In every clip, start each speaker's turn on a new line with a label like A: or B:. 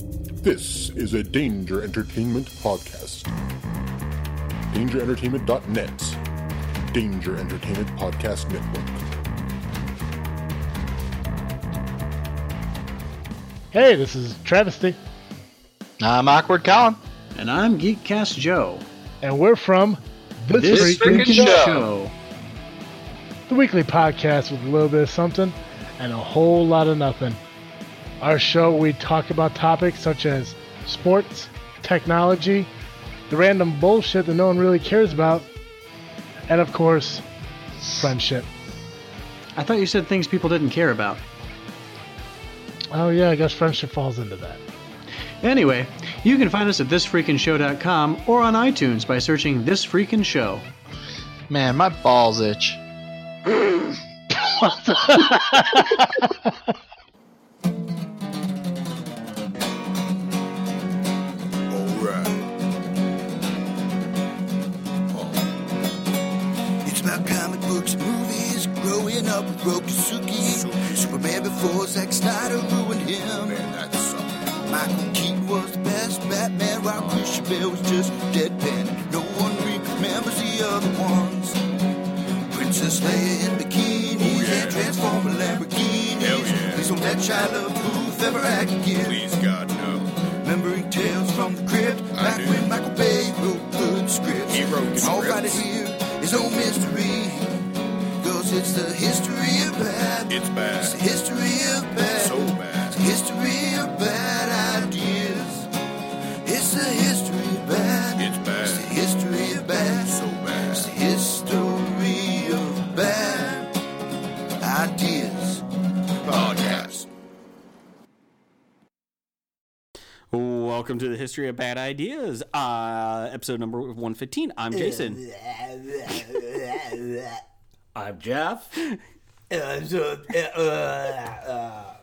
A: This is a Danger Entertainment podcast. DangerEntertainment.net. Danger Entertainment Podcast Network.
B: Hey, this is Travesty,
C: I'm awkward Colin.
D: And I'm Geekcast Joe.
B: and we're from The
C: This
B: Freaking
C: Freaking Show.
B: the weekly podcast with a little bit of something and a whole lot of nothing. Our show, we talk about topics such as sports, technology, the random bullshit that no one really cares about, and of course, friendship.
D: I thought you said things people didn't care about.
B: Oh, yeah, I guess friendship falls into that.
D: Anyway, you can find us at thisfreakinshow.com or on iTunes by searching This Freakin' Show.
C: Man, my balls itch.
E: Alright. Oh. It's about comic books and movies, growing up with Rob Suzuki. Superman before Zack Snyder ruined him. Michael Keaton was the best Batman, while Christian Bale was just deadpan. No one remembers the other ones. Princess Leia in bikinis and Transformer Lamborghinis. Please don't let Shia LaBeouf ever act again. Please, God, no. Remembering tales from the crypt back when Michael Bay wrote good scripts. He wrote good All right here is no mystery. Cause it's the history of bad. It's bad. It's the history of bad. So bad. It's the history of bad ideas. It's the history of bad. It's bad. It's the history of bad. So bad. It's the history of bad ideas. Oh, Podcast.
F: Welcome to the History of Bad Ideas, uh, episode number 115. I'm Jason.
G: I'm Jeff.
F: Uh,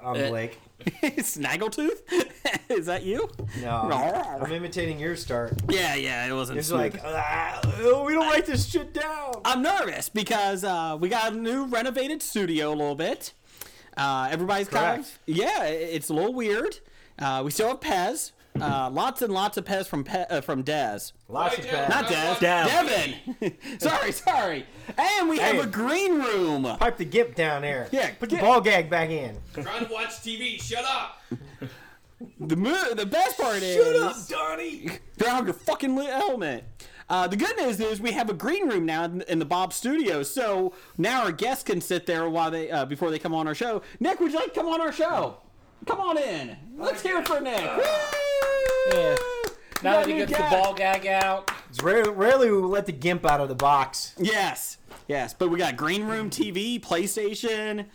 G: I'm Blake.
F: Snaggletooth? Is that you?
G: No, I'm imitating your start.
F: Yeah, yeah, it wasn't
G: It's
F: smooth.
G: like "Ah, oh, we don't write this shit down.
F: I'm nervous because uh, we got a new renovated studio a little bit. Uh, everybody's kind of.
G: Correct.
F: Yeah, i- it's a little weird. Uh, we still have Pez. Uh, lots and lots of Pez from Pe- uh, from Dez.
G: Lots of bad.
F: Not Dez.
G: Dev.
F: Devin. sorry, sorry. And we
G: Hey.
F: have a green room.
G: Pipe the gimp down there.
F: Yeah,
G: put the
F: yeah.
G: ball gag back in.
H: Trying to watch TV. Shut up.
F: The mo- the best part is.
G: Donnie.
F: They're out of your fucking li- element. Uh, the good news is we have a green room now in, in the Bob Studios, so now our guests can sit there while they uh, before they come on our show. Nick, would you like to come on our show? Come on in. Let's hear it for Nick. Woo!
H: Yeah.
F: We got
H: Now that
F: a
H: he
F: new
H: gets the
F: guest.
H: ball gag out.
G: It's rare, rarely we let the gimp out of the box.
F: Yes, yes. But we got green room TV, PlayStation.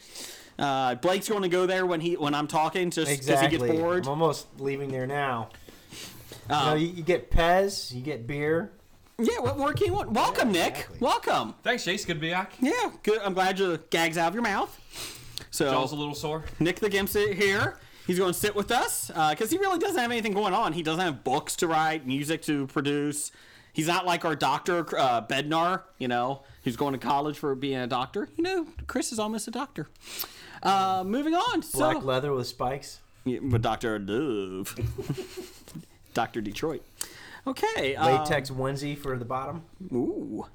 F: Uh, Blake's going to go there when he when I'm talking, just because he
G: Exactly.
F: gets bored. Um,
G: I'm almost leaving there now. you, know, you, you get Pez, you get beer.
F: Yeah, what more can you want? Welcome, Nick. Welcome.
H: Thanks, Chase. Good to be back.
F: Yeah, good. I'm glad your gags out of your mouth. So
H: Jaw's a little sore.
F: Nick the Gimp's here. He's going to sit with us because he really doesn't have anything going on. He doesn't have books to write, music to produce. He's not like our doctor uh, Bednar, you know, who's going to college for being a doctor. You know, Chris is almost a doctor. Uh, moving on,
G: Black
F: so
G: leather with spikes.
F: Yeah, but Doctor Love, Doctor Detroit. Okay, uh,
G: Latex onesie for the bottom.
F: ooh,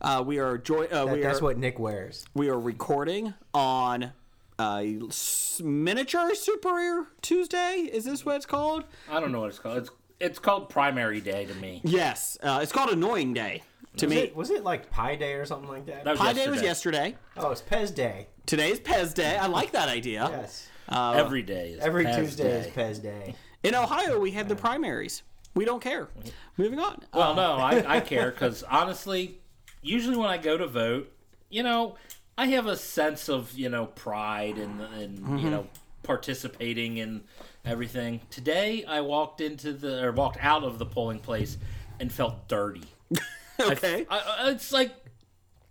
F: uh, we are joy. Uh,
G: That,
F: we
G: that's
F: are
G: what Nick wears.
F: we are recording on uh, s- miniature Superior Tuesday. Is this what it's called?
H: I don't know what it's called. It's it's called primary day to me.
F: Yes, uh, it's called annoying day to
G: Was
F: me.
G: it, was it like Pie Day or something like that?
H: That
F: Pie day was yesterday.
G: Oh, it's Pez Day.
F: Today is Pez day. I like that idea.
G: Yes.
H: Every day is
G: Every
H: Pez
G: Tuesday
H: Day.
G: is Pez Day.
F: In Ohio, we had the primaries. We don't care. Moving on. Uh,
H: Well, no, I, I care because honestly, usually when I go to vote, you know, I have a sense of you know pride and and
F: Mm-hmm.
H: you know participating in everything. Today, I walked into the or walked out of the polling place and felt dirty.
F: okay.
H: I, I- it's like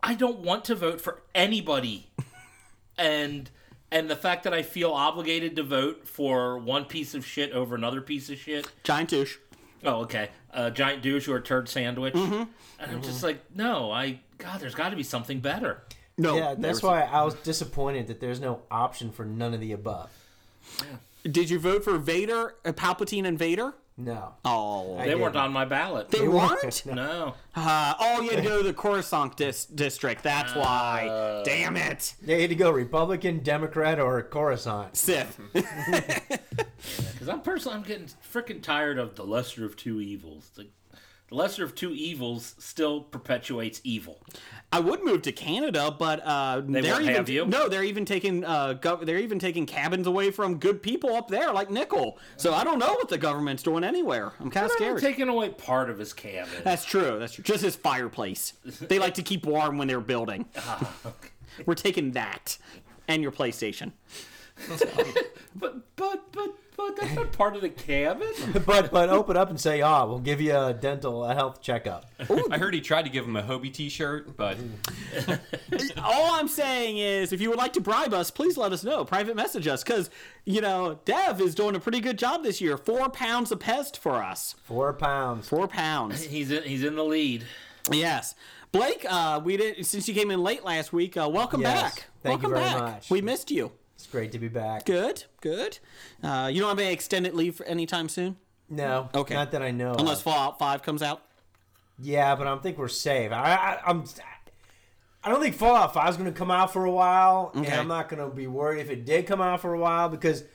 H: I don't want to vote for anybody, and and the fact that I feel obligated to vote for one piece of shit over another piece of shit.
F: Giant douche.
H: Oh, okay, a giant douche or a turd sandwich, and I'm just like, no, I God, there's got to be something better.
F: No.
G: Yeah, that's why I was disappointed that there's no option for none of the above.
F: Did you vote for Vader, uh, Palpatine, and Vader?
G: No.
F: Oh,
H: They weren't on my ballot.
F: they weren't.
H: no.
F: Uh, oh, you had to go to the Coruscant dis- district. That's why. Damn it,
G: They had to go Republican, Democrat, or Coruscant.
F: Sith.
H: Because I'm personally, I'm getting freaking tired of the lesser of two evils. The, the lesser of two evils still perpetuates evil.
F: I would move to Canada, but uh, they are
H: won't
F: even,
H: have you?
F: No, they're even taking uh, gov- they're even taking cabins away from good people up there, like Nickel. So I don't know what the government's doing anywhere. I'm kind of
H: They're
F: scared.
H: taking away part of his cabin.
F: That's true. That's true. Just his fireplace. They like to keep warm when they're building. We're taking that and your PlayStation.
H: But but but but that's not part of the cabin.
G: But but open up and say, ah, we'll give you a dental, a health checkup.
I: I heard he tried to give him a Hobie T-shirt, but
F: All I'm saying is, if you would like to bribe us, please let us know. Private message us, because you know Dev is doing a pretty good job this year. Four pounds a pest for us.
G: Four pounds.
F: Four pounds.
H: He's in, he's in the lead.
F: Yes, Blake. Uh, we didn't since you came in late last week. Uh, welcome
G: Yes.
F: back.
G: Thank you
F: welcome
G: very
F: back.
G: much.
F: We missed you.
G: It's great to be back.
F: Good, good. Uh, you don't have any extended leave for anytime soon,
G: No,
F: Okay.
G: Not that I know. of.
F: unless Fallout Five comes out.
G: Yeah, but I don't think we're safe. I, I I'm. I don't think Fallout 5 is going to come out for a while,
F: Okay.
G: and I'm not going to be worried if it did come out for a while because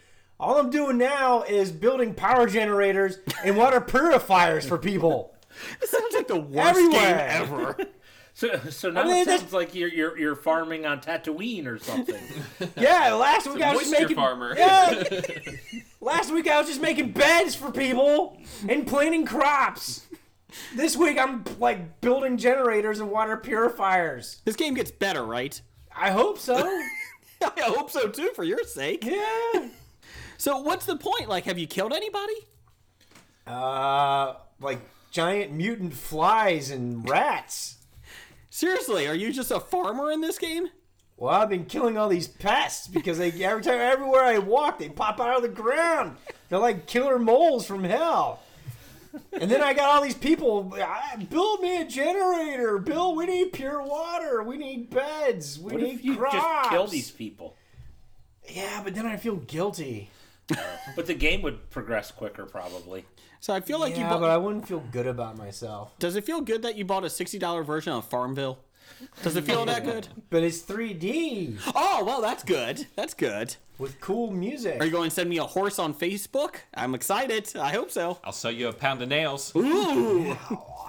G: all I'm doing now is building power generators and water purifiers for people.
F: It sounds like the worst game ever.
G: Everywhere.
H: So so now
G: I mean,
H: it
G: that's-
H: sounds like you're, you're you're farming on Tatooine or something.
G: Yeah, last week I was
I: moisture
G: making
I: farmer.
G: Yeah. last week I was just making beds for people and planting crops. This week I'm like building generators and water purifiers.
F: This game gets better, right?
G: I hope so.
F: I hope so too, for your sake.
G: yeah.
F: So, what's the point? Like, have you killed anybody?
G: Uh, like giant mutant flies and rats.
F: Seriously, are you just a farmer in this game?
G: Well, I've been killing all these pests because they every time everywhere I walk, they pop out of the ground. They're like killer moles from hell. And then I got all these people. "Ah, Build me a generator, Bill. We need pure water. We need beds. We
H: What
G: need
H: if you
G: crops.
H: just kill these people?
G: Yeah, but then I feel guilty.
H: But the game would progress quicker probably.
F: So I feel like you.
G: yeah,
F: Bought,
G: but I wouldn't feel good about myself.
F: Does it feel good that you bought a sixty dollar version of Farmville? Does it feel that good?
G: But it's 3D
F: Oh well, that's good. That's good.
G: with cool music.
F: Are you going to send me a horse on Facebook? I'm excited. I hope so.
I: I'll sell you a pound of nails.
F: Ooh,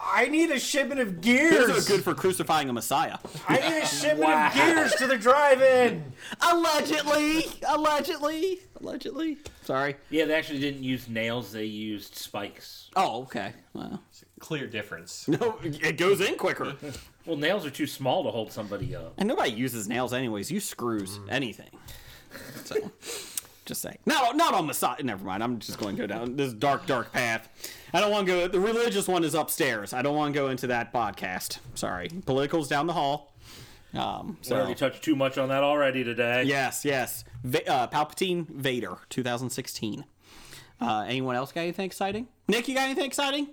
G: I need a shipment of
F: those
G: gears.
F: are good for crucifying a messiah.
G: I need a shipment of gears to the drive-in.
F: Allegedly, allegedly, allegedly. Sorry.
H: Yeah, they actually didn't use nails. They used spikes.
F: Oh, okay. Well,
I: Clear difference.
F: no, it goes in quicker.
H: Well, nails are too small to hold somebody up.
F: And nobody uses nails anyways. Use screws,
I: Mm.
F: anything. So, just saying. No, not on Messiah. Never mind. I'm just going to go down this dark, dark path. I don't want to go. The religious one is upstairs. I don't want to go into that podcast. Sorry. Political's down the hall. Um,
H: We
F: so,
H: already touched too much on that already today.
F: yes, yes. Va- uh, Palpatine Vader, 2016. Uh, anyone else got anything exciting? Nick, you got anything exciting?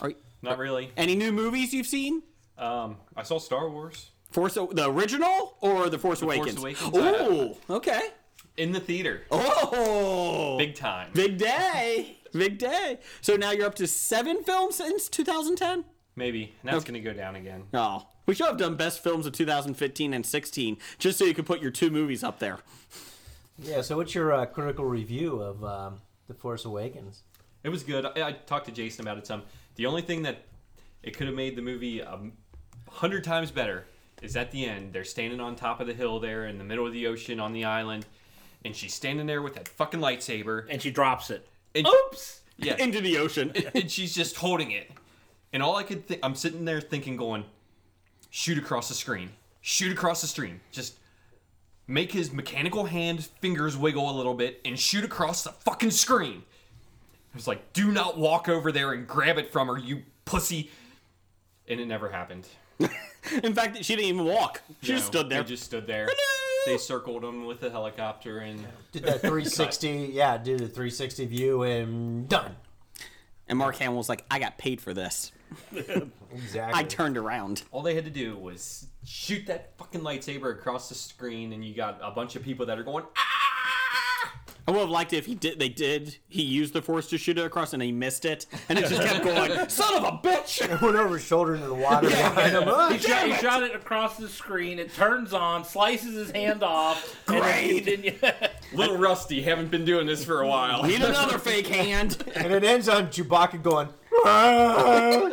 F: Are,
I: Not really.
F: any new movies you've seen?
I: Um, I saw Star Wars
F: Force the original or the Force Awakens?
I: Awakens,
F: Ooh, okay.
I: in the theater,
F: Oh,
I: big time.
F: Big day, big day. So now you're up to seven films since 2010.
I: Maybe and that's gonna go down again.
F: Oh, we should have done best films of 2015 and 16, just so you could put your two movies up there.
G: Yeah. So, what's your uh, critical review of um, the Force Awakens?
I: It was good. I, I talked to Jason about it some. The only thing that it could have made the movie a um, hundred times better is at the end. They're standing on top of the hill there in the middle of the ocean on the island, and she's standing there with that fucking lightsaber.
H: And she drops it.
I: And,
H: Oops.
I: Yeah.
F: Into the ocean.
I: and she's just holding it. And all I could think, I'm sitting there thinking, going, shoot across the screen, shoot across the screen, just make his mechanical hand fingers wiggle a little bit and shoot across the fucking screen. I was like, do not walk over there and grab it from her, you pussy. And it never happened.
F: In fact, she didn't even walk. She just
I: No,
F: stood there.
I: They just stood there. They circled him with a helicopter and
G: Did that 360? yeah, did the 360 view and done.
F: And Mark Hamill was like, "I got paid for this."
G: Exactly.
F: I turned around.
I: all they had to do was shoot that fucking lightsaber across the screen and you got a bunch of people that are going, ah!
F: I would have liked it if he did. They did. He used the force to shoot it across, and he missed it, and it just kept going. Son of a bitch!
G: Went over his shoulder into the water behind him. Oh,
H: He shot, he shot it across the screen. It turns on, slices his hand off.
F: Great.
H: And it continue-
I: Little rusty. Haven't been doing this for a while.
F: Need another fake hand.
G: And it ends on Chewbacca going, "Ah."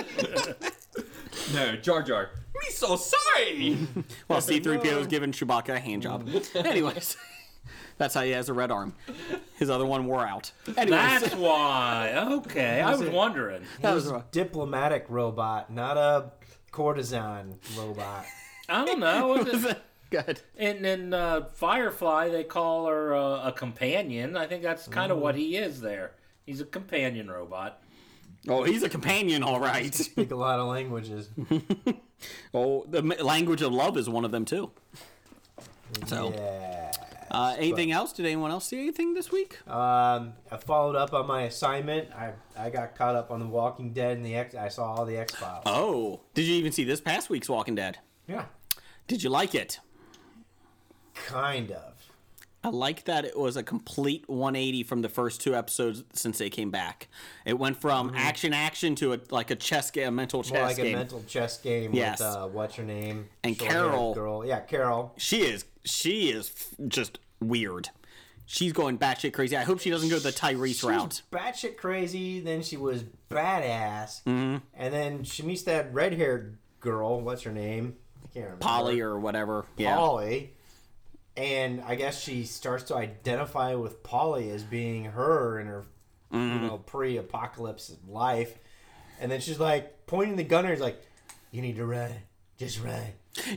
I: no, Jar Jar. Me so sorry.
F: While C-3PO is giving Chewbacca a hand job. Anyways, that's how he has a red arm. His other one wore out. Anyways,
H: That's why. Okay, I was wondering.
F: that was
G: diplomatic robot, not a courtesan robot.
H: I don't know. What is it?
F: good.
H: And then uh, Firefly, they call her uh, a companion. I think that's kind of what
G: Oh.
H: he is there. He's a companion robot.
F: Oh, he's a companion, all right.
G: Speak a lot of languages.
F: Oh, the m- language of love is one of them too. So,
G: Yeah.
F: uh, anything else? Did anyone else see anything this week?
G: Um, I followed up on my assignment. I I got caught up on The Walking Dead and the X. I saw all the X Files.
F: Oh, did you even see this past week's Walking Dead?
G: Yeah.
F: Did you like it?
G: Kind of.
F: I like that it was a complete 180 from the first two episodes since they came back. It went from action action to a, like a chess game, a mental chess
G: Mm-hmm. More like
F: game.
G: a mental chess game
F: Yes.
G: with uh, what's her name
F: And
G: Short-haired
F: Carol.
G: Girl. Yeah, Carol.
F: she is she is f- just weird. She's going batshit crazy. I hope she doesn't go the Tyrese
G: She was
F: route.
G: batshit crazy. Then she was badass.
F: Mm-hmm.
G: And then she meets that red haired girl. What's her name? I can't remember.
F: Polly or whatever. Yeah.
G: Polly. And I guess she starts to identify with Polly as being her in her
F: Mm-hmm.
G: you know, pre apocalypse life. And then she's like pointing the gunner, is like, You need to run. Just run.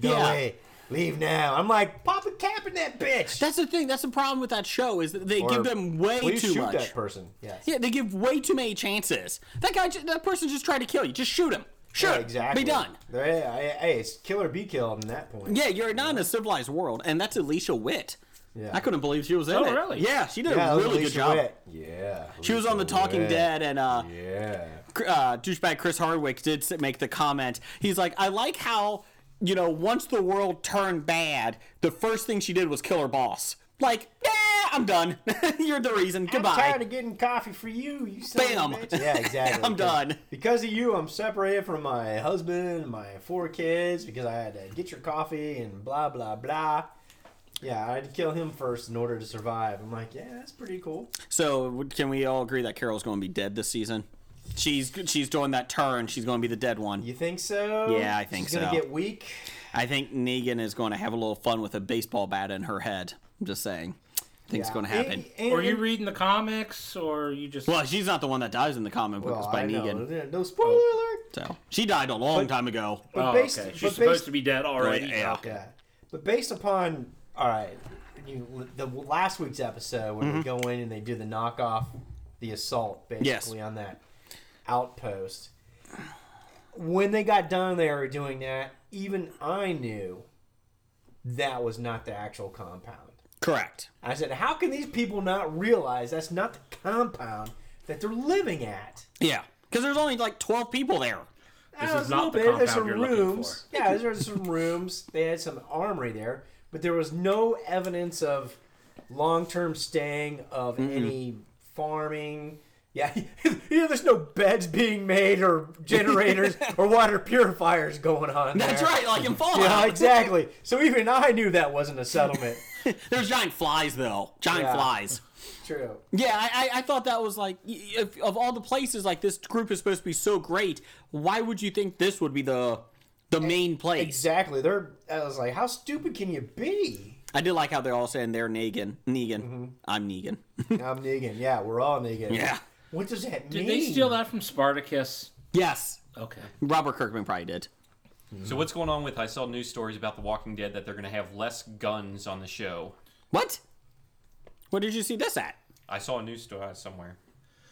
G: Go
F: Yeah.
G: away. Leave now. I'm like, pop a cap in that bitch.
F: That's the thing. That's the problem with that show is that they
G: Or
F: give them way
G: Please
F: too
G: shoot
F: much.
G: that person. Yes.
F: Yeah, they give way too many chances. That guy, ju- that person just tried to kill you. Just shoot him. Shoot.
G: Yeah,
F: him.
G: exactly.
F: Be done.
G: Hey, I- hey, it's kill or be killed in that point.
F: Yeah, you're not in a civilized world, and that's Alicia Witt.
G: Yeah.
F: I couldn't believe she was in
H: Oh,
F: it.
H: really?
F: Yeah, she did a
G: Yeah, that was
F: really good
G: Alicia
F: job.
G: Witt. Yeah.
F: She was on The
G: Alicia
F: Talking
G: Witt.
F: Dead, and uh,
G: Yeah.
F: uh, douchebag Chris Hardwick did s- make the comment. He's like, I like how, you know, once the world turned bad, the first thing she did was kill her boss. Like, yeah, I'm done. You're the reason. Goodbye.
G: I'm tired of getting coffee for you. You son of a
F: Bam.
G: bitch. Yeah, exactly.
F: I'm done.
G: Because of you, I'm separated from my husband, and my four kids, because I had to get your coffee and blah blah blah. Yeah, I had to kill him first in order to survive. I'm like, yeah, that's pretty cool.
F: So w- can we all agree that Carol's going to be dead this season? She's she's doing that turn. She's going to be the dead one.
G: You think so?
F: Yeah, I think
G: She's gonna
F: so.
G: get weak.
F: I think Negan is going to have a little fun with a baseball bat in her head. I'm just saying. I think it's
G: Yeah.
F: going to happen.
G: And- and-
H: Were you reading the comics, or you just?
F: well, she's not the one that dies in the comic book.
G: Oh,
F: it's by
G: I know.
F: Negan. Oh.
G: Yeah, No spoiler alert.
F: So she died a long time ago.
G: But
H: oh,
G: based,
H: okay.
G: but
H: She's
G: based,
H: supposed to be dead already. Oh,
F: Yeah.
G: Yeah, but based upon all right, you, the last week's episode when
F: Mm-hmm.
G: they go in and they do the knockoff, the assault basically
F: Yes.
G: on that outpost. When they got done, they were doing that. Even I knew that was not the actual compound.
F: Correct.
G: I said, "How can these people not realize that's not the compound that they're living at?"
F: Yeah. Because there's only like 12 people there.
H: This
G: That
H: is
G: was Uh, a
H: not
G: little
H: the
G: bit. There's
H: compound
G: some
H: you're looking for.
G: rooms. Yeah, there's some rooms. They had some armory there, but there was no evidence of long-term staying of any farming. Yeah, yeah. There's no beds being made or generators or water purifiers going on.
F: That's
G: there.
F: right. Like in Fallout.
G: Yeah, exactly. So even I knew that wasn't a settlement.
F: There's giant flies, though. Giant
G: Yeah.
F: flies.
G: True.
F: Yeah, I, I, I thought that was like, y- if, of all the places, like this group is supposed to be so great. Why would you think this would be the the main place?
G: Exactly. They're. I was like, how stupid can you be?
F: I did like how they're all saying they're Negan. Negan. I'm Negan.
G: I'm Negan. Yeah, we're all Negan.
F: Yeah.
G: What does that mean?
H: Did they steal that from Spartacus?
F: yes.
H: Okay.
F: Robert Kirkman probably did.
I: So what's going on with? I saw news stories about The Walking Dead that they're going to have less guns on the show.
F: What? What did you see this at?
I: I saw a news story somewhere.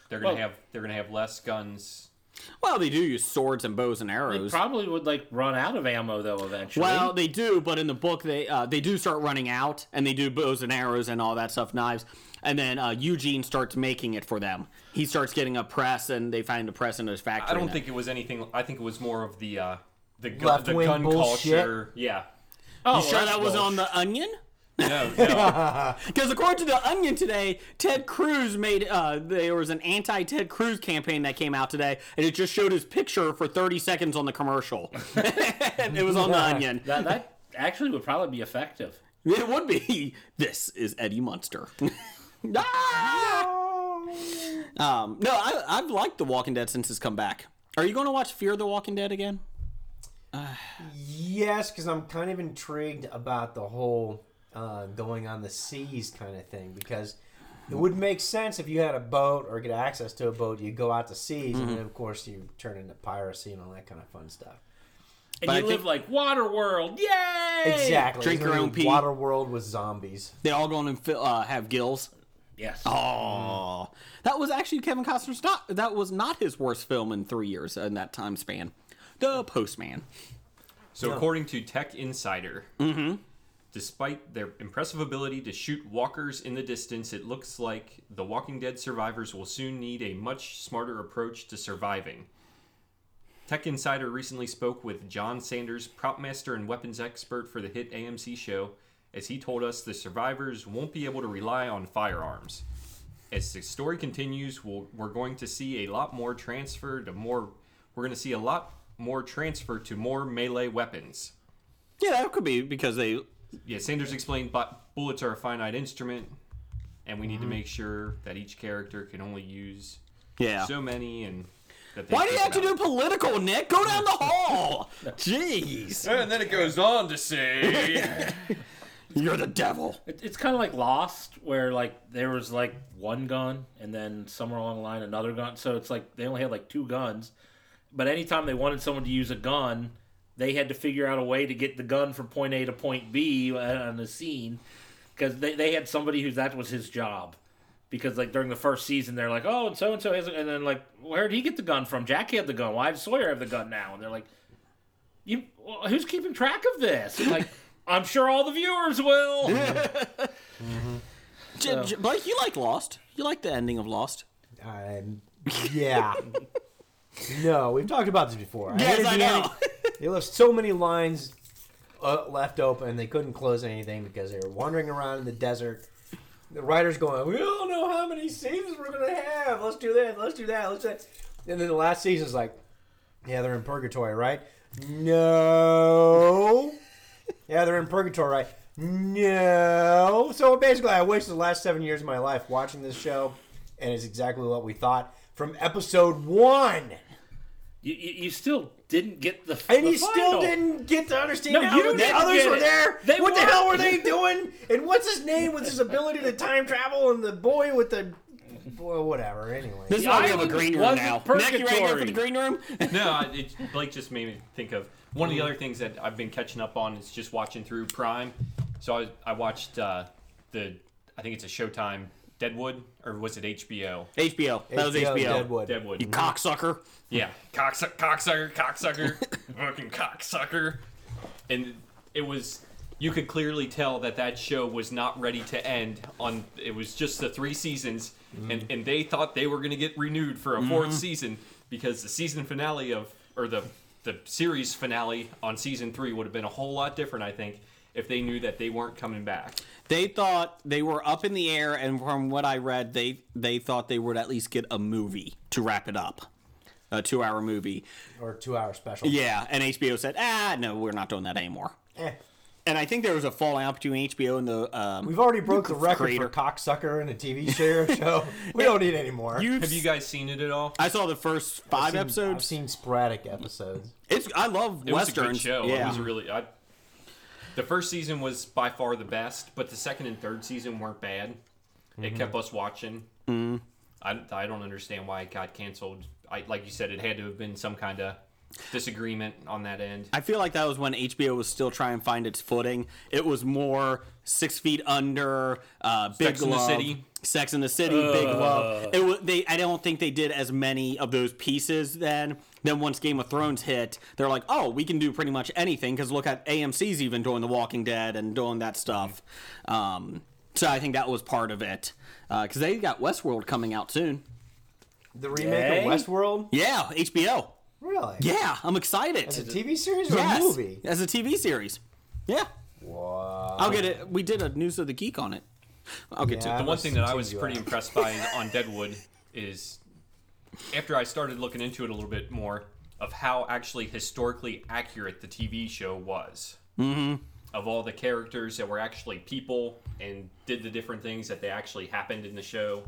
I: They're going to
H: Well-
I: have they're going to have less guns.
F: Well, they do use swords and bows and
H: They
F: arrows.
H: probably would like run out of ammo though eventually.
F: Well, they do, but in the book, they uh, they do start running out, and they do bows and arrows and all that stuff, knives, and then uh, Eugene starts making it for them. He starts getting a press, and they find a press in his factory.
I: I don't
F: now.
I: think it was anything. I think it was more of the uh, the gun, the
G: Left-wing
I: gun
G: bullshit.
I: culture. Yeah.
H: oh,
F: You sure that was on the Onion?
H: No, no.
F: Because according to the Onion today, Ted Cruz made uh, there was an anti-Ted Cruz campaign that came out today, and it just showed his picture for 30 seconds on the commercial. And it was on the Onion.
J: That, that actually would probably be effective.
F: It would be. This is Eddie Munster. Ah! Um, no, I, I've liked The Walking Dead since it's come back. Are you going to watch Fear the Walking Dead again?
G: Yes, because I'm kind of intrigued about the whole uh, going on the seas kind of thing because it would make sense if you had a boat or get access to a boat, you go out to seas, and
F: Mm-hmm.
G: then of course you turn into piracy and all that kind of fun stuff.
J: And
F: But I
J: you live
F: think-
J: like Waterworld, yay!
G: Exactly.
F: drink
G: It's gonna
F: your own
G: be
F: pee.
G: Water world with zombies.
F: They all going to uh, have gills.
J: Yes.
F: Oh, that was actually Kevin Costner's not. That was not his worst film in three years in that time span. The Postman.
H: So, according to Tech Insider, despite their impressive ability to shoot walkers in the distance, it looks like the Walking Dead survivors will soon need a much smarter approach to surviving. Tech Insider recently spoke with John Sanders, prop master and weapons expert for the hit AMC show, as he told us the survivors won't be able to rely on firearms. As the story continues, we'll, we're going to see a lot more transfer to more. We're going to see a lot more transfer to more melee weapons.
F: Yeah, that could be because they.
H: Yeah, Sanders explained, but bullets are a finite instrument, and we need
F: Mm-hmm.
H: to make sure that each character can only use
F: Yeah.
H: so many. And that they
F: Why do you have
H: think
F: to do
H: about it.
F: political, Nick? Go down the hall. Jeez,
H: And then it goes on to say,
F: you're the devil.
J: It, it's kind of like Lost, where like there was like one gun, and then somewhere along the line another gun. So it's like they only had like two guns, but anytime they wanted someone to use a gun, they had to figure out a way to get the gun from point A to point B on the scene, because they, they had somebody who that was his job. Because like during the first season, they're like, oh, and so and so has, a-" and then like, where did he get the gun from? Jackie had the gun. Why did Sawyer have the gun now? And they're like, you, well, who's keeping track of this? And, like, I'm sure all the viewers will.
F: J- J- Blake, you like Lost. You like the ending of Lost.
G: Um, yeah. no, we've talked about this before. I hated
F: I
G: the
F: know.
G: ending. They left so many lines uh, left open. They couldn't close anything because they were wandering around in the desert. The writer's going, "We don't know how many seasons we're gonna have. Let's do that. Let's do that. Let's do that." And then the last season's like, "Yeah, they're in purgatory, right? No. yeah, they're in purgatory, right? No. So basically, I wasted the last seven years of my life watching this show, and it's exactly what we thought from episode one.
J: You, you, you still didn't get the.
G: And
J: the
G: you still
J: final.
G: didn't get to understand
J: No,
G: how
J: you
G: the
J: didn't
G: others
J: get
G: were
J: it.
G: there.
J: They
G: what
J: weren't.
G: the hell were they doing? And what's his name with his ability to time travel and the boy with the well, whatever. Anyway,
F: This is why we have a
J: island
F: green room
J: wasn't
F: now. Nick, you ready to go for
J: purgatory.
F: the green room?
H: "No." I- It, Blake just made me think of one of the other things that I've been catching up on is just watching through Prime. So I, I watched uh, the, I think it's a Showtime Deadwood, or was it HBO?
F: HBO. That was HBO.
G: Deadwood.
H: Deadwood.
F: You cocksucker.
H: Yeah, cocksucker, cocksucker, cocksucker, fucking cocksucker. And it was, you could clearly tell that that show was not ready to end on, it was just the three seasons, and, and they thought they were going to get renewed for a 4th season because the season finale of, or the, the series finale on season three would have been a whole lot different, I think, if they knew that they weren't coming back.
F: They thought they were up in the air, and from what I read, they they thought they would at least get a movie to wrap it up, a two-hour movie.
G: or two-hour special.
F: Yeah, and HBO said, ah, no, we're not doing that anymore.
G: Eh.
F: And I think there was a fallout between HBO and the. Um,
G: We've already broke the
F: Lucas
G: record
F: creator.
G: for cocksucker in a TV show. show. We don't need any more.
F: you've
H: Have you guys seen it at all?
F: I saw the first
G: I've
F: five
G: seen- I've
F: episodes.
G: seen sporadic episodes.
F: It's I love
H: It was a
F: westerns.
H: good show.
F: Yeah.
H: It was really. I, the first season was by far the best, but the second and third season weren't bad. It
F: Mm-hmm.
H: kept us watching. I, I don't understand why it got canceled. I, like you said, it had to have been some kind of disagreement on that end.
F: I feel like that was when HBO was still trying to find its footing. It was more Six Feet Under, uh, Big
H: Sex in the
F: Love,
H: City.
F: Sex in the City, Big Love. It was, they, I don't think they did as many of those pieces then. Then once Game of Thrones hit, they're like, oh, we can do pretty much anything because look at AMC's even doing The Walking Dead and doing that stuff. Um, so I think that was part of it because they got Westworld coming out soon.
G: The remake
J: Yay.
G: of Westworld.
F: Yeah, HBO.
G: Really?
F: Yeah, I'm excited.
G: It's a TV series or
F: Yes,
G: a movie?
F: as a TV series. Yeah.
G: Wow.
F: I'll get it. We did a news of the geek on it. I'll get
G: Yeah.
F: to
I: The
F: it.
I: one thing that I was
G: you
I: pretty
G: out.
I: impressed by on Deadwood is after I started looking into it a little bit more of how actually historically accurate the TV show was. Mm-hmm. Of all the characters that were actually people and did the different things that they actually happened in the show.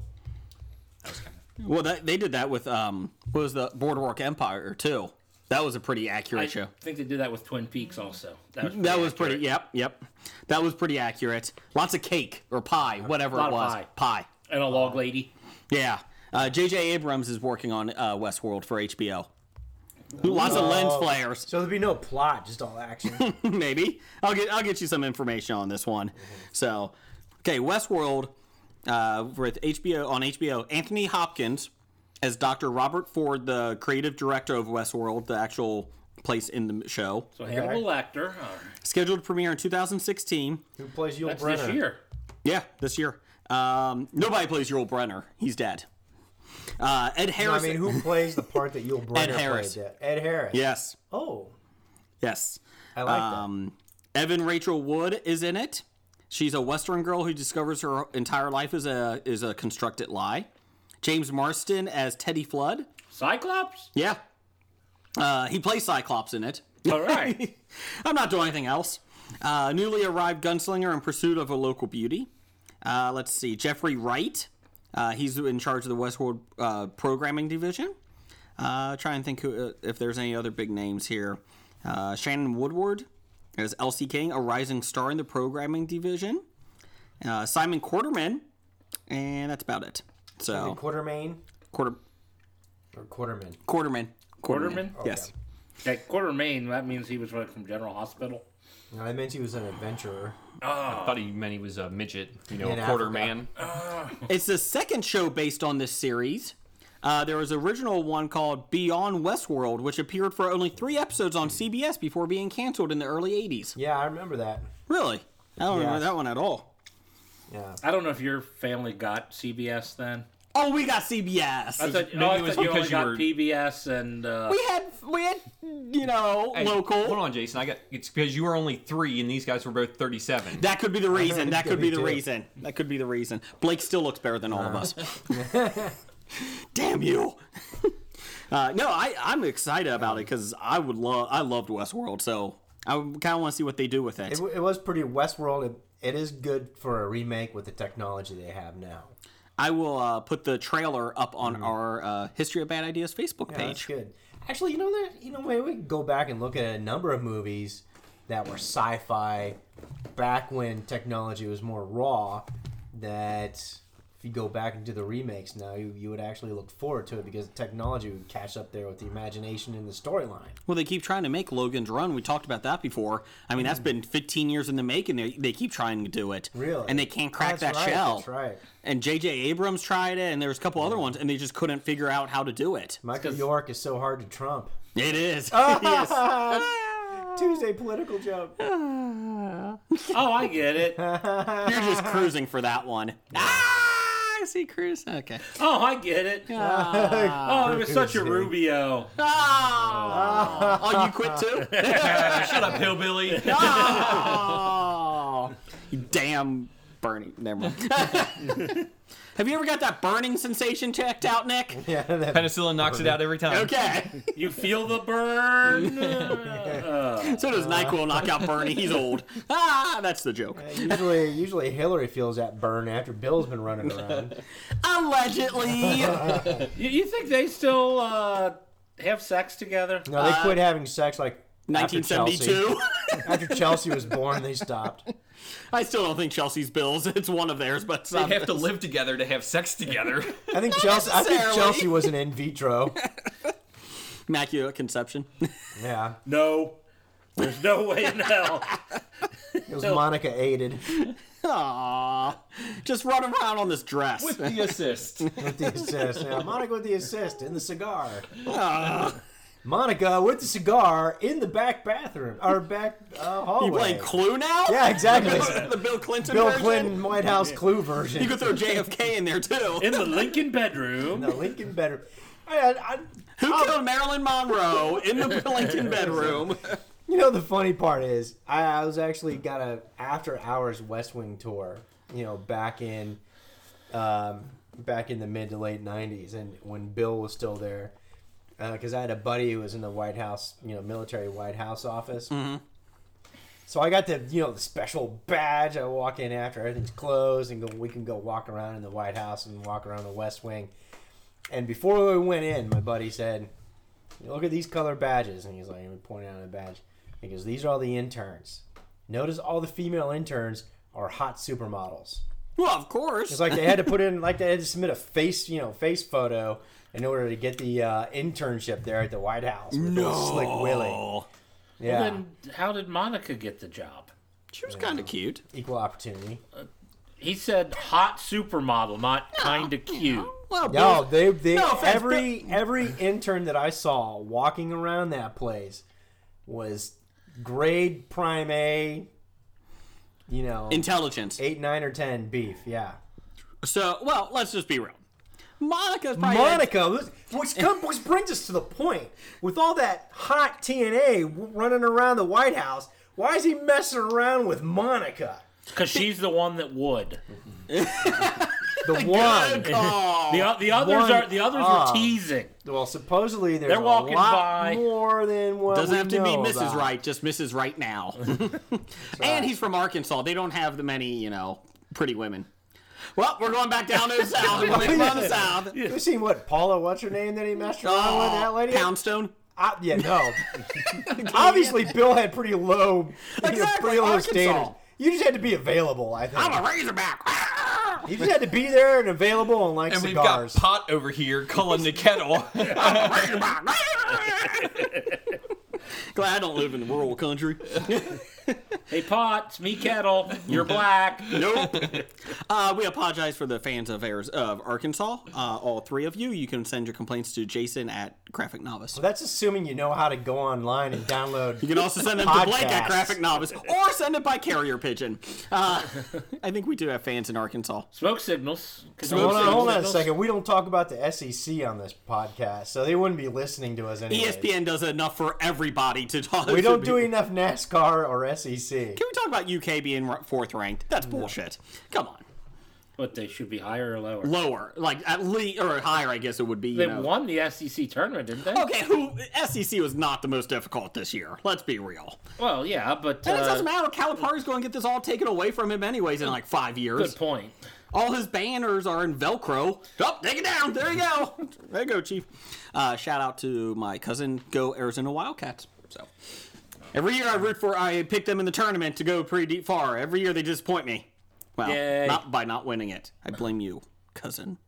F: Well, that, they did that with um, what was the Boardwalk Empire too. That was a pretty accurate
H: I
F: show.
H: think they did that with Twin Peaks also. That was pretty,
F: That was pretty.
H: accurate.
F: Yep, yep. That was pretty accurate. Lots of cake or pie, whatever
H: Lot
F: it
H: of
F: was.
H: pie.
F: pie.
H: And a log lady.
F: Yeah. Uh, J.J. Abrams is working on uh, Westworld for HBO. Lots of lens
G: Oh.
F: flares.
G: So there'd be no plot, just all action.
F: maybe I'll get I'll get you some information on this one. So, okay, Westworld uh, with HBO on HBO. Anthony Hopkins as Dr. Robert Ford, the creative director of Westworld, the actual place in the show,
H: So Hannibal Lecter. All right.
F: scheduled to premiere in 2016.
G: Who plays Yul
H: That's
G: Brynner?
H: this year.
F: Yeah, this year. Um, nobody plays Yul Brenner. He's dead. Uh, Ed
G: No, I
F: Harris.
G: mean, who plays the part that Yul Brynner
F: Harris.
G: played? Yeah, Ed Harris.
F: yes,
G: Oh,
F: yes.
G: I like
F: Um, Evan Rachel Wood is in it. She's a Western girl who discovers her entire life is a is a constructed lie. James Marston as Teddy Flood.
H: Cyclops?
F: Yeah, uh, he plays Cyclops in it.
H: All right.
F: I'm not doing anything else. Uh, newly arrived gunslinger in pursuit of a local beauty. Uh, let's see, Jeffrey Wright. Uh, he's in charge of the Westworld uh, programming division. Uh, try and think who, uh, if there's any other big names here. Uh, Shannon Woodward as Elsie King, a rising star in the programming division. Uh, Simon Quarterman, and that's about it.
G: that.
F: So
G: Quartermain
F: quarter
G: or Quarterman?
F: Quarterman.
H: Quarterman?
F: Yes.
H: That Quartermain, that means he was like from General Hospital.
G: No, I meant he was an adventurer.
I: I thought he meant he was a midget, you know,
G: In
I: a quarter
G: Africa.
I: man.
F: It's the second show based on this series. Uh, there was an original one called Beyond Westworld, which appeared for only three episodes on CBS before being canceled in the early 80s.
G: Yeah, I remember that.
F: Really? I don't remember
G: Yeah.
F: that one at all.
G: Yeah.
H: I don't know if your family got CBS then.
F: Oh, we got CBS.
H: I thought,
I: Maybe
H: oh, I
I: it was
H: thought you only
I: because you
H: got
I: were-
H: PBS and uh,
F: we had, we had, you know,
I: Hey,
F: local.
I: Hold on, Jason. I got it's because you were only three and these guys were both thirty-seven.
F: That could be the reason. That could be the
G: Yeah, me too.
F: reason. That could be the reason. Blake still looks better than all
G: Uh.
F: of us. Damn you! uh, no, I, I'm excited about it because I would love. I loved Westworld, so I kind of want to see what they do with
G: It,
F: it.
G: w- it was pretty Westworld. It, it is good for a remake with the technology they have now.
F: I will uh, put the trailer up on our uh, History of Bad Ideas Facebook
G: Mm. Yeah, that's
F: page.
G: good. Actually, you know that you know maybe we can go back and look at a number of movies that were sci-fi back when technology was more raw. That if you go back and do the remakes now, you, you would actually look forward to it because the technology would catch up there with the imagination and the storyline.
F: Well, they keep trying to make Logan's Run. We talked about that before. I mean, that's been 15 years in the making. They, they keep trying to do it,
G: Mm. Really,
F: and they can't crack
G: That's
F: that
G: right,
F: shell.
G: That's right.
F: and J.J. Abrams tried it, and there was a couple other ones, and they just couldn't figure out how to do it.
G: Michael York is so hard to trump.
F: It is. yes.
G: Tuesday political joke.
H: oh, I get it. Oh,
F: You're just cruising for that one. Ah, I see Cruz. Okay.
H: I get it. oh, it was such a Rubio.
F: Ah. Oh, you quit too?
I: Shut up, hillbilly.
F: Oh. You damn burning. Never mind. Have you ever got that burning sensation checked out, Nick?
G: Yeah, that
I: Penicillin knocks it out every time.
F: Okay.
H: You feel the burn.
F: So
G: Uh.
F: does NyQuil knock out Bernie. He's old. Ah, that's the joke.
G: Usually, usually Hillary feels that burn after Bill's been running around.
F: Allegedly.
H: you, you think they still uh, have sex together?
G: No,
F: Uh,
G: they quit having sex like after Chelsea.
F: 1972.
G: After Chelsea was born, they stopped.
F: I still don't think Chelsea's Bills. It's one of theirs, but it's um,
I: They
F: not
I: have to live together to have sex together.
G: I think Chelsea. I think
F: necessarily.
G: Chelsea was an in vitro.
F: immaculate conception.
G: Yeah,
H: No. There's no way in hell.
G: it was Monica aided
F: Aww. Just run around on this dress.
I: the assist.
G: with the assist. Yeah, Monica with the assist and the cigar.
F: Ah.
G: Monica with the cigar in the back bathroom or back uh, hallway.
F: you playing Clue now?
G: Yeah, exactly.
F: the Bill Clinton
G: Bill
F: version?
G: Clinton White House Clue version.
F: You could throw JFK in there too.
H: In the Lincoln bedroom.
G: the Lincoln better. I, I, Oh.
F: Who killed Marilyn Monroe in the Lincoln bedroom?
G: You know the funny part is I, I was actually got a after hours West Wing tour. You know back in, um, back in the mid to late '90s, and when Bill was still there, because I had a buddy who was in the White House, you know, military White House office. So I got the you know the special badge. I walk in after everything's closed, and go, we can go walk around in the White House and walk around the West Wing. And before we went in, my buddy said, "Look at these color badges," and he's like, "I'm pointing out a badge." He goes, "These are all the interns. Notice all the female interns are hot supermodels.
F: Well, of course.
G: It's like they had to put in, like they had to submit a face, you know, face photo in order to get the uh, internship there at the White House with no. slick Willie.
F: Oh,
G: Yeah,
H: Then how did Monica get the job?
F: she was kind of cute.
G: equal opportunity.
H: He said hot supermodel, not kind of cute.
F: Well,
G: No,
F: Bill-
G: they they
F: No offense,
G: every every intern that I saw walking around that place was grade prime A, you know,
F: intelligence.
G: eight, nine, or ten beef. Yeah,
F: So, well, let's just be real. Monica's probably
G: Monica, was- which come, which brings us to the point with all that hot TNA w- running around the White House. Why is he messing around with Monica?
H: Because she's the one that would.
G: The one.
H: The, o- the others
G: Oh, One
H: are the others
G: of.
H: were teasing.
G: Well, supposedly there's
H: They're
G: a
H: walking
G: lot
H: by.
G: more than what
F: Doesn't
G: we
F: have to be
G: know
F: Mrs.
G: about.
F: Right, just Mrs. Right now. and he's from Arkansas. They don't have the many, you know, pretty women. Well, we're going back down to the south. We're going down to the south.
G: You seen what Paula? What's her name that he messed around with? That
F: Oh,
G: lady?
F: Poundstone.
G: Uh, yeah, no. Obviously, Bill had pretty low, you know,
F: Exactly,
G: pretty low
F: Arkansas.
G: standards. You just had to be available. I think
F: I'm a Razorback. Ah!
G: you just had to be there and available and like
I: And we've got
G: cigars.
I: pot over here calling the kettle.
F: Razorback. Ah! Glad I don't live in rural country.
H: Hey, pot, it's me, kettle. You're black.
F: Nope. uh, we apologize for the fans of Airs of Arkansas. Uh, all three of you. You can send your complaints to Jason at Graphic Novice.
G: That's assuming you know how to go online and download.
F: You can also send them to Blake at
G: Podcasts.
F: Graphic Novice or send it by carrier pigeon. Uh, I think we do have fans in Arkansas.
H: Smoke signals.
G: hold on, hold on a second. We don't talk about the SEC on this podcast, so they wouldn't be listening to us anyway.
F: ESPN does enough for everybody to talk.
G: We don't do e-
F: Can
G: enough NASCAR or E SEC.
F: we talk about UK being ra- fourth ranked? That's bullshit. Come on,
H: But they should be higher or lower.
F: lower, like at least or higher. I guess it would be. You
H: they
F: know.
H: won the SEC tournament, didn't they?
F: Okay, who SEC was not the most difficult this year. Let's be real.
H: Well, yeah, but
F: And it doesn't
H: uh,
F: matter. Calipari's going to get this all taken away from him anyways in like five years.
H: good point.
F: All his banners are in Velcro. Oh, take it down. There you go. There you go, Chief. Uh, shout out to my cousin, Go Arizona Wildcats. So every year I root for, I pick them in the tournament to go pretty deep far. Every year they disappoint me. Well,
H: Yay.
F: not by not winning it. I blame you, cousin.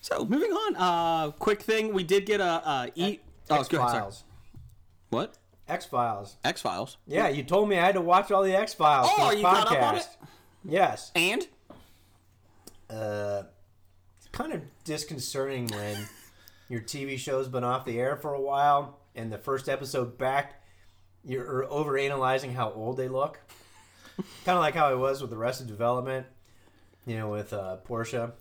F: So moving on. Uh, quick thing. We did get a uh, e. Oh, it's
G: X
F: good. Sorry.
G: Files.
F: What?
G: X Files.
F: X Files.
G: Yeah, you told me I had to watch all the X Files.
F: Oh,
G: for this
F: you
G: podcast.
F: caught up on it?
G: Yes.
F: And
G: uh, it's kind of disconcerting when your TV show's been off the air for a while, and the first episode back, you're over analyzing how old they look. kind of like how I was with the rest of development, you know, with uh, Portia,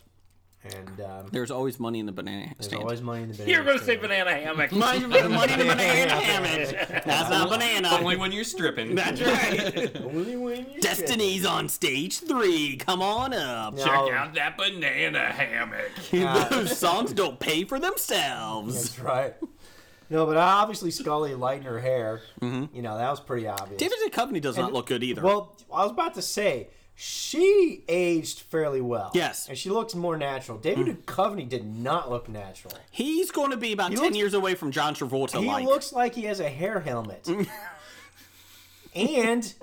G: and um,
F: there's always money in the banana
G: there's
F: stand.
G: always money in the banana.
H: You're going to
G: stand.
H: say banana hammock.
F: Money, money in the banana hammock. That's not banana.
I: Only when you're stripping.
F: That's right.
G: Only when you
F: Destiny's on stage three. Come on up.
G: No,
I: Out that banana hammock.
F: Those songs don't pay for themselves.
G: That's right. No, but obviously Scully lighting her hair. You know that was pretty obvious.
F: David Duchovny does not
G: And-
F: look good either.
G: Well, I was about to say she aged fairly well.
F: Yes. Hmm.
G: and she looks more natural. David Duchovny did not look natural.
F: He's going to be about ten
G: looks-
F: years away from John Travolta.
G: He
F: like.
G: looks like he has a hair helmet. and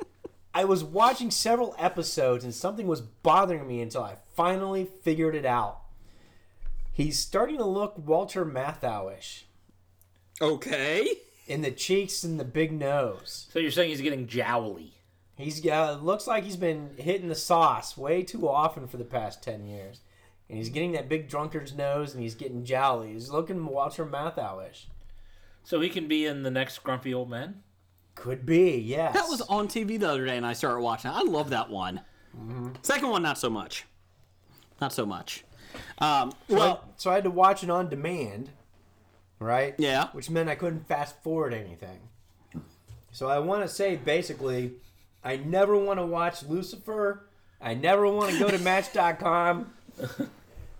G: I was watching several episodes, and something was bothering me until I finally figured it out. He's starting to look Walter Matthau-ish
F: okay.
G: in the cheeks and the big nose.
H: So you're saying he's getting jowly.
G: He's uh, looks like he's been hitting the sauce way too often for the past ten years, and he's getting that big drunkard's nose, and he's getting jolly. He's looking Walter Matthau-ish.
H: So he can be in the next Grumpy Old Men?
G: Could be, yes.
F: That was on TV the other day, and I started watching. it. I love that one. Second one, not so much. Not so much. Um, well,
G: so I had to watch it on demand, right?
F: Yeah.
G: Which meant I couldn't fast forward anything. So I want to say basically, I never want to watch Lucifer. I never want to go to Match.com.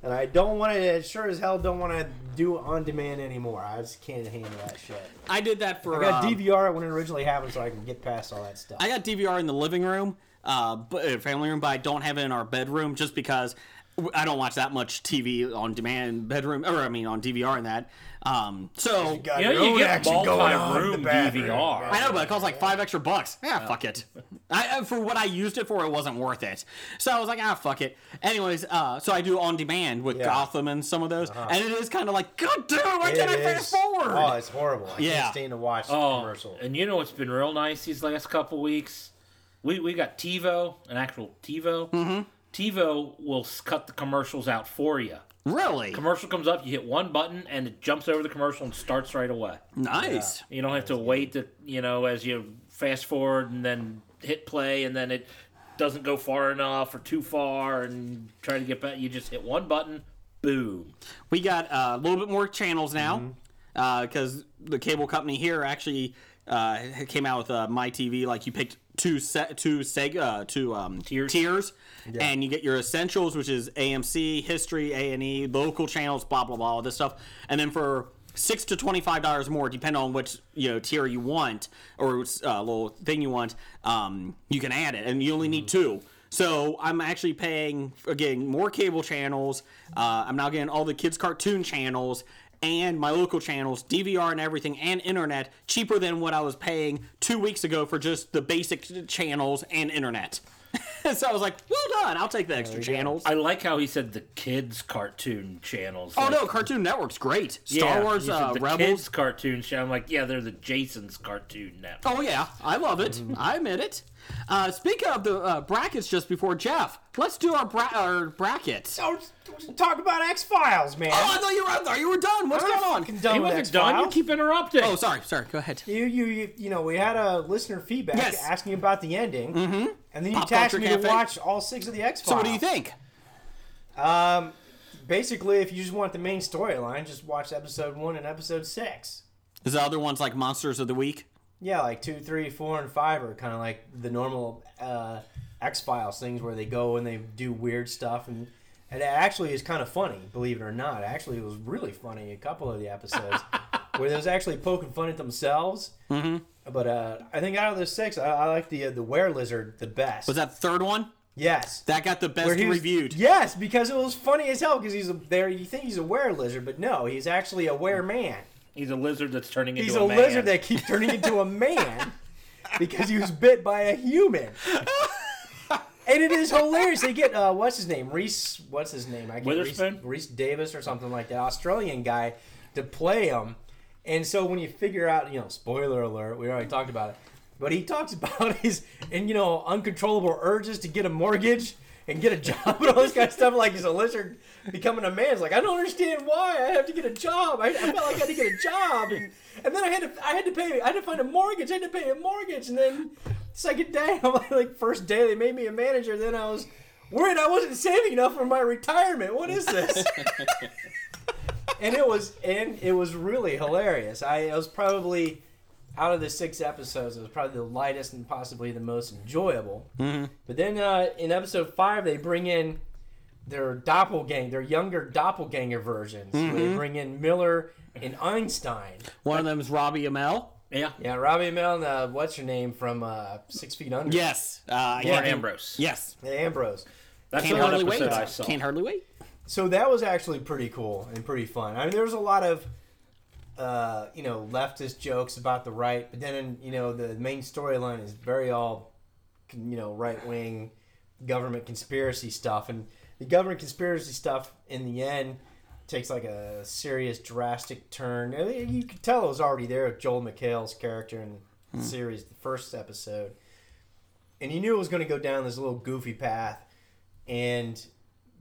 G: And I don't want to, sure as hell, don't want to do on demand anymore. I just can't handle that shit.
F: I did that for.
G: I got
F: um,
G: DVR it when it originally happened so I can get past all that stuff.
F: I got DVR in the living room, uh, but uh, family room, but I don't have it in our bedroom just because w- I don't watch that much TV on demand in bedroom, or I mean on DVR and that. Um, so
G: got
H: You know,
G: your
H: you
G: own
H: get
G: action going on in
H: multi-room
G: the bathroom.
H: DVR.
F: I know, but it costs like five extra bucks. Yeah, fuck it. I, uh, for what I used it for, it wasn't worth it. So I was like, ah, fuck it. Anyways, uh, so I do on demand with
G: Yeah. Uh-huh.
F: Gotham and some of those, and it is kind of like, God damn it, why
G: It
F: can't I fast
G: is-
F: forward?
G: Oh, it's horrible. I
F: Yeah.
G: can't stand to watch the
H: Oh,
G: commercial.
H: and you know what's been real nice these last couple weeks? We we got TiVo, an actual TiVo. Mm-hmm. TiVo will s- cut the commercials out for you.
F: really
H: Commercial comes up, you hit one button, and it jumps over the commercial and starts right away.
F: nice.
H: You don't have to wait to you know as you fast forward and then hit play, and then it doesn't go far enough or too far, and try to get back. You just hit one button, boom.
F: We got uh, a little bit more channels now because the cable company here actually uh, came out with uh, My TV. Like you picked two se- two seg- uh, two um,
H: Tiers.
F: tiers, and you get your essentials, which is AMC, history, A and E, local channels, blah blah blah, all this stuff, and then for six to twenty five dollars more, depending on which you know tier you want or uh, little thing you want, um, you can add it, and you only need two. So I'm actually paying again more cable channels. Uh, I'm now getting all the kids' cartoon channels and my local channels, DVR and everything, and internet cheaper than what I was paying two weeks ago for just the basic t- channels and internet. so I was like, well done, I'll take the extra channels.
H: I like how he said the kids' cartoon channels.
F: oh
H: like,
F: no, Cartoon Network's great. Star
H: Yeah,
F: Wars
H: you said
F: uh,
H: the
F: Rebels.
H: kids cartoon show. I'm like, yeah, they're the Jason's cartoon network.
F: Oh yeah, I love it. I admit it. Uh, speaking of the uh, brackets, just before Jeff, let's do our, bra- our brackets.
G: Oh, just talk about X Files, man.
F: Oh, I thought you were out there. You were done. What's going on?
G: Done
H: he
G: with
H: wasn't
G: X-Files.
H: done. You keep interrupting.
F: Oh, sorry, sorry. Go ahead.
G: You, you, you, you know, we had a listener feedback
F: Yes.
G: asking about the ending, mm-hmm. and then you
F: Pop
G: tasked
F: Culture
G: me to
F: Cafe.
G: watch all six of the X Files.
F: So, what do you think?
G: Basically, if you just want the main storyline, just watch episode one and episode six.
F: Is the other ones like Monsters of the Week?
G: Yeah, like two, three, four, and five are kind of like the normal uh, X Files things where they go and they do weird stuff, and and it actually is kind of funny, believe it or not. Actually, it was really funny a couple of the episodes where they was actually poking fun at themselves. Mm-hmm. But uh, I think out of the six, I, I like the uh, the Were Lizard the best.
F: Was that the third one?
G: yes?
F: That got the best
G: Where he was-
F: reviewed.
G: Yes, because it was funny as hell. Because he's a, there, you think he's a were lizard, but no, he's actually a
F: Mm.
G: were man.
H: He's a lizard that's turning into
G: He's
H: a,
G: a
H: man.
G: lizard that keeps turning into a man because he was bit by a human. And it is hilarious. They get uh, what's his name, Reese. What's his name? I can't-
H: Witherspoon?
G: Reese, Reese Davis or something like that, Australian guy, to play him. And so when you figure out, you know, spoiler alert, we already talked about it, but he talks about his and you know uncontrollable urges to get a mortgage and get a job and all this kind of stuff. Like he's a lizard becoming a man. It's like I don't understand why I have to get a job. I, I felt like I had to get a job, and, and then I had to I had to pay I had to find a mortgage. I had to pay a mortgage, and then second day I'm like, like first day they made me a manager. Then I was worried I wasn't saving enough for my retirement. What is this? and it was and it was really hilarious. I it was probably out of the six episodes, it was probably the lightest and possibly the most enjoyable. But then uh, in episode five, they bring in their doppelganger, their younger doppelganger versions. Where they bring in Miller and Einstein.
F: One of them is Robbie Amell.
H: yeah.
G: Yeah, Robbie Miller and uh, what's her name from uh, Six Feet Under?
F: Yes. Uh, I
H: Lauren
F: can't-
H: Ambrose.
F: Yes.
G: And Ambrose.
H: That's
F: Can't
H: the one
F: hardly wait.
H: episode I saw.
F: Can't hardly wait.
G: so that was actually pretty cool and pretty fun. I mean, there was a lot of, uh, you know, leftist jokes about the right, but then you know the main storyline is very all, you know, right wing government conspiracy stuff, and the government conspiracy stuff in the end takes like a serious drastic turn. I mean, You could tell it was already there with Joel McHale's character in the series, the first episode, and you knew it was going to go down this little goofy path, and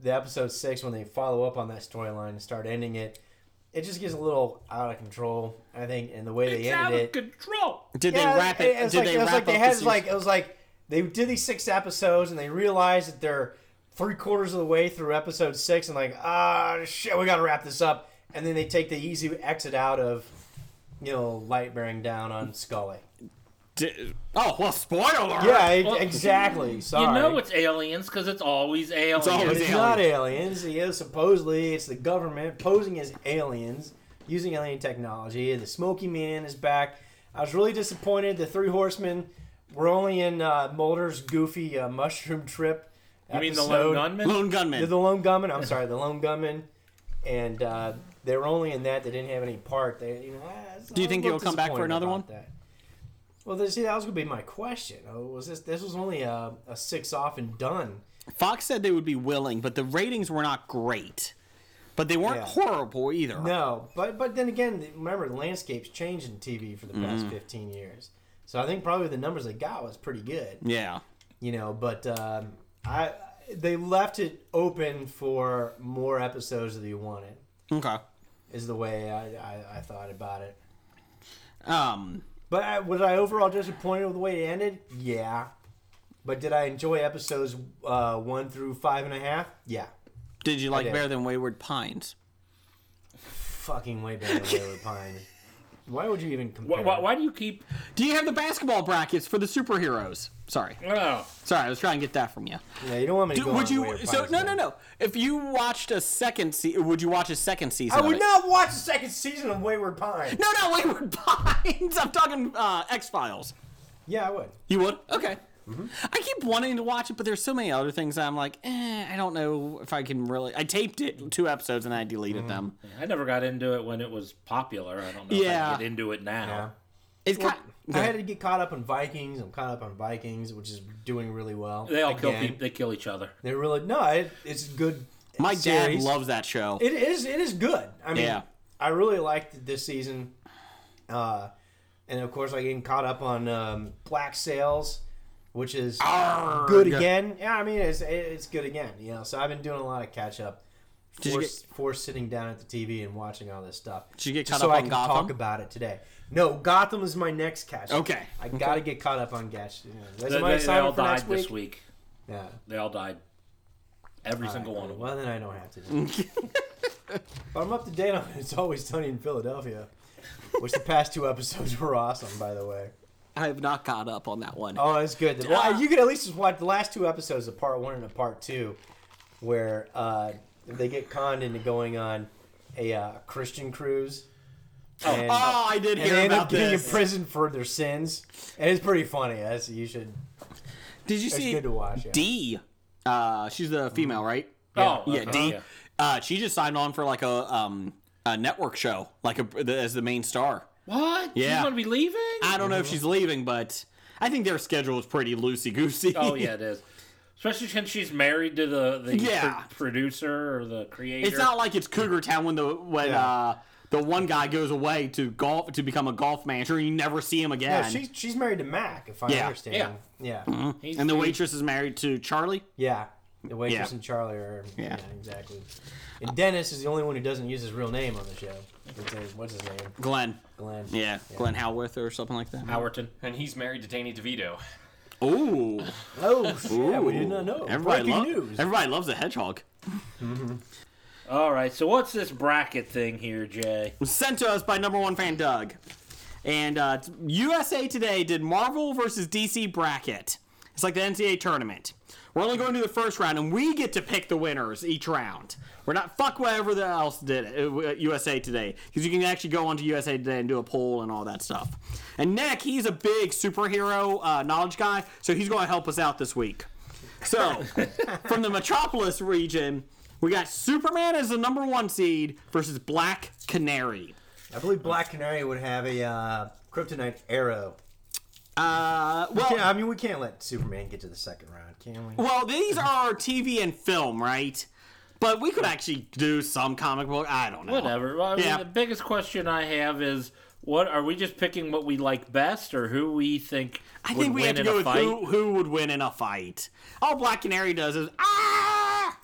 G: the episode six when they follow up on that storyline and start ending it, it just gets a little out of control. I think, and the way they
H: It's out
G: ended
H: of
G: it,
H: control.
F: Did
G: yeah,
F: they wrap it?
G: It's
F: did
G: like,
F: they
G: it
F: wrap
G: was like
F: up
G: they
F: the
G: had
F: season?
G: like it was like they did these six episodes and they realized that they're three quarters of the way through episode six and like ah shit we gotta wrap this up and then they take the easy exit out of you know light bearing down on Scully.
F: Di- oh well, spoiler.
G: Yeah, e- exactly. Sorry.
H: You know it's aliens because it's always aliens.
F: always
G: It's
F: aliens.
G: not aliens. You know, supposedly it's the government posing as aliens using alien technology. And the Smoky Man is back. I was really disappointed. The Three Horsemen were only in uh, Mulder's goofy uh, mushroom trip.
H: You mean the lone gunman?
F: Lone gunman.
G: The, the lone gunman. I'm sorry, the lone gunman. And uh, they were only in that. They didn't have any part. They, you know, I- I
F: Do you think
G: was a
F: he'll
G: little
F: come back for
G: disappointed
F: another one?
G: about That. Well, this- see, that was gonna be my question. Oh, was this? This was only a, a six off and done.
F: Fox said they would be willing, but the ratings were not great. But they weren't
G: Yeah.
F: horrible either.
G: No, but but then again, remember the landscape's changed in TV for the past 15 years. So I think probably the numbers they got was pretty good,
F: Yeah.
G: you know. But um, I they left it open for more episodes if you wanted.
F: Okay.
G: Is the way I, I, I thought about it.
F: Um.
G: But I, was I overall disappointed with the way it ended? Yeah. But did I enjoy episodes uh, one through five and a half? Yeah.
F: Did you like
G: did.
F: better than Wayward Pines?
G: Fucking way better than Wayward Pines. Why would you even compare?
H: Why, why, why do you keep?
F: Do you have the basketball brackets for the superheroes? Sorry,
H: Oh,
F: sorry, I was trying to get that from you.
G: Yeah, you don't want me to
F: Do-
G: go
F: would
G: on
F: you?
G: Wayward
F: So
G: Pines,
F: no,
G: man.
F: no, no. If you watched a second, se- would you watch a second season?
G: I
F: of
G: would
F: it?
G: not watch the second season of Wayward Pine.
F: No, no, Wayward Pines. I'm talking uh, X Files.
G: Yeah, I would.
F: You would? Okay. I keep wanting to watch it, but there's so many other things that I'm like, eh, I don't know if I can really. I taped it two episodes and I deleted them.
H: I never got into it when it was popular. I don't know if I
F: Yeah.
H: can get into it now.
F: It's kind.
G: I had to get caught up on Vikings. I'm caught up on Vikings, which is doing really well.
H: They all kill
G: Again,
H: people. They kill each other.
G: They really no. It, it's good.
F: My
G: series.
F: dad loves that show.
G: It is. It is good. I mean,
F: Yeah.
G: I really liked this season. Uh, and of course, I getting caught up on um, Black Sails, which is good again. Yeah, I mean, it's it's good again. You know, so I've been doing a lot of catch up.
F: you
G: Force, force sitting down at the TV and watching all this stuff.
F: Did you get caught
G: just so
F: up
G: I
F: on
G: can
F: Gotham?
G: talk about it today. No, Gotham is my next catch. up.
F: Okay.
G: I gotta get caught up on Gatch. You know, that's
H: They,
G: my
H: they- they all
G: assignment for
H: died
G: next
H: this
G: week.
H: week.
G: Yeah.
H: They all died. Every single one of them.
G: Well, then I don't have to. Do it. but I'm up to date on It's Always Sunny in Philadelphia, which the past two episodes were awesome, by the way.
F: I have not caught up on that one.
G: Oh, it's good. Well, you could at least just watch the last two episodes, of part one and a part two, where uh, they get conned into going on a uh, Christian cruise. And,
F: Oh, I did
G: and
F: hear
G: they end
F: about
G: up getting
F: this.
G: in prison for their sins. And it's pretty funny. That's, you should.
F: Did you
G: It's
F: see
G: good to watch. Yeah.
F: D? Uh, she's the female, right?
H: Oh,
F: Yeah,
H: okay,
F: D.
H: yeah.
F: Uh, she just signed on for like a um a network show, like a the, as the main star.
H: What?
F: Yeah.
H: She's gonna be leaving?
F: I don't know if she's leaving, but I think their schedule is pretty loosey goosey.
H: oh yeah, it is. Especially since she's married to the the
F: Yeah.
H: pr- producer or the creator.
F: it's not like it's Cougar Town when the when
G: Yeah.
F: uh the one guy goes away to golf to become a golf manager and you never see him
G: No,
F: again.
G: she's, she's married to Mac, if I
F: Yeah. Mm-hmm.
G: understand.
H: Yeah.
G: Yeah.
H: He's-
F: and the
H: he's-
F: waitress is married to Charlie.
G: Yeah. The waitress
F: Yeah.
G: and Charlie are.
F: Yeah.
G: Yeah. exactly. And Dennis is the only one who doesn't use his real name on the show. What's his- What's his name?
F: Glenn.
G: Glenn.
F: Yeah, Glenn Howarth or something like that.
H: Howerton.
I: And he's married to Danny DeVito.
F: Ooh.
G: Oh, shit, we did not know.
F: Everybody,
G: Oh, Breaking
F: lo-
G: news.
F: everybody loves a hedgehog.
H: All right. So what's this bracket thing here, Jay?
F: was sent to us by number one fan Doug. And uh, it's- USA Today did Marvel versus DC bracket. It's like the NCAA tournament. We're only going to the first round, and we get to pick the winners each round. We're not fuck whatever the else did it, uh, USA Today because you can actually go onto USA Today and do a poll and all that stuff. And Nick, he's a big superhero uh, knowledge guy, so he's going to help us out this week. So, from the Metropolis region, we got Superman as the number one seed versus Black Canary.
G: I believe Black Canary would have a uh, kryptonite arrow.
F: Uh, well,
G: Yeah, I mean, we can't let Superman get to the second round, can we?
F: well, these are TV and film, right? But we could actually do some comic book. I don't know.
H: Whatever. Well, I mean,
F: Yeah.
H: The biggest question I have is, what are we just picking what we like best, or who we think
F: I
H: would
F: think we have
H: win
F: to
H: in
F: go
H: a
F: with
H: fight?
F: who, who would win in a fight. All Black Canary does is ah,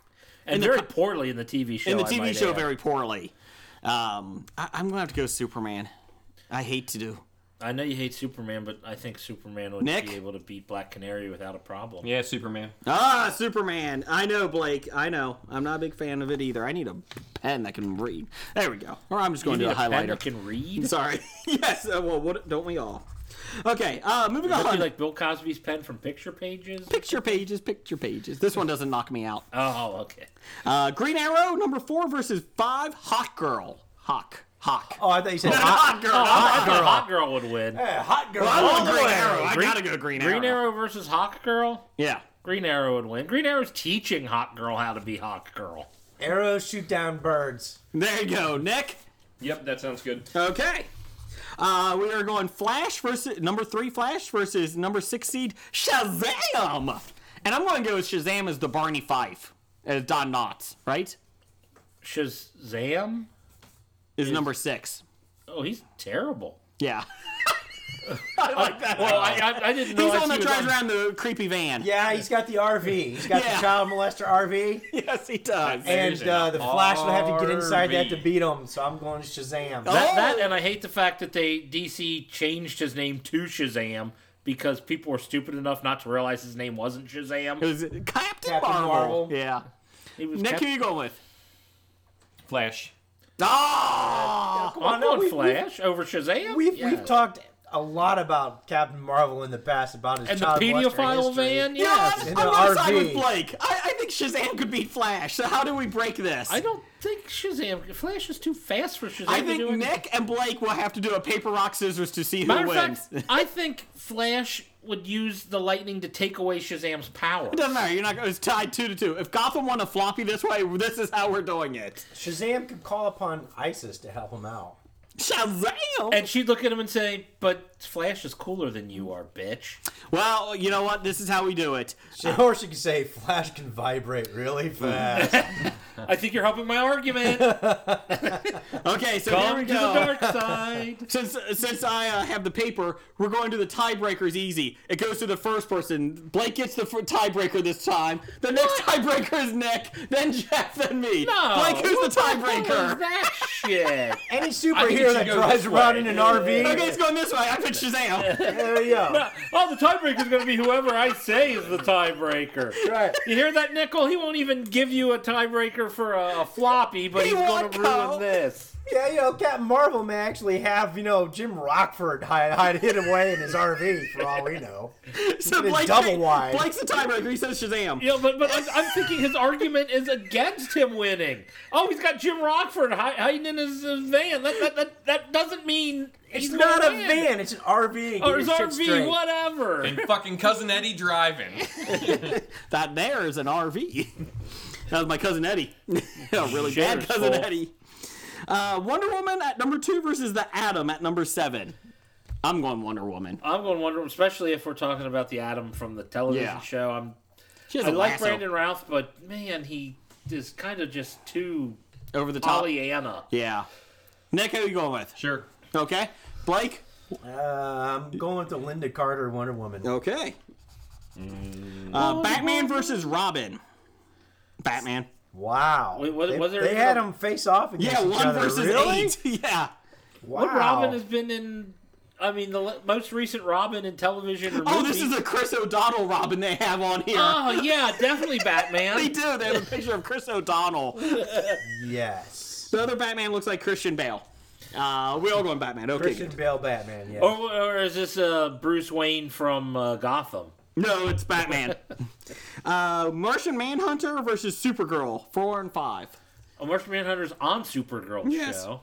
H: and very poorly in the TV show.
F: in the
H: I
F: TV
H: might
F: show
H: add.
F: very poorly. Um, I, I'm gonna have to go Superman. I hate to do.
H: I know you hate Superman, but I think Superman would
F: Nick?
H: be able to beat Black Canary without a problem.
I: Yeah, Superman.
F: Ah, Superman. I know, Blake. I know. I'm not a big fan of it either. I need a pen that can read. There we go. Or I'm just going
H: You
F: to do
H: need
F: a
H: a pen that
F: highlighter.
H: can read.
F: Sorry. yes. uh, Well, what don't we all? Okay, uh, moving
H: Must be
F: on.
H: like Bill Cosby's pen from picture pages.
F: picture pages, picture pages. This one doesn't knock me out.
H: Oh, okay.
F: Uh, Green Arrow number four versus five. Hot Girl. Hawk. Hawk.
G: Oh, I thought you said hot,
F: Hot Girl.
H: I
F: Hot
H: thought the hot girl would win.
G: yeah, hot girl.
F: Oh, I
G: all
F: want
G: the
F: Green
G: way.
F: Arrow. I
H: Green-
F: gotta go Green Arrow.
H: Green Arrow versus Hawk Girl.
F: Yeah.
H: Green Arrow would win. Green Arrow's teaching Hawk Girl how to be Hawk Girl.
G: Arrows shoot down birds.
F: There you go, Nick.
I: Yep, that sounds good.
F: Okay. Uh, we are going Flash versus number three Flash versus number six seed Shazam, and I'm going to go with Shazam as the Barney Fife as Don Knotts, right?
H: Shazam?
F: Is number six.
H: Oh, he's terrible.
F: Yeah,
H: Well, I, I, I didn't know
F: he's the one that
H: he was
F: drives
H: on-
F: around the creepy van.
G: Yeah, he's got the RV. He's got
F: Yeah.
G: the child molester RV,
F: Yes, he does.
G: and
I: There's
G: uh,
I: an
G: the Flash will have to get inside that to
I: RV.
G: beat him. So I'm going Shazam.
F: Oh.
H: That, that, and I hate the fact that they DC changed his name to Shazam because people were stupid enough not to realize his name wasn't
F: It
H: Shazam.
F: was Captain, Marvel.
G: Marvel.
F: Yeah.
H: He was
F: Nick,
H: kept-
F: who you going with?
I: Flash.
F: Oh!
H: I'm
G: no,
H: going
G: we-
H: Flash over Shazam.
G: We've
H: Yeah.
G: we've talked a lot about Captain Marvel in the past about his
H: and the
G: child molester
H: pedophile
G: history.
H: van.
F: You know
H: Yes.
F: what?
G: in
F: I'm
G: the
F: going to side
G: RV.
F: with Blake. I, I think Shazam could beat Flash. So how do we break this?
H: I don't think Shazam. Flash is too fast for Shazam.
F: I
H: to
F: think
H: do anything.
F: Nick and Blake will have to do a paper rock scissors to see who
H: Matter of
F: wins.
H: fact, I think Flash would use the lightning to take away Shazam's power.
F: it doesn't matter. You're not. It's tied two to two. If Gotham won a floppy this way, this is how we're doing it.
G: Shazam could call upon ISIS to help him out.
F: Shazam!
H: And she'd look at him and say, "But Flash is cooler than you are, bitch."
F: well, you know what? This is how we do it.
G: Or she could say Flash can vibrate really fast.
H: I think you're helping my argument.
F: Okay, so here we
H: Come to
F: go.
H: the dark side.
F: Since since I uh, have the paper, we're going to the tiebreakers easy. It goes to the first person. Blake gets the fir- tiebreaker this time. The next tiebreaker is Nick, then Jeff, then me.
H: No,
F: Blake,
H: what
F: who's the
H: hell is
F: tiebreaker?
H: that shit?
G: Any
I: I think it
G: superhero
I: should
G: that
I: go
G: drives
I: this
G: around
I: way.
G: in an RV,
F: Okay, it's going this way. I picked Shazam.
G: there you go.
H: Oh, the tiebreaker's going to be whoever I say is the tiebreaker.
G: Right.
H: You hear that, Nickel? He won't even give you a tiebreaker for a, a floppy, but
F: He
H: he's going
F: won't
H: to
F: go.
H: ruin this.
G: Yeah, you know, Captain Marvel may actually have, you know, Jim Rockford hide, hide hid away in his RV for all we know.
F: so
G: It's
F: Blake,
G: double wide.
F: Blake's the tiebreaker. He says Shazam.
H: You know, but but I'm, I'm thinking his argument is against him winning. Oh, he's got Jim Rockford hi- hiding in his, his van. That, that that that doesn't mean
G: It's
H: he's
G: not a
H: gonna win.
G: van, it's an RV.
H: or
G: Get
H: his
G: your shit straight.
H: RV, whatever.
I: And fucking cousin Eddie driving.
F: That there is an RV. that was my cousin Eddie. a really bad
H: Shitters
F: cousin
H: full.
F: Eddie. Uh, Wonder Woman at number two versus the Atom at number seven. I'm going Wonder Woman.
H: I'm going to wonder, especially if we're talking about the Adam from the television
F: Yeah.
H: show. I'm
F: She has
H: I
F: a
H: like
F: lasso.
H: Brandon Routh, but man, he is kind of just too
F: over the
H: Oh,
F: top.
H: Pollyanna.
F: Yeah. Nick, who you going with?
I: Sure.
F: Okay. Blake?
G: Uh, I'm going with the Linda Carter Wonder Woman.
F: Okay. Uh, Batman versus Robin. Batman.
G: Wow.
H: Wait, was-
G: they
H: was there
G: they
H: even
G: had
H: a-
G: them face off against
F: Yeah,
G: each
F: one
G: other.
F: versus
G: really?
F: eight. Yeah.
G: Wow.
H: What Robin has been in? I mean, the le- most recent Robin in television. Or
F: Oh,
H: movie.
F: this is a Chris O'Donnell Robin they have on here.
H: Oh yeah, definitely
F: They
H: Batman.
F: do. They have a picture of Chris O'Donnell.
G: Yes.
F: The other Batman looks like Christian Bale. Uh, we all going Batman. Okay.
G: Christian Bale Batman, yeah.
H: or, or is this uh, Bruce Wayne from uh, Gotham?
F: No, it's Batman. uh, Martian Manhunter versus Supergirl. Four and five.
H: Oh, Martian Manhunter's on Supergirl
F: Yes.
H: show.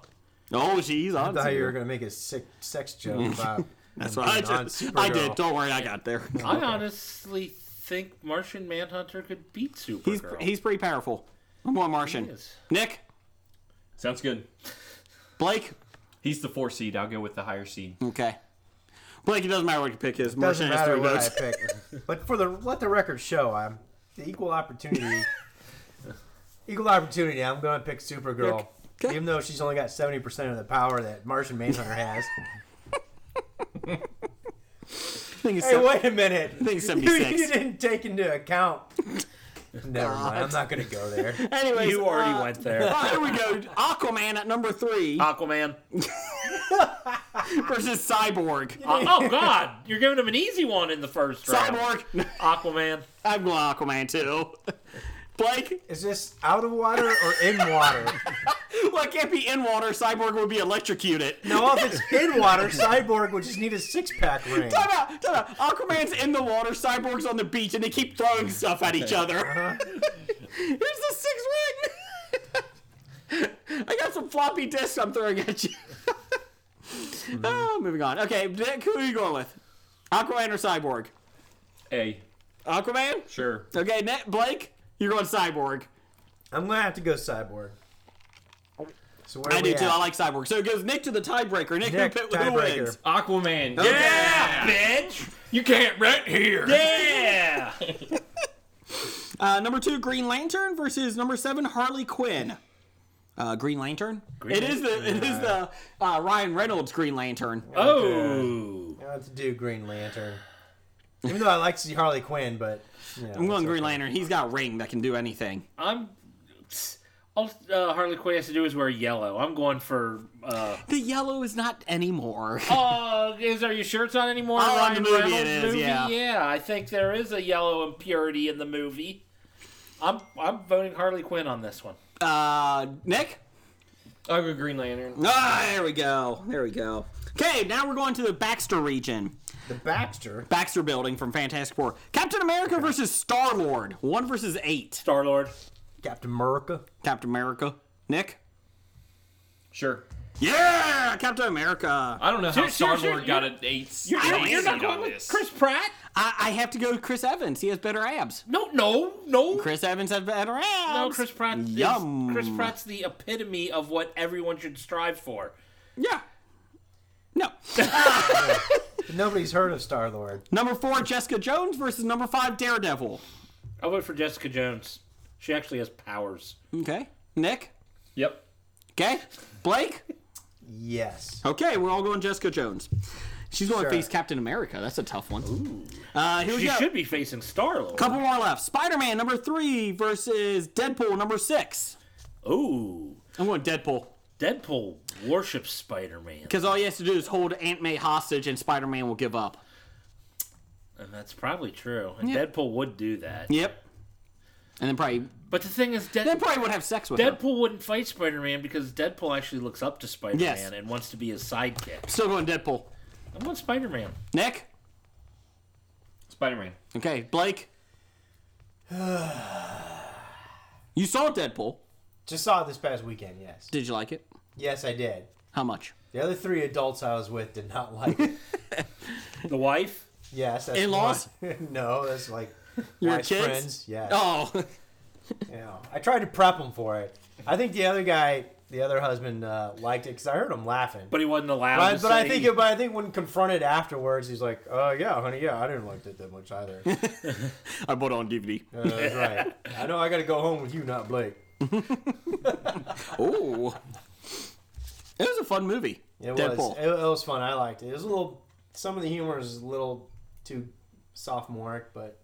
F: Oh, geez.
G: I thought you were going to make a sick sex joke about
F: That's what I
G: on
F: did. I did.
G: Supergirl.
F: Don't worry, I got there.
H: I honestly think Martian Manhunter could beat
F: He's
H: Supergirl.
F: he's pretty powerful. I'm going Martian.
H: He is.
F: Nick,
I: Sounds good.
F: Blake.
I: He's the four seed. I'll go with the higher seed.
F: Okay. Blake, it doesn't matter what you pick. Is Martian
G: Doesn't
F: has
G: matter
F: three
G: what
F: votes.
G: I pick. But for the let the record show, I'm the equal opportunity. equal opportunity. I'm going to pick Supergirl,
F: Okay.
G: even though she's only got seventy percent of the power that Martian Manhunter has.
F: I think it's
G: hey,
F: seven-
G: wait a minute!
F: I think it's
G: You,
F: 76.
G: you didn't take into account. Never mind. I'm not going to go there.
F: Anyways,
H: you already
F: uh,
H: went there.
F: Oh, here we go. Aquaman at number three
H: Aquaman.
F: versus Cyborg.
H: Uh, oh God, you're giving him an easy one in the first round.
F: Cyborg.
H: Aquaman.
F: I'm going Aquaman too. Blake,
G: Is this out of water or in water?
F: Well, it can't be in water. Cyborg would be electrocuted.
G: Now, if it's in water, Cyborg would just need a six pack ring.
F: Time out, time out. Aquaman's in the water, Cyborg's on the beach, and they keep throwing stuff at each other. Here's the six ring. I got some floppy disks I'm throwing at you.
G: Mm-hmm.
F: oh, moving on. Okay, Nick, who are you going with? Aquaman or Cyborg?
I: A.
F: Aquaman?
I: Sure.
F: Okay, Nick, Blake, you're going Cyborg.
G: I'm gonna have to go Cyborg. So where
F: I
G: are
F: do
G: we
F: too.
G: at?
F: I like Cyborg. So it goes Nick to the tiebreaker. Nick,
G: Oh, Nick,
F: who, pit, who
G: tiebreaker.
F: wins?
I: Aquaman.
F: Yeah,
I: bitch. You can't rent here.
F: Yeah. uh, number two, Green Lantern versus number seven, Harley Quinn. Uh, Green Lantern. it is the it is the uh, Ryan Reynolds Green Lantern.
H: Oh.
G: I have to do Green Lantern. Even though I like to see Harley Quinn, but you know,
F: I'm going
G: it's
F: Green
G: okay.
F: Lantern. He's got a ring that can do anything.
H: I'm. All uh, Harley Quinn has to do is wear yellow. I'm going for. Uh,
F: The yellow is not anymore.
H: oh, is are your shirts on anymore?
F: Uh, Oh, in the movie it is,
H: Reynolds
F: yeah.
H: I think there is a yellow impurity in the movie. I'm I'm voting Harley Quinn on this one.
F: Uh, Nick.
I: I'll go Green Lantern.
F: Ah, there we go. There we go. Okay, now we're going to the Baxter region.
G: The Baxter.
F: Baxter Building from Fantastic Four. Captain America versus Star Lord. One versus eight.
H: Star Lord.
G: Captain America.
F: Captain America. Nick.
I: Sure.
F: Yeah, Captain America.
I: I don't know how
H: Sure, sure,
I: Star
H: sure,
I: Lord got
H: you're-
I: an eight.
H: You're,
I: an
H: you're,
I: eight
H: you're not
I: seed
H: going
I: on
H: with
I: this.
H: Chris Pratt?
F: I, I have to go with Chris Evans. He has better abs.
H: No, no, no.
F: Chris Evans has better abs.
H: no, Chris Pratt. is-
F: Yum.
H: Chris Pratt's the epitome of what everyone should strive for.
F: Yeah. No.
G: But nobody's heard of Star Lord.
F: number four, Jessica Jones versus number five, Daredevil.
H: I vote for Jessica Jones. She actually has powers.
F: Okay. Nick.
I: Yep.
F: Okay. Blake.
G: Yes.
F: Okay, we're all going Jessica Jones. She's going
G: Sure.
F: to face Captain America. That's a tough one. Uh, here we
H: She
F: go.
H: should be facing Star Lord.
F: Couple more left. Spider-Man number three versus Deadpool number six.
H: Ooh.
F: I'm going Deadpool
H: Deadpool worships Spider Man.
F: because all he has to do is hold Aunt May hostage, and Spider-Man will give up.
H: And that's probably true. And Deadpool would do that.
F: Yep. And then probably
H: But the thing is,
F: then
H: Dead-
F: probably would have sex with her.
H: Deadpool wouldn't fight Spider Man because Deadpool actually looks up to Spider Man
F: Yes.
H: and wants to be his sidekick.
F: Still going Deadpool.
H: I want Spider Man.
F: Nick?
I: Spider Man.
F: Okay, Blake? you saw Deadpool.
G: Just saw it this past weekend. Yes.
F: Did you like it?
G: Yes, I did.
F: How much?
G: The other three adults I was with did not like it.
H: The wife?
G: Yes. That's
F: In-laws?
G: one. no, that's like
F: Your
G: wife's
F: kids?
G: friends. Yes.
F: Oh,
G: Yeah, I tried to prep him for it. I think the other guy, the other husband, uh, liked it because I heard him laughing.
H: But he wasn't allowed
G: But, I-
H: to
G: but I
H: say-
G: think, but I think when confronted afterwards, he's like, "Oh yeah, honey, yeah, I didn't like that that much either." Uh,
F: I bought it on DVD.
G: that's right. I know I got to go home with you, not Blake.
F: Oh. It was a fun movie.
G: It
F: Deadpool.
G: was it, it was fun. I liked it. It was a little. Some of the humor is a little too sophomoric, but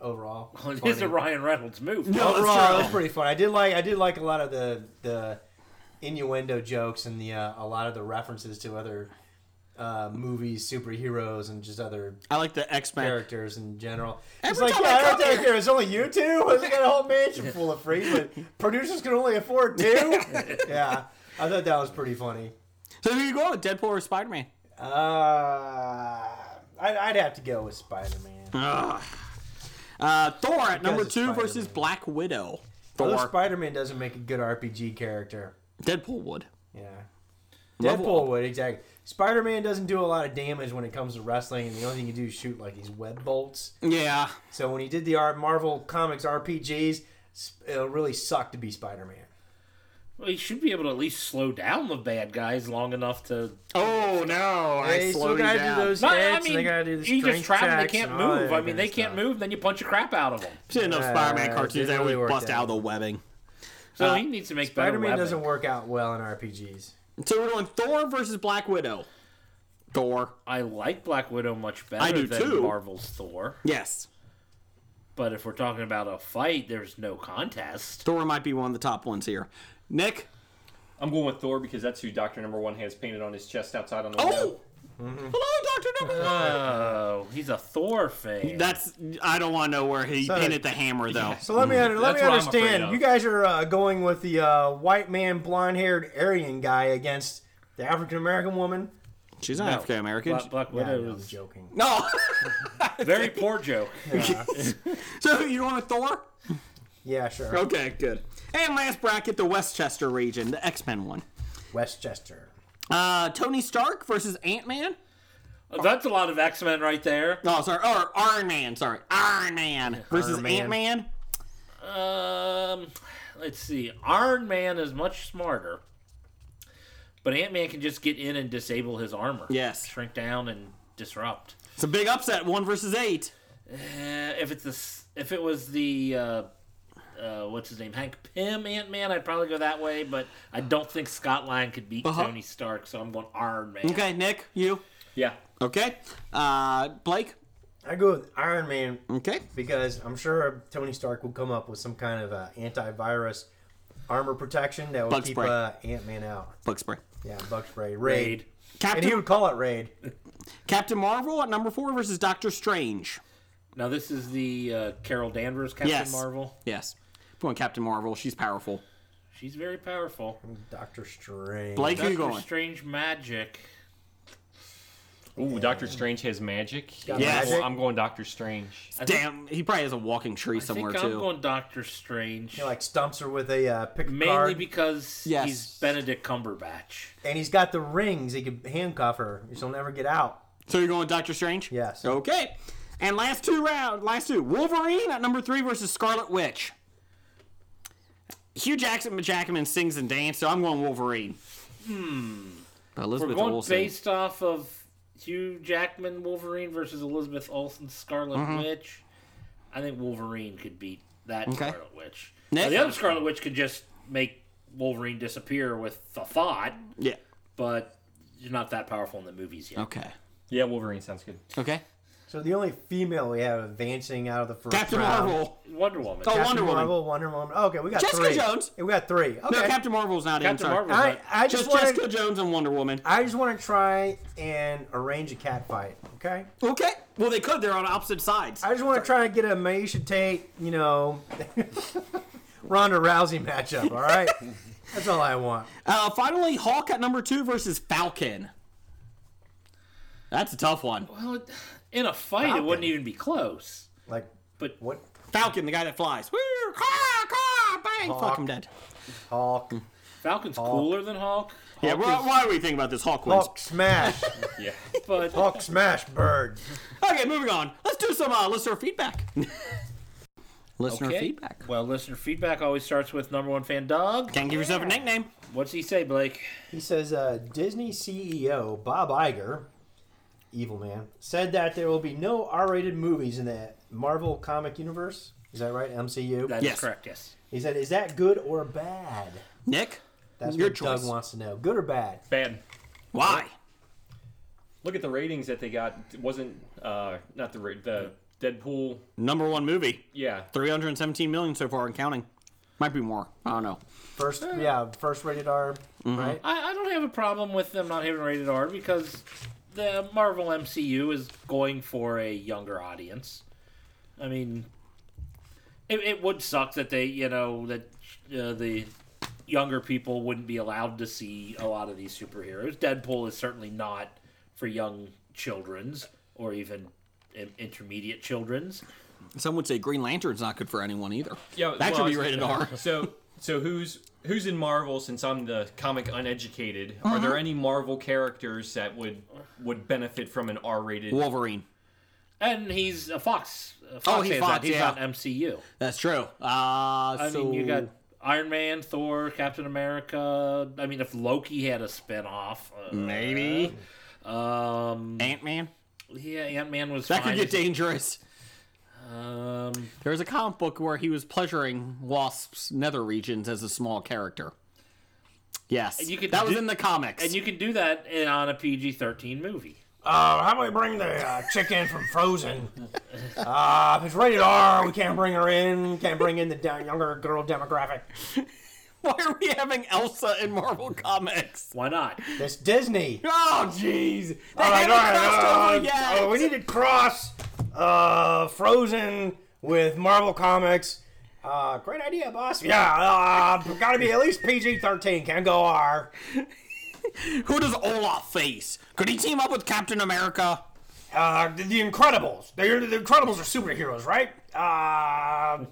G: overall,
H: It is a
G: funny.
H: Ryan Reynolds movie.
G: overall, it was pretty fun. I did like I did like a lot of the the innuendo jokes and the uh, a lot of the references to other uh, movies, superheroes, and just other
F: I like the X-Men.
G: characters in general. it's
F: Every
G: like,
F: time
G: yeah,
F: I
G: I
F: come
G: don't think
F: here-
G: it's only you two. I got a whole mansion full of free, but producers can only afford two. yeah, I thought that was pretty funny.
F: So who you going with, Deadpool or Spider-Man?
G: Uh, I'd, I'd have to go with Spider Man.
F: Uh, Thor at number
G: it's
F: two versus
G: Spider-Man.
F: Black Widow.
G: Although
F: Thor.
G: Spider Man doesn't make a good RPG character.
F: Deadpool would.
G: Yeah.
F: Level
G: Deadpool would, exactly. Spider Man doesn't do a lot of damage when it comes to wrestling, and the only thing he do is shoot like these web bolts.
F: Yeah.
G: So when he did the R- Marvel Comics RPGs, s- it really sucked to be Spider Man.
H: Well, he should be able to at least slow down the bad guys long enough to.
F: Oh, no. I slowed you down.
H: Not, I mean, you just trap them. They can't move. I mean, they can't move. Then you punch the crap out of them.
F: Seeing those
G: Uh,
F: Spider-Man cartoons,
G: didn't
F: they
G: really
F: always
G: work
F: bust
G: out.
F: out of the webbing.
H: So he needs to make
G: Spider Man
H: better
G: Uh, doesn't
H: weapons.
G: work out well in RPGs.
F: So we're doing Thor versus Black Widow. Thor.
H: I like Black Widow much better
F: I do
H: than
F: too.
H: Marvel's Thor.
F: Yes.
H: But if we're talking about a fight, there's no contest.
F: Thor might be one of the top ones here. Nick.
I: I'm going with Thor because that's who Doctor Number One has painted on his chest outside on the window.
F: Oh! Hello, Doctor Number One.
H: Oh, he's a Thor fan.
F: That's I don't want to know where he
G: So-
F: painted the hammer though.
G: So let
H: Hmm,
G: me under, let
I: that's
G: me
I: what I'm afraid
G: understand.
I: of.
G: You guys are uh, going with the uh, white man, blonde haired Aryan guy against the African American woman.
F: She's not African American.
H: Black, Black
G: Yeah, I
H: Widow
G: know, I'm
H: is
G: joking.
F: No.
H: very poor joke.
F: so you going with Thor?
G: Yeah, sure.
F: Okay, good. And last bracket, the Westchester region, the X Men one.
G: Westchester.
F: Uh, Tony Stark versus Ant Man.
H: That's a lot of X Men right there.
F: Oh, sorry. Or Iron Man. Sorry, Iron Man versus
G: Iron Man.
F: Ant Man.
H: Um, let's see. Iron Man is much smarter, but Ant Man can just get in and disable his armor.
F: Yes.
H: shrink down and disrupt.
F: It's a big upset. One versus eight.
H: Uh, if it's the s- if it was the uh, uh, what's his name Hank Pym Ant Man, I'd probably go that way. But I don't think Scott Lang could beat
F: Uh-huh.
H: Tony Stark, so I'm going Iron Man.
F: Okay, Nick, you.
H: Yeah.
F: Okay. Uh, Blake.
G: I go with Iron Man
F: Okay.
G: because I'm sure Tony Stark will come up with some kind of uh, antivirus armor protection that will
F: Bug
G: keep
F: spray.
G: uh, Ant Man out.
F: Bug spray.
G: Yeah, bug spray. Raid.
H: Raid.
G: And he
F: Captain
G: would call it raid.
F: Captain Marvel at number four versus Doctor Strange.
H: Now this is the uh, Carol Danvers Captain
F: Yes.
H: Marvel.
F: Yes. Going Captain Marvel. She's powerful.
H: She's very powerful.
G: Doctor Strange.
F: Blake, who you
H: Doctor
F: going?
H: Strange magic.
I: Ooh, Doctor Strange has magic.
F: Yes.
I: Well, I'm going Doctor Strange.
F: Damn, he probably has a walking tree
H: I
F: somewhere
H: think I'm
F: too.
H: going Doctor Strange.
G: He like stumps her with a uh, pick
H: Mainly
G: card,
H: because
F: Yes.
H: he's Benedict Cumberbatch.
G: and he's got the rings. He could handcuff her. She'll never get out.
F: So you're going Doctor Strange?
G: Yes.
F: Okay. And last two round, last two. Wolverine at number three versus Scarlet Witch. Hugh Jackson Jackman sings and dances, so I'm going Wolverine. Hmm.
H: We're
F: Elizabeth
H: going
F: Olsen.
H: based off of Hugh Jackman Wolverine versus Elizabeth Olsen Scarlet
F: Mm-hmm.
H: Witch. I think Wolverine could beat that
F: Okay.
H: Scarlet Witch.
F: Nick?
H: Now, the other Scarlet Witch could just make Wolverine disappear with a thought,
F: Yeah.
H: but she's not that powerful in the movies yet.
F: Okay.
I: Yeah, Wolverine sounds good.
F: Okay.
G: So the only female we have advancing out of the first
F: Captain
G: round.
F: Marvel.
H: Wonder Woman.
F: Oh,
G: Captain
F: Wonder Woman.
G: Marvel, Wonder Woman. Oh, okay, we got
F: Jessica
G: three.
F: Jones.
G: Yeah, we got three. Okay.
F: No, Captain Marvel's not in.
H: Captain
F: Sorry.
H: Marvel.
G: I, I just,
F: Just
G: want
F: Jessica
G: to.
F: Jones and Wonder Woman.
G: I just want to try and arrange a cat fight. Okay.
F: Okay. Well, they could. They're on opposite sides.
G: I just want to try to get a Maisha Tate, you know, Ronda Rousey matchup. All right. That's all I want.
F: Uh, finally, Hawk at number two versus Falcon. That's a tough one.
H: Well, in a fight, it wouldn't even be close.
G: Like,
H: But
G: what?
F: Falcon, the guy that flies. Woo! Caw, caw, bang! Fuck, I'm dead.
G: Hawk.
H: Falcon's cooler than Hulk.
F: Yeah,
H: Hulk
F: well,
H: is-
F: why are we thinking about this? Hawk wins.
G: Hawk smash.
I: Yeah.
H: but
G: Hawk smash bird.
F: Okay, moving on. Let's do some uh, listener feedback. listener
H: Okay.
F: feedback.
H: Well, listener feedback always starts with number one fan Doug.
F: Can't give yourself a nickname.
H: What's he say, Blake?
G: He says uh, Disney CEO Bob Iger, evil man, said that there will be no R-rated movies in the Marvel comic universe. Is that right? MCU.
H: That's
F: Yes.
H: correct. Yes.
G: he said, "Is that good or bad?"
F: Nick?
G: That's
F: Your
G: what Doug
F: choice.
G: wants to know. Good or bad?
I: Bad.
F: Why?
I: Look at the ratings that they got. It wasn't uh not the ra- the Deadpool.
F: Number one movie.
I: Yeah.
F: 317 million so far and counting. Might be more. I don't know.
G: First,
I: Eh.
G: yeah, first rated R,
F: Mm-hmm.
G: right?
H: I, I don't have a problem with them not having rated R because the Marvel MCU is going for a younger audience. I mean, it, it would suck that they, you know, that uh, the younger people wouldn't be allowed to see a lot of these superheroes. Deadpool is certainly not for young children's or even in- intermediate children's.
F: Some would say Green Lantern's not good for anyone either.
I: Yeah.
F: that
I: well,
F: should be
I: I was
F: rated
I: gonna say,
F: R.
I: So so who's who's in Marvel? Since I'm the comic uneducated, are
F: Mm-hmm.
I: there any Marvel characters that would would benefit from an R-rated?
F: Wolverine.
H: And he's a Fox. A Fox
F: Oh, he's
H: has
F: Fox,
H: that. He's
F: yeah.
H: not MCU.
F: That's true. Uh,
H: I
F: so
H: mean, you got Iron Man, Thor, Captain America. I mean, if Loki had a spinoff, uh,
F: Mm. maybe
H: Um,
F: Ant Man.
H: yeah, Ant Man was
F: That
H: fine.
F: could get dangerous.
H: Um,
F: There was a comic book where he was pleasuring Wasp's nether regions as a small character. Yes,
H: you could
F: that was
H: do-
F: in the comics.
H: and you can do that in, on a PG thirteen movie.
G: Oh, how do we bring the uh, chicken from Frozen? Uh, if it's rated R, we can't bring her in. Can't bring in the da- younger girl demographic.
F: Why are we having Elsa in Marvel Comics?
H: Why not?
G: That's Disney.
F: Oh, jeez. They
G: All right,
F: haven't
G: all right,
F: crossed
G: uh,
F: over yet.
G: uh, we need to cross uh, Frozen with Marvel Comics. Uh, great idea, boss. Yeah, uh, gotta be at least PG 13. Can't go R.
F: Who does Olaf face? Could he team up with Captain America?
G: Uh, the, the Incredibles. They're, the Incredibles are superheroes, right? Uh,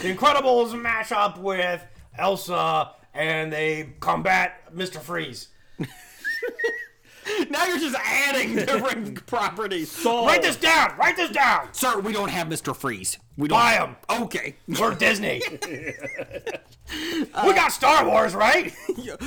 G: the Incredibles mash up with Elsa and they combat Mr. Freeze.
F: Now you're just adding different properties.
G: Write this down! Write this down!
F: Sir, we don't have Mr. Freeze. We don't.
G: Buy him.
F: Okay.
G: We're Disney. we got Star Wars, right?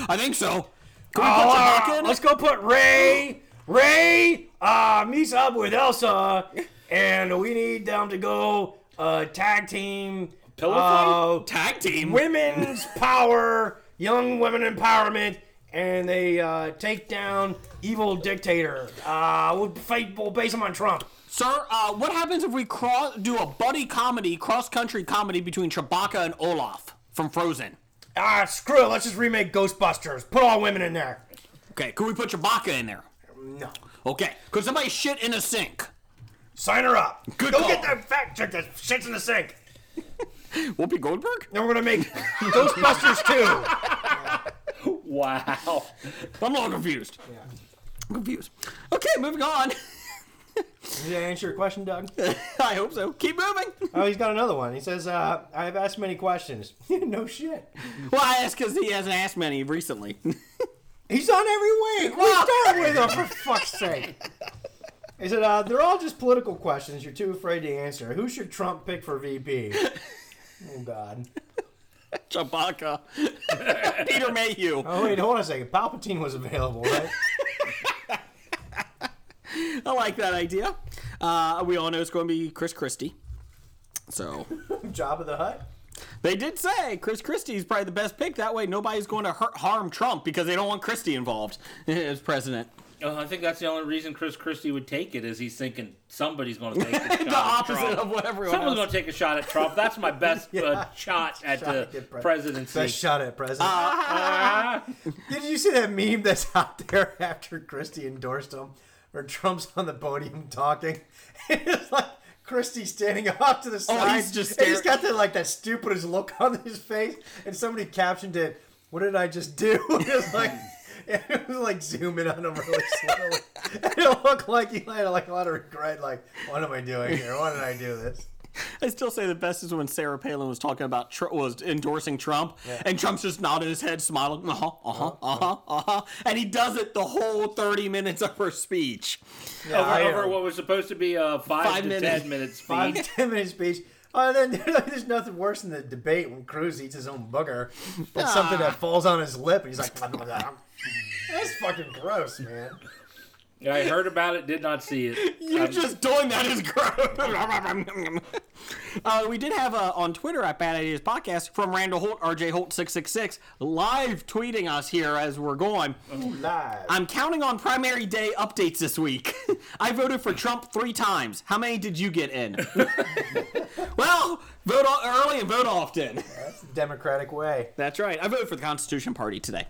F: I think so. Can we put
G: Oh, uh,
F: Chewbacca in it?
G: let's go put Ray, Ray, uh, meets up with Elsa, and we need them to go uh, tag team.
H: Pillow
G: uh,
F: Oh, Tag team.
G: Women's power, young women empowerment, and they uh, take down evil dictator. Uh, we'll fight. We'll base him on Trump.
F: Sir, uh, what happens if we cross, do a buddy comedy, cross country comedy between Chewbacca and Olaf from Frozen?
G: Ah, screw it. Let's just remake Ghostbusters. Put all women in there.
F: Okay, could we put Chewbacca in there?
G: No.
F: Okay, could somebody shit in a sink?
G: Sign her up.
F: Good
G: Go
F: call.
G: get that fact check. That shit's in the sink.
F: Whoopi Goldberg?
G: Then we're gonna make Ghostbusters two.
H: Wow.
F: I'm a little confused. I'm confused. Okay, moving on.
G: Did I answer your question, Doug?
F: I hope so. Keep moving.
G: Oh, he's got another one. He says, uh, I have asked many questions. no shit.
F: Well, I asked because he hasn't asked many recently.
G: He's on every week. We start with him, for fuck's sake. He said, uh, they're all just political questions you're too afraid to answer. Who should Trump pick for VP? Oh, God.
F: Chewbacca. Peter Mayhew.
G: Oh, wait, hold on a second. Palpatine was available, right?
F: I like that idea. Uh, we all know it's going to be Chris Christie. So
G: Job of the Hut?
F: they did say Chris Christie is probably the best pick. That way, nobody's going to hurt, harm Trump because they don't want Christie involved as president.
H: Uh, I think that's the only reason Chris Christie would take it is he's thinking somebody's going to take a shot
F: The opposite
H: at Trump.
F: of what everyone
H: Someone's going
F: else.
H: to take a shot at Trump. That's my best uh, shot at
G: Shot
H: the
G: at get pre-
H: presidency. Uh,
G: Best shot at president. Did you see that meme that's out there after Christie endorsed him, where Trump's on the podium talking? it's like Christie standing off
H: Oh,
G: to the side.
F: he's just
G: and he's
F: staring-
G: got that like that stupidest look on his face, and somebody captioned it, "What did I just do?" it was like. It was like zooming on him really slowly. And it looked like he had like a lot of regret. Like, what am I doing here? Why did I do this?
F: I still say the best is when Sarah Palin was talking about tr- was endorsing Trump, and Trump's just nodding his head, smiling, uh huh, uh huh, uh huh, uh huh, and he does it the whole thirty minutes of her speech.
H: over,
G: I,
H: over
G: uh,
H: what was supposed to be a five,
F: Five
H: to
F: minutes.
H: ten minutes speech.
G: five ten minute speech. Oh, and then there's nothing worse than the debate when Cruz eats his own booger. That's something
F: Ah.
G: that falls on his lip, and he's like, "That's fucking gross, man."
H: I heard about it, did not see it.
F: You just doing that is gross. uh, we did have uh, on Twitter at Bad Ideas Podcast from Randall Holt, RJ Holt six six six, live tweeting us here as we're going.
G: Live.
F: I'm counting on primary day updates this week. I voted for Trump three times. How many did you get in? well, vote o- early and vote often.
G: That's the Democratic way.
F: That's right. I voted for the Constitution Party today.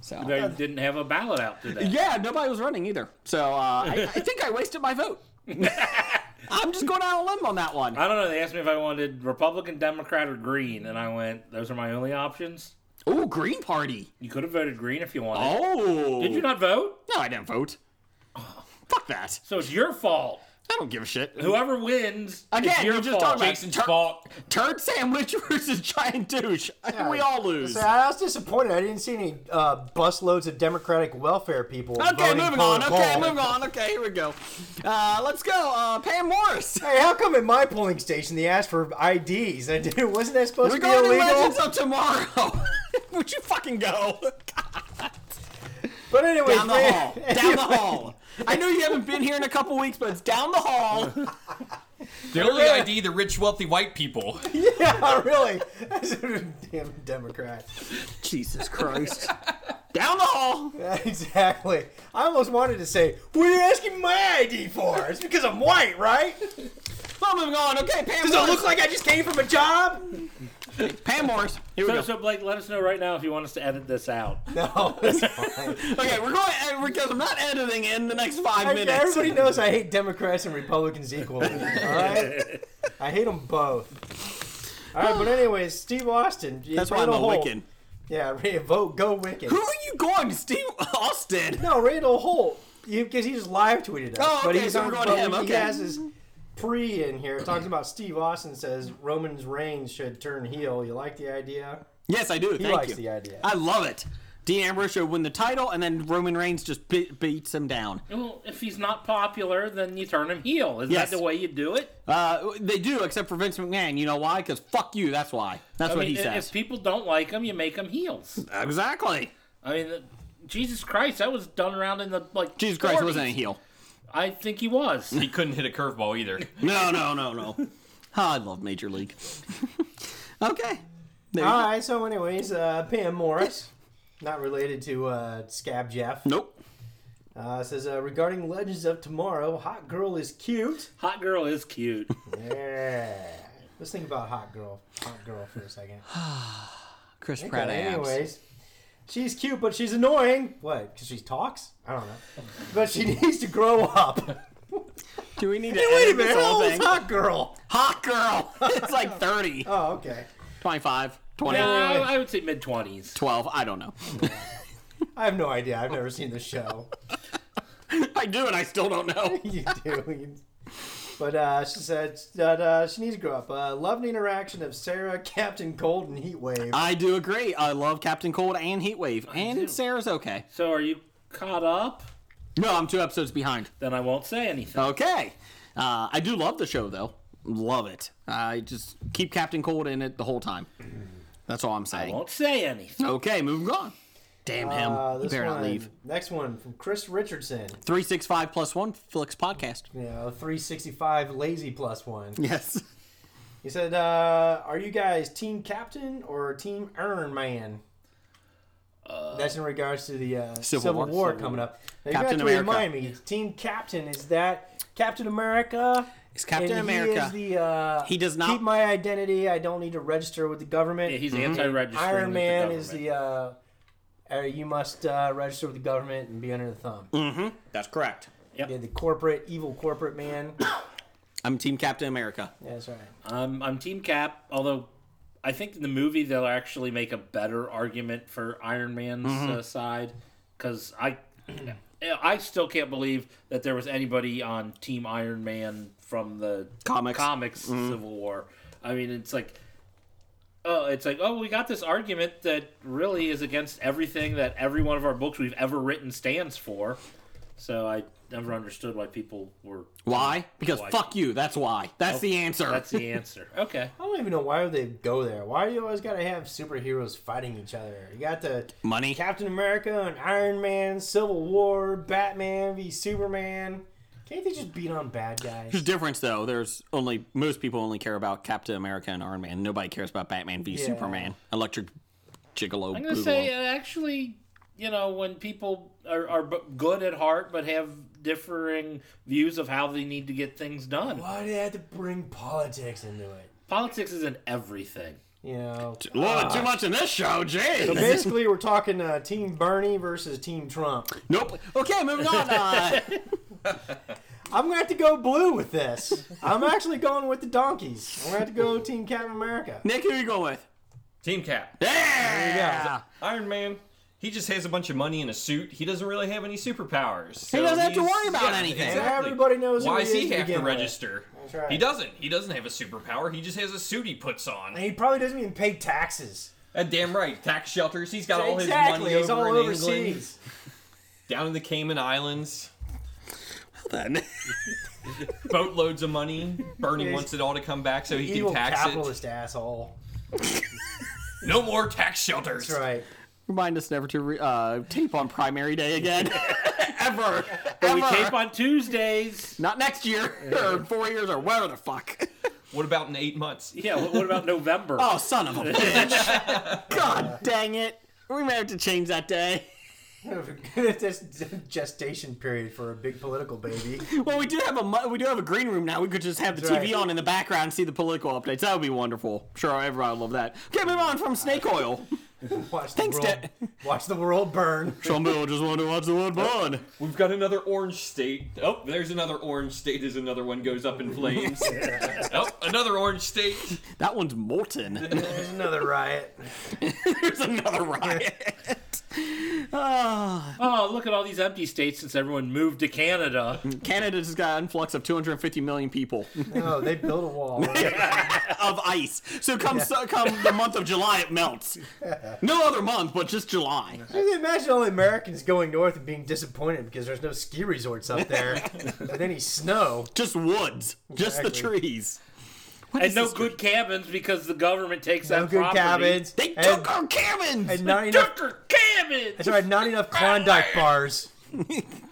F: So
H: They didn't have a ballot out today.
F: yeah, nobody was running either. So uh, I, I think I wasted my vote. I'm just going out on a limb on that one.
H: I don't know. They asked me if I wanted Republican, Democrat, or Green, and I went, "Those are my only options."
F: Ooh, Green Party.
H: You could have voted Green if you wanted.
F: Oh.
H: Did you not vote?
F: No, I didn't vote. Fuck that.
H: So it's your fault.
F: I don't give a shit.
H: Whoever wins, it's
F: Again,
H: your
F: you're just
H: fault.
F: talking about
H: Jason-
I: Jason's fault.
F: turd sandwich versus giant douche. I think we all lose.
G: So I was disappointed. I didn't see any uh, busloads of Democratic welfare people.
F: Okay,
G: voting
F: moving
G: pro
F: on. Okay,
G: Paul.
F: moving on. Okay, here we go. Uh, let's go. Uh, Pam Morris.
G: Hey, how come at my polling station they asked for IDs? I did, wasn't that supposed
F: We're
G: to be
F: going to
G: illegal?
F: Legends of Tomorrow. Would you fucking go?
G: But anyway,
F: Down the hall. Down the hall. I know you haven't been here in a couple weeks, but it's down the hall.
I: The only ID the rich, wealthy white people.
G: yeah, really. That's a damn Democrat.
F: Jesus Christ. Down the hall.
G: Exactly. I almost wanted to say, "What are you asking my ID for?" It's because I'm white, right?
F: Well, moving on. Okay, Pam
G: Does
F: Morris.
G: it look like I just came from a job?
F: Pam Morris. Here we
H: So,
F: go.
H: so Blake, let us know right now if you want us to edit this out.
G: No.
F: Okay, we're going eh, because I'm not editing in the next five
G: I-
F: minutes.
G: Everybody knows I hate Democrats and Republicans equally. all right? I hate them both. All right, but anyways, Steve Austin.
F: That's why I'm a Wiccan.
G: Yeah, Ray, vote go Wiccan.
F: Who are you going, Steve Austin?
G: No, Randall Holt, because he just live tweeted us.
F: Oh,
G: but
F: okay,
G: he's
F: so
G: on,
F: we're going
G: but
F: to him,
G: He
F: okay.
G: has his pre in here. It talks about Steve Austin says Roman's reign should turn heel. You like the idea?
F: Yes, I do.
G: He
F: Thank
G: likes
F: you.
G: the idea.
F: I love it. Dean Ambrose should win the title, and then Roman Reigns just be- beats him down.
H: Well, if he's not popular, then you turn him heel. Is
F: Yes.
H: that the way you do it?
F: Uh, they do, except for Vince McMahon. You know why? Because fuck you. That's why. That's
H: I
F: what
H: mean,
F: he
H: i-
F: says.
H: if people don't like him, you make them heels.
F: Exactly.
H: I mean, uh, Jesus Christ, that was done around in the like.
F: Jesus Christ, it wasn't a
H: 40s.
F: heel.
H: I think he was.
I: He couldn't hit a curveball either.
F: No, no, no, no. Ah, I love Major League. okay. There you
G: All
F: go.
G: right, so, anyways, uh, Pam Morris, not related to uh, Scab Jeff,
F: Nope.
G: uh, says uh, regarding Legends of Tomorrow, Hot Girl is cute.
H: Hot girl is cute.
G: Yeah. Let's think about Hot Girl. Hot Girl for a second.
F: Chris
G: Okay,
F: Pratt abs.
G: anyways, she's cute, but she's annoying. What? Because she talks? I don't know. But she needs to grow up.
F: Do we need to
G: Wait a
F: edit
G: minute,
F: this
G: how
F: whole
G: old is
F: thing?
G: Hot Girl?
F: Hot girl. it's like 30,
G: Oh, okay.
F: 25, 20,
H: yeah, I, I would say mid twenties.
F: 12. I don't know.
G: I have no idea. I've never seen the show.
F: I do, and I still don't know.
G: you do. But uh, she said that uh, she needs to grow up. Uh, love the interaction of Sarah, Captain Cold, and Heatwave.
F: I do agree. I love Captain Cold and Heatwave, and Sarah's okay.
H: So are you caught up?
F: No, I'm two episodes behind.
H: Then I won't say anything.
F: Okay. Uh, I do love the show, though. Love it. I just keep Captain Cold in it the whole time. That's all I'm
H: I
F: saying.
H: won't say anything.
F: Okay, moving on. Damn him.
G: Uh,
F: you
G: this
F: better
G: one,
F: not leave.
G: Next one from Chris Richardson.
F: 365 plus one, Flix Podcast.
G: You know, 365 Lazy Plus One.
F: Yes.
G: He said, uh, "Are you guys Team Captain or Team Iron Man?" That's in regards to the uh, Civil,
F: Uh, War.
G: War, coming up. Now,
F: Captain
G: you have
F: America.
G: to remind me, Team Captain is that Captain America?
F: It's Captain
G: and
F: America.
G: He, is the, uh,
F: He does not-
G: keep my identity. I don't need to register with the government.
H: Yeah, he's anti-registering.
G: Mm-hmm. Iron
H: with the
G: Man is
H: government.
G: the. Uh, uh, you must uh, register with the government and be under the thumb.
F: Mm. That's correct.
G: Yeah, the corporate, evil corporate man. Yeah,
F: I'm Team Captain America.
G: That's right.
H: Um, I'm Team Cap, although I think in the movie they'll actually make a better argument for Iron Man's
F: Mm-hmm.
H: uh, side because I, I still can't believe that there was anybody on Team Iron Man from the
F: Comics. Mm-hmm.
H: comics Civil War. I mean, it's like. Oh, it's like, oh, we got this argument that really is against everything that every one of our books we've ever written stands for. So I never understood why people were.
F: Why? Because fuck you. That's why. That's the answer.
H: Oh, That's the answer. Okay.
G: I don't even know why would they go there. Why do you always gotta have superheroes fighting each other? You got the
F: money.
G: Captain America and Iron Man, Civil War, Batman v Superman. Can't they just beat on bad guys?
F: There's a difference though. There's only most people only care about Captain America and Iron Man. Nobody cares about Batman v
G: Yeah.
F: Superman. Electric Gigolo.
H: I'm gonna
F: Boogaloo.
H: say uh, actually, you know, when people are, are b- good at heart but have differing views of how they need to get things done,
G: Why do they have to bring politics into it?
H: politics isn't everything.
G: You know.
F: Lord, too much in this show, jeez.
G: Basically, we're talking uh, Team Bernie versus Team Trump.
F: nope. Okay, moving on. Uh,
G: I'm gonna have to go blue with this. I'm actually going with the donkeys. I'm gonna have to go Team Captain America.
F: Nick, who you going with?
I: Team Cap.
F: Yeah.
I: Iron Man. He just has a bunch of money in a suit. He doesn't really have any superpowers. So
F: doesn't have to
I: he's-
F: worry about anything.
I: exactly.
G: Everybody knows who
I: Why
G: he
I: does
G: is
I: he
G: to
I: have to
G: begin with.
I: register?
G: That's right.
I: He doesn't. He doesn't have a superpower. He just has a suit he puts on.
G: And he probably doesn't even pay taxes.
I: Uh, damn right. Tax shelters. He's got all his
G: exactly.
I: money
G: He's
I: over
G: all
I: in England,
G: overseas.
I: down in the Cayman Islands.
F: Then.
I: Boatloads of money. Bernie wants it all to come back so he
G: Evil
I: can tax
G: capitalist asshole.
I: it. No more tax shelters.
G: That's right.
F: Remind us never to re- uh, tape on primary day again. Ever.
H: We
F: Ever.
H: tape on Tuesdays.
F: Not next year, or in four years, or whatever the fuck.
I: What about in eight months?
H: Yeah. What, what about November?
F: Oh, son of a bitch. God dang it. We may have to change that day.
G: That's a gestation period for a big political baby.
F: Well, we do have a mu- we do have a green room now. We could just have the
G: That's
F: TV
G: right.
F: on in the background and see the political updates. That would be wonderful. Sure, everybody would love that. Okay, move on from snake oil.
G: Watch the
F: Thanks,
G: world,
F: Dad.
G: watch the world burn.
F: Some people just want to watch the world burn.
I: We've got another orange state. Oh, there's another orange state as another one goes up in flames. oh, another orange state.
F: That one's molten.
G: There's another riot.
F: There's another riot. Ah,
H: Oh, look at all these empty states since everyone moved to Canada.
F: Canada just got an influx of 250 million people
G: No, they built a wall. right?
F: of ice. So come so, come the month of July, it melts. No other month, but just July.
G: Can you imagine all the Americans going north and being disappointed because there's no ski resorts up there with any snow.
F: Just woods, just the
G: Exactly.
F: trees.
H: and no good cabins because the government takes
G: No
H: that
G: good
H: property.
G: cabins.
F: They
G: and,
F: took our cabins.
G: and not enough.
H: Tucker cabins.
G: That's right. Not enough Klondike bars.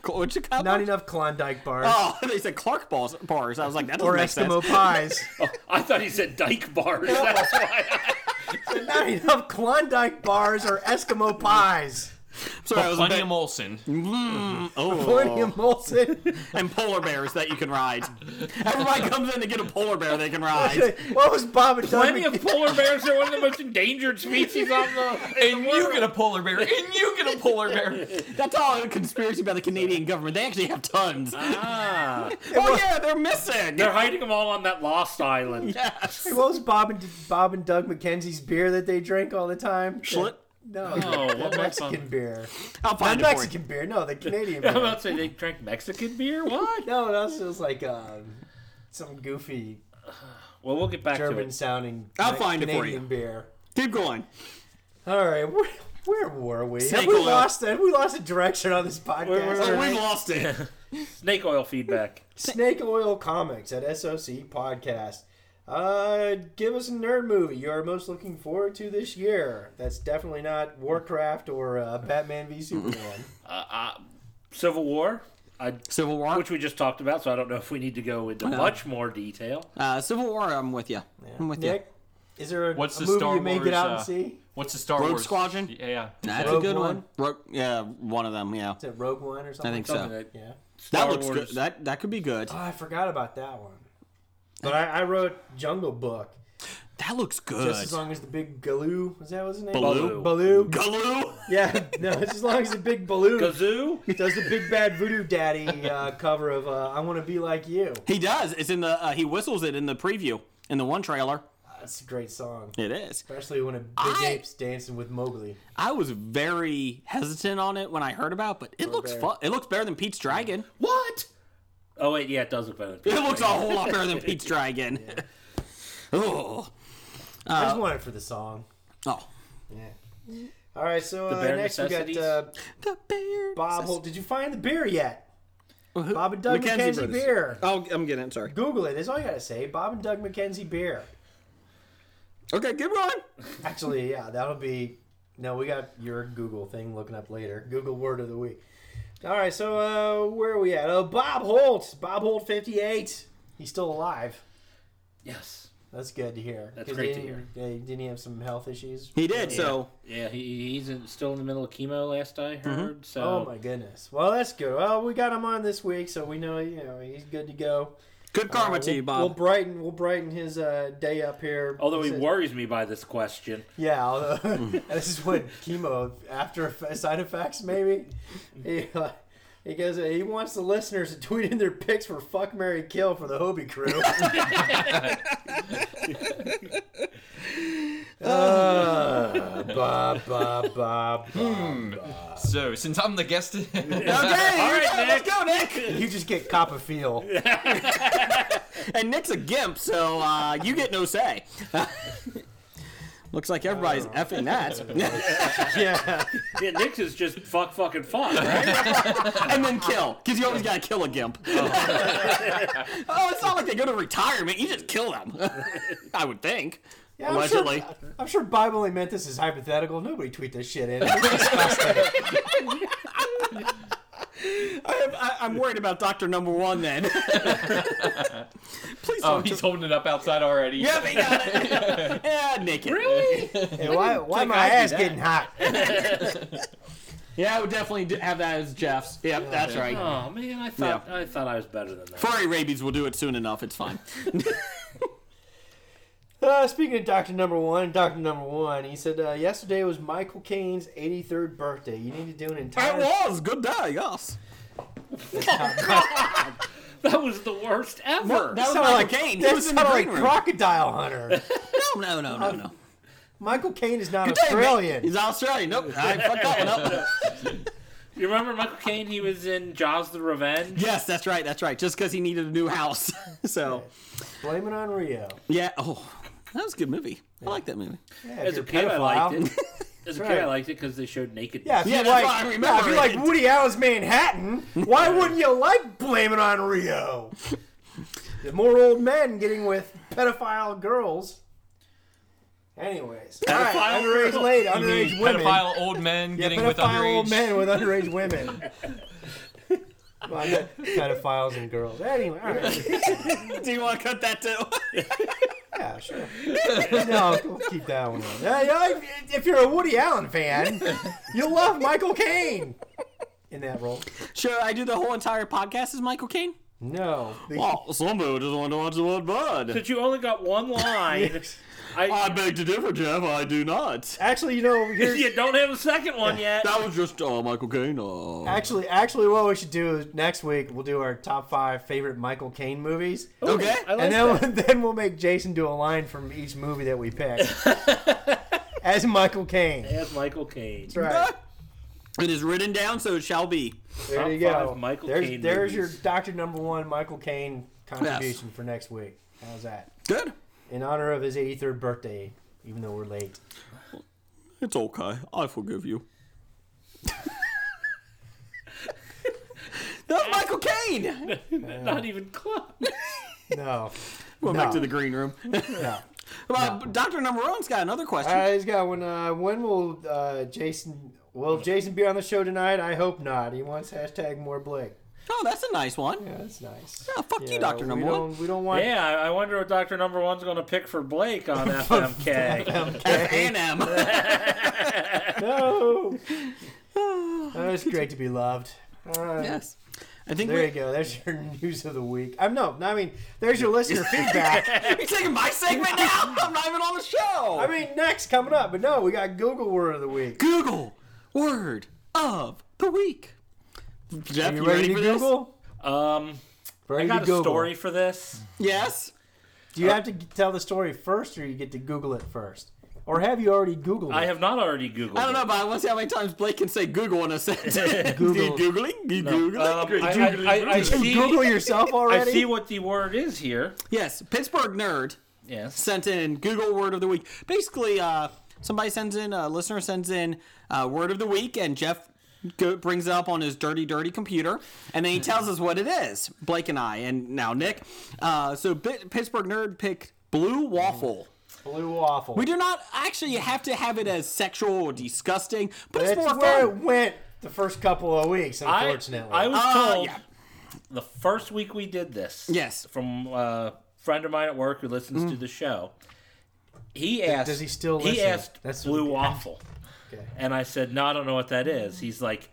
F: What'd you call
G: Not
F: them?
G: enough Klondike bars.
F: Oh, they said Clark balls, bars. I was like, that doesn't
G: or
F: make sense.
G: Eskimo pies.
H: I thought he said dyke bars. That's why. I-
G: not enough Klondike bars or Eskimo pies.
F: Sorry, I was a
I: Plenty
F: bit-
I: of Molson.
G: Plenty of Molson.
F: and polar bears that you can ride. Everybody comes in to get a polar bear they can ride.
G: what was Bob and Doug?
H: Plenty of polar bears are one of the most endangered species on the.
I: And you get a polar bear. And you get a polar bear.
F: That's all a conspiracy by the Canadian government. They actually have tons. oh yeah, they're missing.
H: They're hiding them all on that lost island.
F: Yes.
G: What was Bob and Bob and Doug McKenzie's beer that they drank all the time?
F: Schlitz?
G: No,
H: Oh,
G: the
H: what
G: Mexican beer.
F: I'll
G: Not
F: find it for you.
G: Mexican beer. No, the Canadian
H: I'm
G: beer.
H: about to say they drank Mexican beer. What?
G: No, that was just like um, some goofy
H: Well, we'll get back to
G: German
H: it.
G: sounding.
F: I'll find it for
G: Canadian
F: you.
G: beer.
F: Keep going.
G: All right, where, where were we? Have
F: Snake
G: we
F: oil.
G: lost? Have we lost a direction on this podcast?
H: we're-
F: Oh, we've lost it.
H: Snake oil feedback.
G: Snake Oil Comics at SOC Podcast. Uh, give us a nerd movie you are most looking forward to this year. That's definitely not Warcraft or uh, Batman v Superman.
H: Civil War. I,
F: Civil War.
H: which we just talked about, so I don't know if we need to go into much more detail.
F: Uh, Civil War. I'm with you. I'm with you.
G: Nick, is there a,
I: What's
G: a
I: the
G: movie
I: Star
G: you may
I: Wars,
G: get out
I: uh,
G: and see?
I: What's the Star
F: Rogue
I: Wars?
F: Squadron?
I: Yeah, yeah.
F: That's
G: Rogue
F: a good
G: One?
F: one. Ro- yeah, one of them. Yeah,
G: Is it Rogue One or something?
F: I think so.
H: Something that-
G: Yeah.
H: Star
F: That looks
H: Wars.
F: good. That that could be good.
G: Oh, I forgot about that one. But I, I wrote Jungle Book.
F: That looks
G: Just
F: good.
G: as long as the big Galoo was that what his name?
F: Baloo.
G: Baloo.
F: Galoo.
G: Yeah. No, it's as long as the big Baloo
H: Gazoo.
G: does the big bad voodoo daddy uh, cover of uh, "I Want to Be Like You."
F: He does. It's in the. Uh, he whistles it in the preview in the one trailer.
G: That's a great song.
F: It is.
G: Especially when a big
F: I-
G: ape's dancing with Mowgli.
F: I was very hesitant on it when I heard about, but it looks fun. It looks better than Pete's Dragon.
H: What? Oh wait, yeah, it does look better.
F: It looks a whole lot better than Pete's Dragon. oh,
G: I
H: Uh,
G: just want it for the song.
F: oh,
G: Yeah. All right, so uh,
H: bare
G: next we got
H: necessities?
G: uh,
F: the bear.
G: Bob. Holt. Did you find the beer yet? Bob and Doug
F: Mackenzie
G: McKenzie,
F: Brothers.
G: beer.
F: Oh, I'm getting it. Sorry.
G: Google it. That's all you gotta say. Bob and Doug McKenzie beer.
F: Okay, keep going.
G: Actually, yeah, that'll be. No, we got your Google thing looking up later. Google word of the week. All right, so uh, where are we at? Oh, Bob Holt. Bob Holt, fifty-eight. He's still alive.
H: Yes.
G: That's good to hear.
H: That's
G: 'Cause
H: great
G: they-
H: to hear.
G: they- Didn't he have some health issues?
F: He did. So
H: Yeah, he, he's in, still in the middle of chemo. Last I
F: Mm-hmm.
H: heard, so
G: Oh my goodness. Well, that's good. Well, we got him on this week, so we know you know he's good to go.
F: good karma
G: Uh,
F: to you,
G: we'll-
F: Bob.
G: We'll brighten we'll brighten his uh, day up here.
H: although he
G: Said-
H: worries me by this question,
G: Yeah, although, this is what chemo after eff- side effects maybe. He, uh, he goes. uh, He wants the listeners to tweet in their picks for fuck Mary kill for the Hobie crew. uh, Bob, Bob, Bob, Bob.
I: So since I'm the guest,
F: okay,
H: All
F: here we
H: right,
F: go. let's go, Nick.
G: You just get cop a feel.
F: And Nick's a gimp, so uh, you get no say. Looks like everybody's effing that,
G: Yeah.
H: yeah, Nick's is just fuck, fucking fuck, right?
F: and then kill, because you always gotta kill a gimp. oh, it's not like they go to retirement; you just kill them. I would think.
G: Yeah, I'm sure-
F: Allegedly.
G: I'm sure Bible only meant this as hypothetical. Nobody tweet this shit in.
F: I have, I, I'm worried about Doctor Number One then. Please
I: oh,
F: don't.
I: he's holding it up outside already.
F: yeah, they got it. yeah, naked. Really?
G: Hey, why why my ass getting hot?
F: Yeah, I would definitely d- have that as Jeff's. Yep, that's right.
H: Oh man, I thought I thought I was better than that.
F: Furry rabies will do it soon enough. It's fine.
G: Uh, speaking of Doctor Number One, Doctor Number One, he said uh, yesterday was Michael Caine's 83rd birthday. You need to do an entire.
F: was good day. Yes.
H: that was the worst ever.
F: That was
G: Sounded
F: Michael
G: like-
F: Caine. He
G: That
F: was in the
G: sounded
F: green
G: like
F: room.
G: Crocodile Hunter.
F: No, no, no, no, no.
G: Michael Caine is not
F: Hey,
G: Australian.
F: He's Australian. Nope. I fucked that one up.
H: you remember Michael Caine? He was in Jaws: The Revenge.
F: Yes, that's right. That's right. Just because he needed a new house. so,
G: Blame it on Rio.
F: yeah. Oh, that was a good movie. I like that movie.
G: Yeah,
H: As a
G: you're
H: kid, I liked
G: pedophile.
H: it. As a kid, I liked it because they showed naked.
G: Yeah, if
F: Yeah,
G: you
F: that's
G: like,
F: why I remember
G: yeah, if you
F: it.
G: like Woody Allen's Manhattan, why wouldn't you like Blame It on Rio? The more old men getting with pedophile girls. Anyways, all right,
H: Pedophile
G: underage
H: girls.
G: late,
I: You mean
G: underage women.
I: pedophile old men
G: Yeah,
I: getting with
G: pedophile old
I: underage.
G: men with underage women. Well, I meant pedophiles and girls. Anyway, all right.
F: Do you want to cut that too?
G: Yeah, sure. No, we'll keep that one on. Yeah, yeah, if- if you're a Woody Allen fan, you'll love Michael Caine in that role.
F: sure. I do the whole entire podcast as Michael Caine.
G: No. The-
F: Well, somebody just want to watch the one bud.
H: But you only got one line.
F: I
H: I,
F: beg to differ, Jeff. I do not.
G: Actually, you know, Uh, here's,
H: you don't have a second one yet.
F: That was just uh, Michael Caine. Uh,
G: actually, actually, what we should do is next week we'll do our top five favorite Michael Caine movies,
F: okay.
H: Oh, I like
G: and then
H: that.
G: then we'll make Jason do a line from each movie that we pick as Michael Caine.
H: As Michael Caine.
G: That's right.
F: It is written down, so it shall be.
G: There you
H: Top five
G: go.
H: Michael
G: there's
H: Caine
G: there's your
H: movies.
G: Doctor Number One Michael Caine contribution for next week. How's that?
F: Good.
G: In honor of his 83rd birthday, even though we're late.
F: It's okay. I forgive you. That's Michael Caine.
H: Not even close.
G: No.
F: Going
G: No.
F: back to the green room.
G: No.
F: well, Doctor Number One's got another question.
G: All right, he's got one. Uh, when will uh, Jason? Will Jason be on the show tonight? I hope not. He wants hashtag more Blake.
F: oh, that's a nice one.
G: Yeah, that's nice.
F: Oh, fuck
G: Yeah,
F: you, Doctor Number
G: we
F: One.
G: Don't, we don't want.
H: Yeah, I I wonder what Doctor Number One's going to pick for Blake on FMK.
F: And am.
G: No. oh, it's great to be loved. All right.
F: Ah. yes. I think
G: There
F: we,
G: you go. There's your news of the week. I'm no. I mean, there's your listener feedback.
F: you're taking my segment now. I'm not even on the
H: Oh.
F: show.
G: I mean, next coming up, but no, we got Google word of the week.
F: Google word of the week. Jeff,
G: Are
F: you,
G: you
F: ready,
G: ready, to
F: for
G: Google?
H: um,
G: Ready to
H: I got a
G: Google.
H: story for this.
F: this? Yes.
G: Do
H: Uh,
G: you have to g- tell the story first, or you get to Google it first, or have you already Googled it?
H: I have not already Googled.
F: I don't know, but I want to see how many times Blake can say Google in a sentence.
G: Google.
F: You Googling? You
H: it.
F: Googling?
H: Um, I, I, I, I
G: Did you Google
H: see.
G: yourself already?
H: I see what the word is here.
F: yes, Pittsburgh Nerd
H: Yes.
F: sent in Google Word of the Week. Basically, uh, somebody sends in, a listener sends in uh, Word of the Week, and Jeff go- brings it up on his dirty, dirty computer, and then he tells us what it is, Blake and I, and now Nick. Uh, so Bit- Pittsburgh Nerd picked Blue Waffle.
G: Blue waffle.
F: We do not actually have to have it as sexual or disgusting, but it's,
G: That's
F: more
G: where it
F: fun.
G: went the first couple of weeks,
H: I,
G: unfortunately.
H: I was
F: Uh,
H: told
F: yeah.
H: the first week we did this.
F: Yes. Mm.
H: From a friend of mine at work who listens to the show. He asked.
G: does he still
H: He
G: listen?
H: asked
G: That's
H: blue
G: what-
H: waffle,
G: Okay.
H: and I said, "No, I don't know what that is." He's like,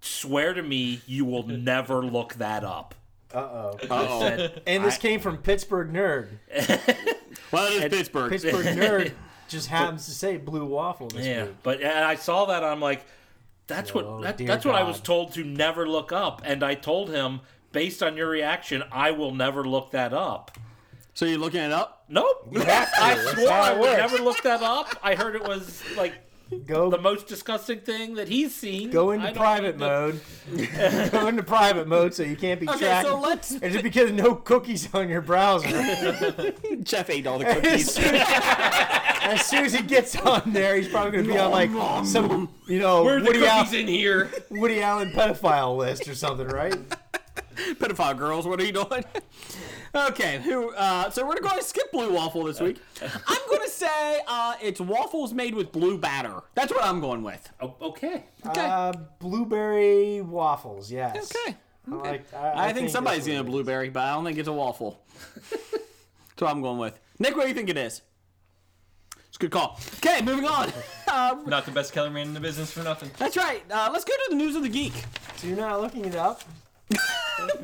H: "Swear to me, you will never look that up."
G: Uh oh.
H: I said,
G: And this came from Pittsburgh Nerd.
F: Well, it is Pittsburgh.
G: Pittsburgh Nerd just happens to say blue waffle this
H: "Yeah,"
G: week.
H: but and I saw that. I'm like, "That's
G: Oh,
H: what that,
G: dear
H: that's what I was
G: God.
H: told to never look up." And I told him, based on your reaction, I will never look that up.
F: So you're looking it up?
H: Nope. I swore I would never look that up. I heard it was like
G: Go
H: the most disgusting thing that he's seen.
G: go
H: I
G: into
H: don't
G: private
H: need to-
G: mode. go into private mode so you can't be
F: Okay,
G: tracked.
F: so let's.
G: and just because no cookies on your browser,
F: Jeff ate all the
G: as
F: cookies.
G: soon as soon as he gets on there, he's probably going to be on like some, you know,
I: Where are the
G: Woody, Al-
I: cookies in here?
G: Woody Allen pedophile list or something, right?
F: Pedophile girls, what are you doing? okay, who? Uh, so we're going to skip blue waffle this week. I'm going to say uh, it's waffles made with blue batter. That's what I'm going with.
H: O- Oh, okay.
F: Okay.
G: Uh, blueberry waffles, yes.
F: okay.
G: I, like, I,
F: I, think,
G: that's
F: somebody's
G: what
F: eating a
G: it is.
F: blueberry, but I don't think it's a waffle. That's what I'm going with. Nick, what do you think it is? It's a good call. Okay, moving on. Uh,
I: Not the best Kellerman in the business for nothing.
F: that's right. Uh, let's go to the news of the geek.
G: So you're not looking it up?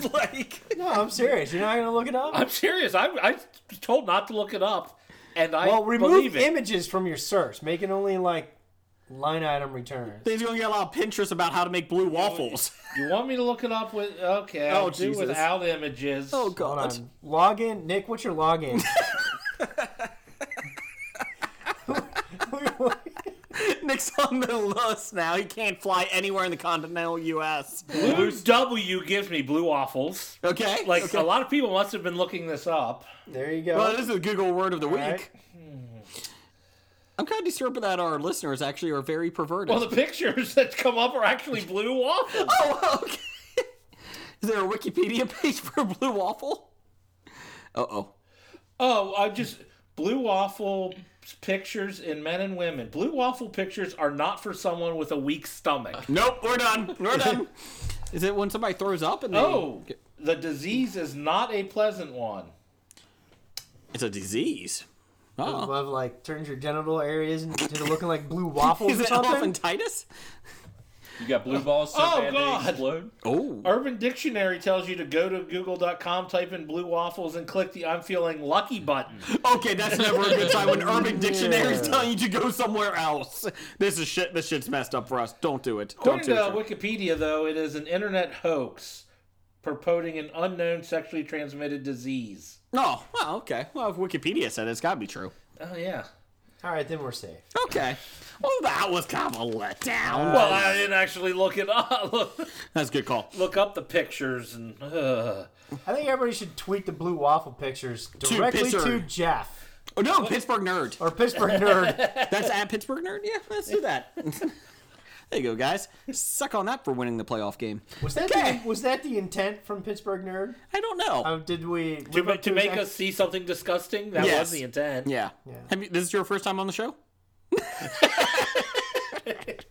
F: Blake.
G: No, I'm serious. You're not going to look it up?
H: I'm serious. I I was told not to look it up, and I
G: Well,
H: believe
G: remove
H: it.
G: images from your search. Make it only like line item returns.
F: He's gonna get a lot of Pinterest about how to make blue waffles.
H: you want me to look it up with? Okay, I'll
F: Oh,
H: do
F: Jesus.
H: without images.
F: Oh
G: Hold
F: god.
G: on. Login. Nick, what's your login?
F: Nick's on the list now. He can't fly anywhere in the continental U.S.
H: Blue W gives me blue waffles.
F: Okay.
H: Like
F: okay.
H: a lot of people must have been looking this up.
G: there you go.
F: Well, this is a Google word of the week.
G: right.
F: I'm kind of disturbed that our listeners actually are very perverted.
H: Well, the pictures that come up are actually blue waffles.
F: oh, okay. Is there a Wikipedia page for blue waffle? Uh oh.
H: Oh, I just blue waffle pictures in men and women. Blue waffle pictures are not for someone with a weak stomach.
F: Nope, we're done. We're done. Is it when somebody throws up and they...
H: Oh, the disease is not a pleasant one.
F: It's a disease. Oh.
G: Love like turns your genital areas into looking like blue waffles
F: Is
G: or
F: it
G: something.
F: elephantitis?
I: You got blue balls so
H: Oh,
I: bad
H: God.
I: they explode.
F: Oh.
H: Urban Dictionary tells you to go to google.com, type in blue waffles, and click the I'm feeling lucky button.
F: Okay, that's never a good sign when Urban Dictionary's telling you to go somewhere else. This is shit. This shit's messed up for us. Don't do it. Don't do
H: According to
F: it.
H: Wikipedia, though, it is an internet hoax purporting an unknown sexually transmitted disease.
F: No. Well, okay. Well, if Wikipedia said it, it's got to be true.
H: Oh, yeah.
G: All right, then we're safe.
F: Okay. Well, that was kind of a letdown.
H: Uh, Well, I didn't actually look it up. Look,
F: that's a good call.
H: look up the pictures and. Uh.
G: I think everybody should tweet the blue waffle pictures directly to,
F: Pittsburgh.
G: Jeff
F: Oh, no, Pittsburgh nerd.
G: or Pittsburgh Nerd.
F: That's at Pittsburgh nerd. Yeah, let's do that. there you go, guys. Suck on that for winning the playoff game.
G: Was that
F: Okay.
G: the, was that the intent from Pittsburgh Nerd?
F: I don't know.
H: Um,
G: Uh, did we
H: To,
G: live up
H: ma- to
G: his
H: make
G: ex-
H: us see something disgusting? That
F: Yes.
H: was the intent.
F: yeah. Have you, this is your first time on the show?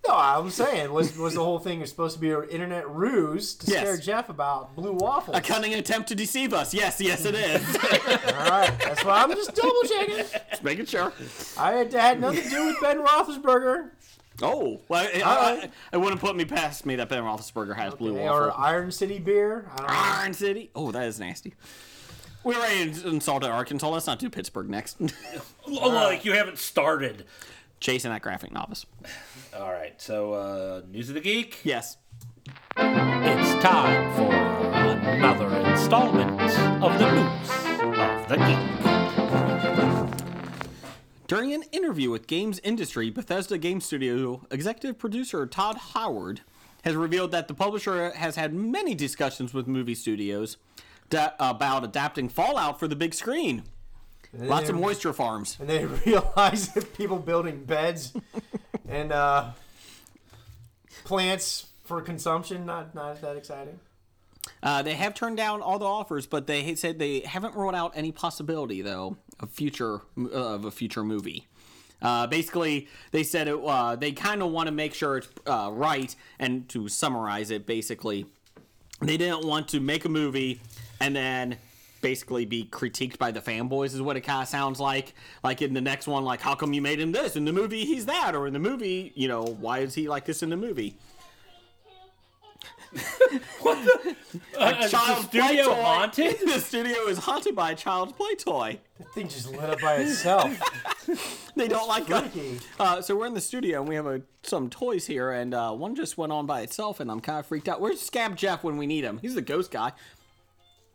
G: No, I was saying was was the whole thing was supposed to be an internet ruse to
F: Yes.
G: scare Jeff about blue waffles.
F: A cunning attempt to deceive us. Yes, yes, it is.
G: All right, that's why I'm just double checking.
F: Just making sure.
G: I had, had nothing to do with Ben Roethlisberger
F: Oh, well, it,
G: All
F: I,
G: right.
F: it wouldn't put me past me that Ben Roethlisberger has blue waffle.
G: or Iron City beer. I don't
H: Ah,
G: know.
F: Iron City. Oh, that is nasty. We already insulted Arkansas. Let's not do Pittsburgh next.
H: Oh, like you haven't started.
F: Chasing that graphic novice.
H: All right, so uh, News of the Geek.
F: Yes.
H: It's time for another installment of the News of the Geek.
F: During an interview with Games Industry, Bethesda Game Studio executive producer Todd Howard has revealed that the publisher has had many discussions with movie studios da- about adapting Fallout for the big screen. Lots of moisture farms.
G: and they realize that people building beds and uh, plants for consumption not not that exciting.
F: Uh, they have turned down all the offers, but they said they haven't ruled out any possibility, though, of future uh, of a future movie. Uh, basically, they said it, uh, they kind of want to make sure it's uh, right. And to summarize it, basically, they didn't want to make a movie and then basically be critiqued by the fanboys is what it kind of sounds like like in the next one like how come you made him this in the movie he's that or in the movie you know why is he like this in the movie
H: Uh, is the
F: Child's play
H: studio
F: toy.
H: haunted?
F: the studio is haunted by a child's play toy
G: The thing just lit up by itself.
F: they don't like us.
G: Freaky.
F: Uh, so we're in the studio and we have a, some toys here, and uh, one just went on by itself, and I'm kind of freaked out. Where's Scab Jeff when we need him? He's the ghost guy.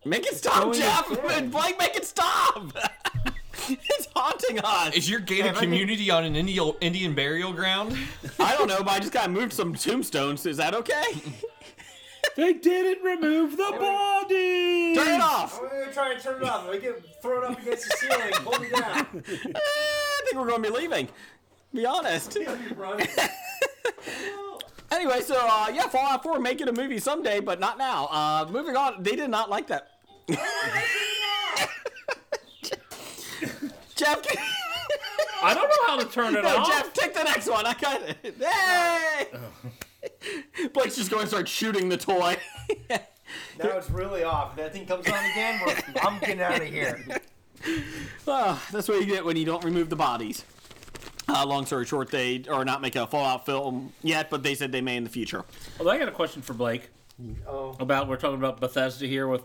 F: Make it stop, Jeff! Blake, make it stop! it's haunting us.
I: Is your gated
G: I think-
I: community on an Indian Indian burial ground?
F: I don't know, but I just got moved some tombstones. Is that okay?
H: They didn't remove the body.
F: Turn it off.
G: I'm gonna try and turn it off. I get thrown up against the ceiling. Hold me down.
F: Eh, I think we're going to be leaving. Be honest. Anyway, so uh, yeah, Fallout 4 making a movie someday, but not now. Uh, moving on, they did not like that. Jeff, can-
H: I don't know how to turn it
F: no,
H: off.
F: Jeff, take the next one. I got it. Hey! Blake's just going to start shooting the toy.
G: Now it's really off. If that thing comes on again, we're- I'm getting out of here.
F: Ah, that's what you get when you don't remove the bodies. Uh, long story short, they are not making a Fallout film yet, but they said they may in the future.
H: Although Oh, I got a question for Blake
G: Oh.
H: about we're talking about Bethesda here with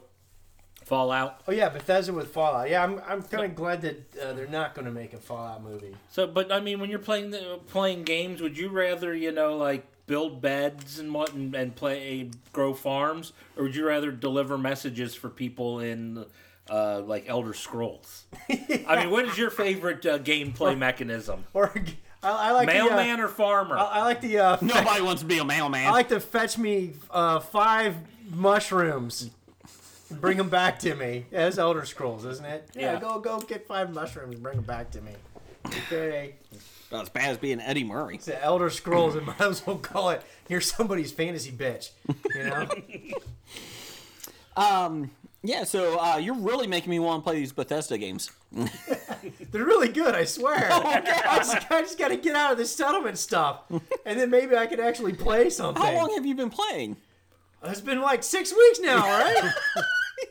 H: Fallout.
G: Oh yeah, Bethesda with Fallout. Yeah, I'm, I'm kind of glad that uh, they're not going to make a Fallout movie.
H: So, but I mean, when you're playing the, playing games, would you rather you know like build beds and what and, and play grow farms, or would you rather deliver messages for people in uh, like Elder Scrolls? I mean, what is your favorite uh, gameplay mechanism?
G: Or I, I like
H: Mailman
G: The,
H: or farmer?
G: uh, I I like the uh,
F: Nobody wants to be a mailman.
G: I like to fetch me uh, five mushrooms. and Bring them back to me. Yeah, it's Elder Scrolls, isn't it?
H: Yeah.
G: Go go get five mushrooms. and Bring them back to me. Okay.
F: About as bad as being Eddie Murray.
G: It's the Elder Scrolls, and might as well call it. You're somebody's fantasy bitch. You know.
F: Yeah, so uh, you're really making me want to play these Bethesda games.
G: They're really good, I swear.
F: Oh,
G: I just, I just got to get out of this settlement stuff, and then maybe I can actually play something.
F: How long have you been playing?
G: It's been like six weeks now, right?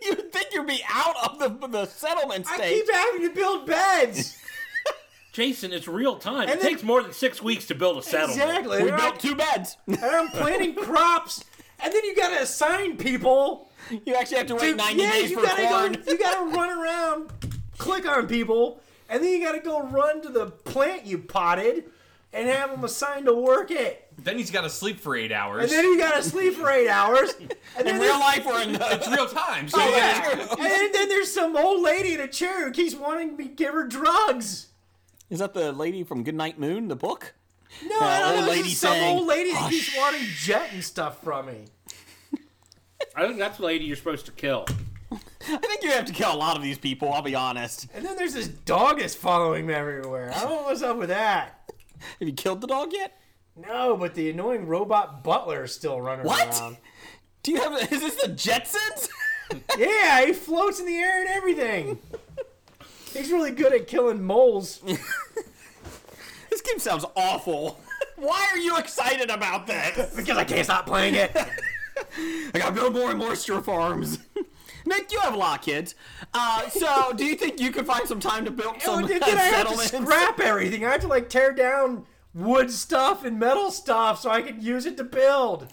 F: You'd think you'd be out of the, the settlement
G: I
F: stage.
G: keep having to build beds.
H: Jason, it's real time. It
G: then-
H: takes more than six weeks to build a settlement.
G: Exactly.
F: We
G: And
F: built two beds.
G: I- and I'm planting crops, and then you got to assign people.
F: You actually have to wait
G: Dude,
F: 90
G: yeah,
F: days
G: you
F: for
G: gotta
F: corn.
G: Go, you gotta run around, click on people, and then you gotta go run to the plant you potted and have them assigned to work it.
I: Then he's got to sleep for eight hours.
G: And then you gotta sleep for eight hours. And then
F: In real
G: there's-
F: life, we're in the Oh,
I: it's real time. So you gotta-
G: Yeah. And then, then there's some old lady in a chair who keeps wanting me to give her drugs.
F: Is that the lady from Goodnight Moon, the book?
G: No, I don't
F: old
G: know. Lady
F: lady
G: some
F: saying,
G: old lady that
F: "Oh,
G: keeps wanting jet and stuff from me.
H: I think that's the lady you're supposed to kill.
F: I think you have to kill a lot of these people, I'll be honest.
G: And then there's this dog that's following me everywhere. I don't know what's up with that.
F: Have you killed the dog yet?
G: No, but the annoying robot butler is still running
F: What?
G: around.
F: Do you have. Is this the Jetsons?
G: Yeah, he floats in the air and everything. He's really good at killing moles.
F: this game sounds awful. Why are you excited about this?
G: Because I can't stop playing it.
F: I gotta build more and more stir farms. Nick, you have a lot of kids. Uh, so, do you think you could find some time to build some
G: Dude, then
F: uh,
G: I have to
F: settlements?
G: scrap everything. I have to like tear down wood stuff and metal stuff so I can use it to build.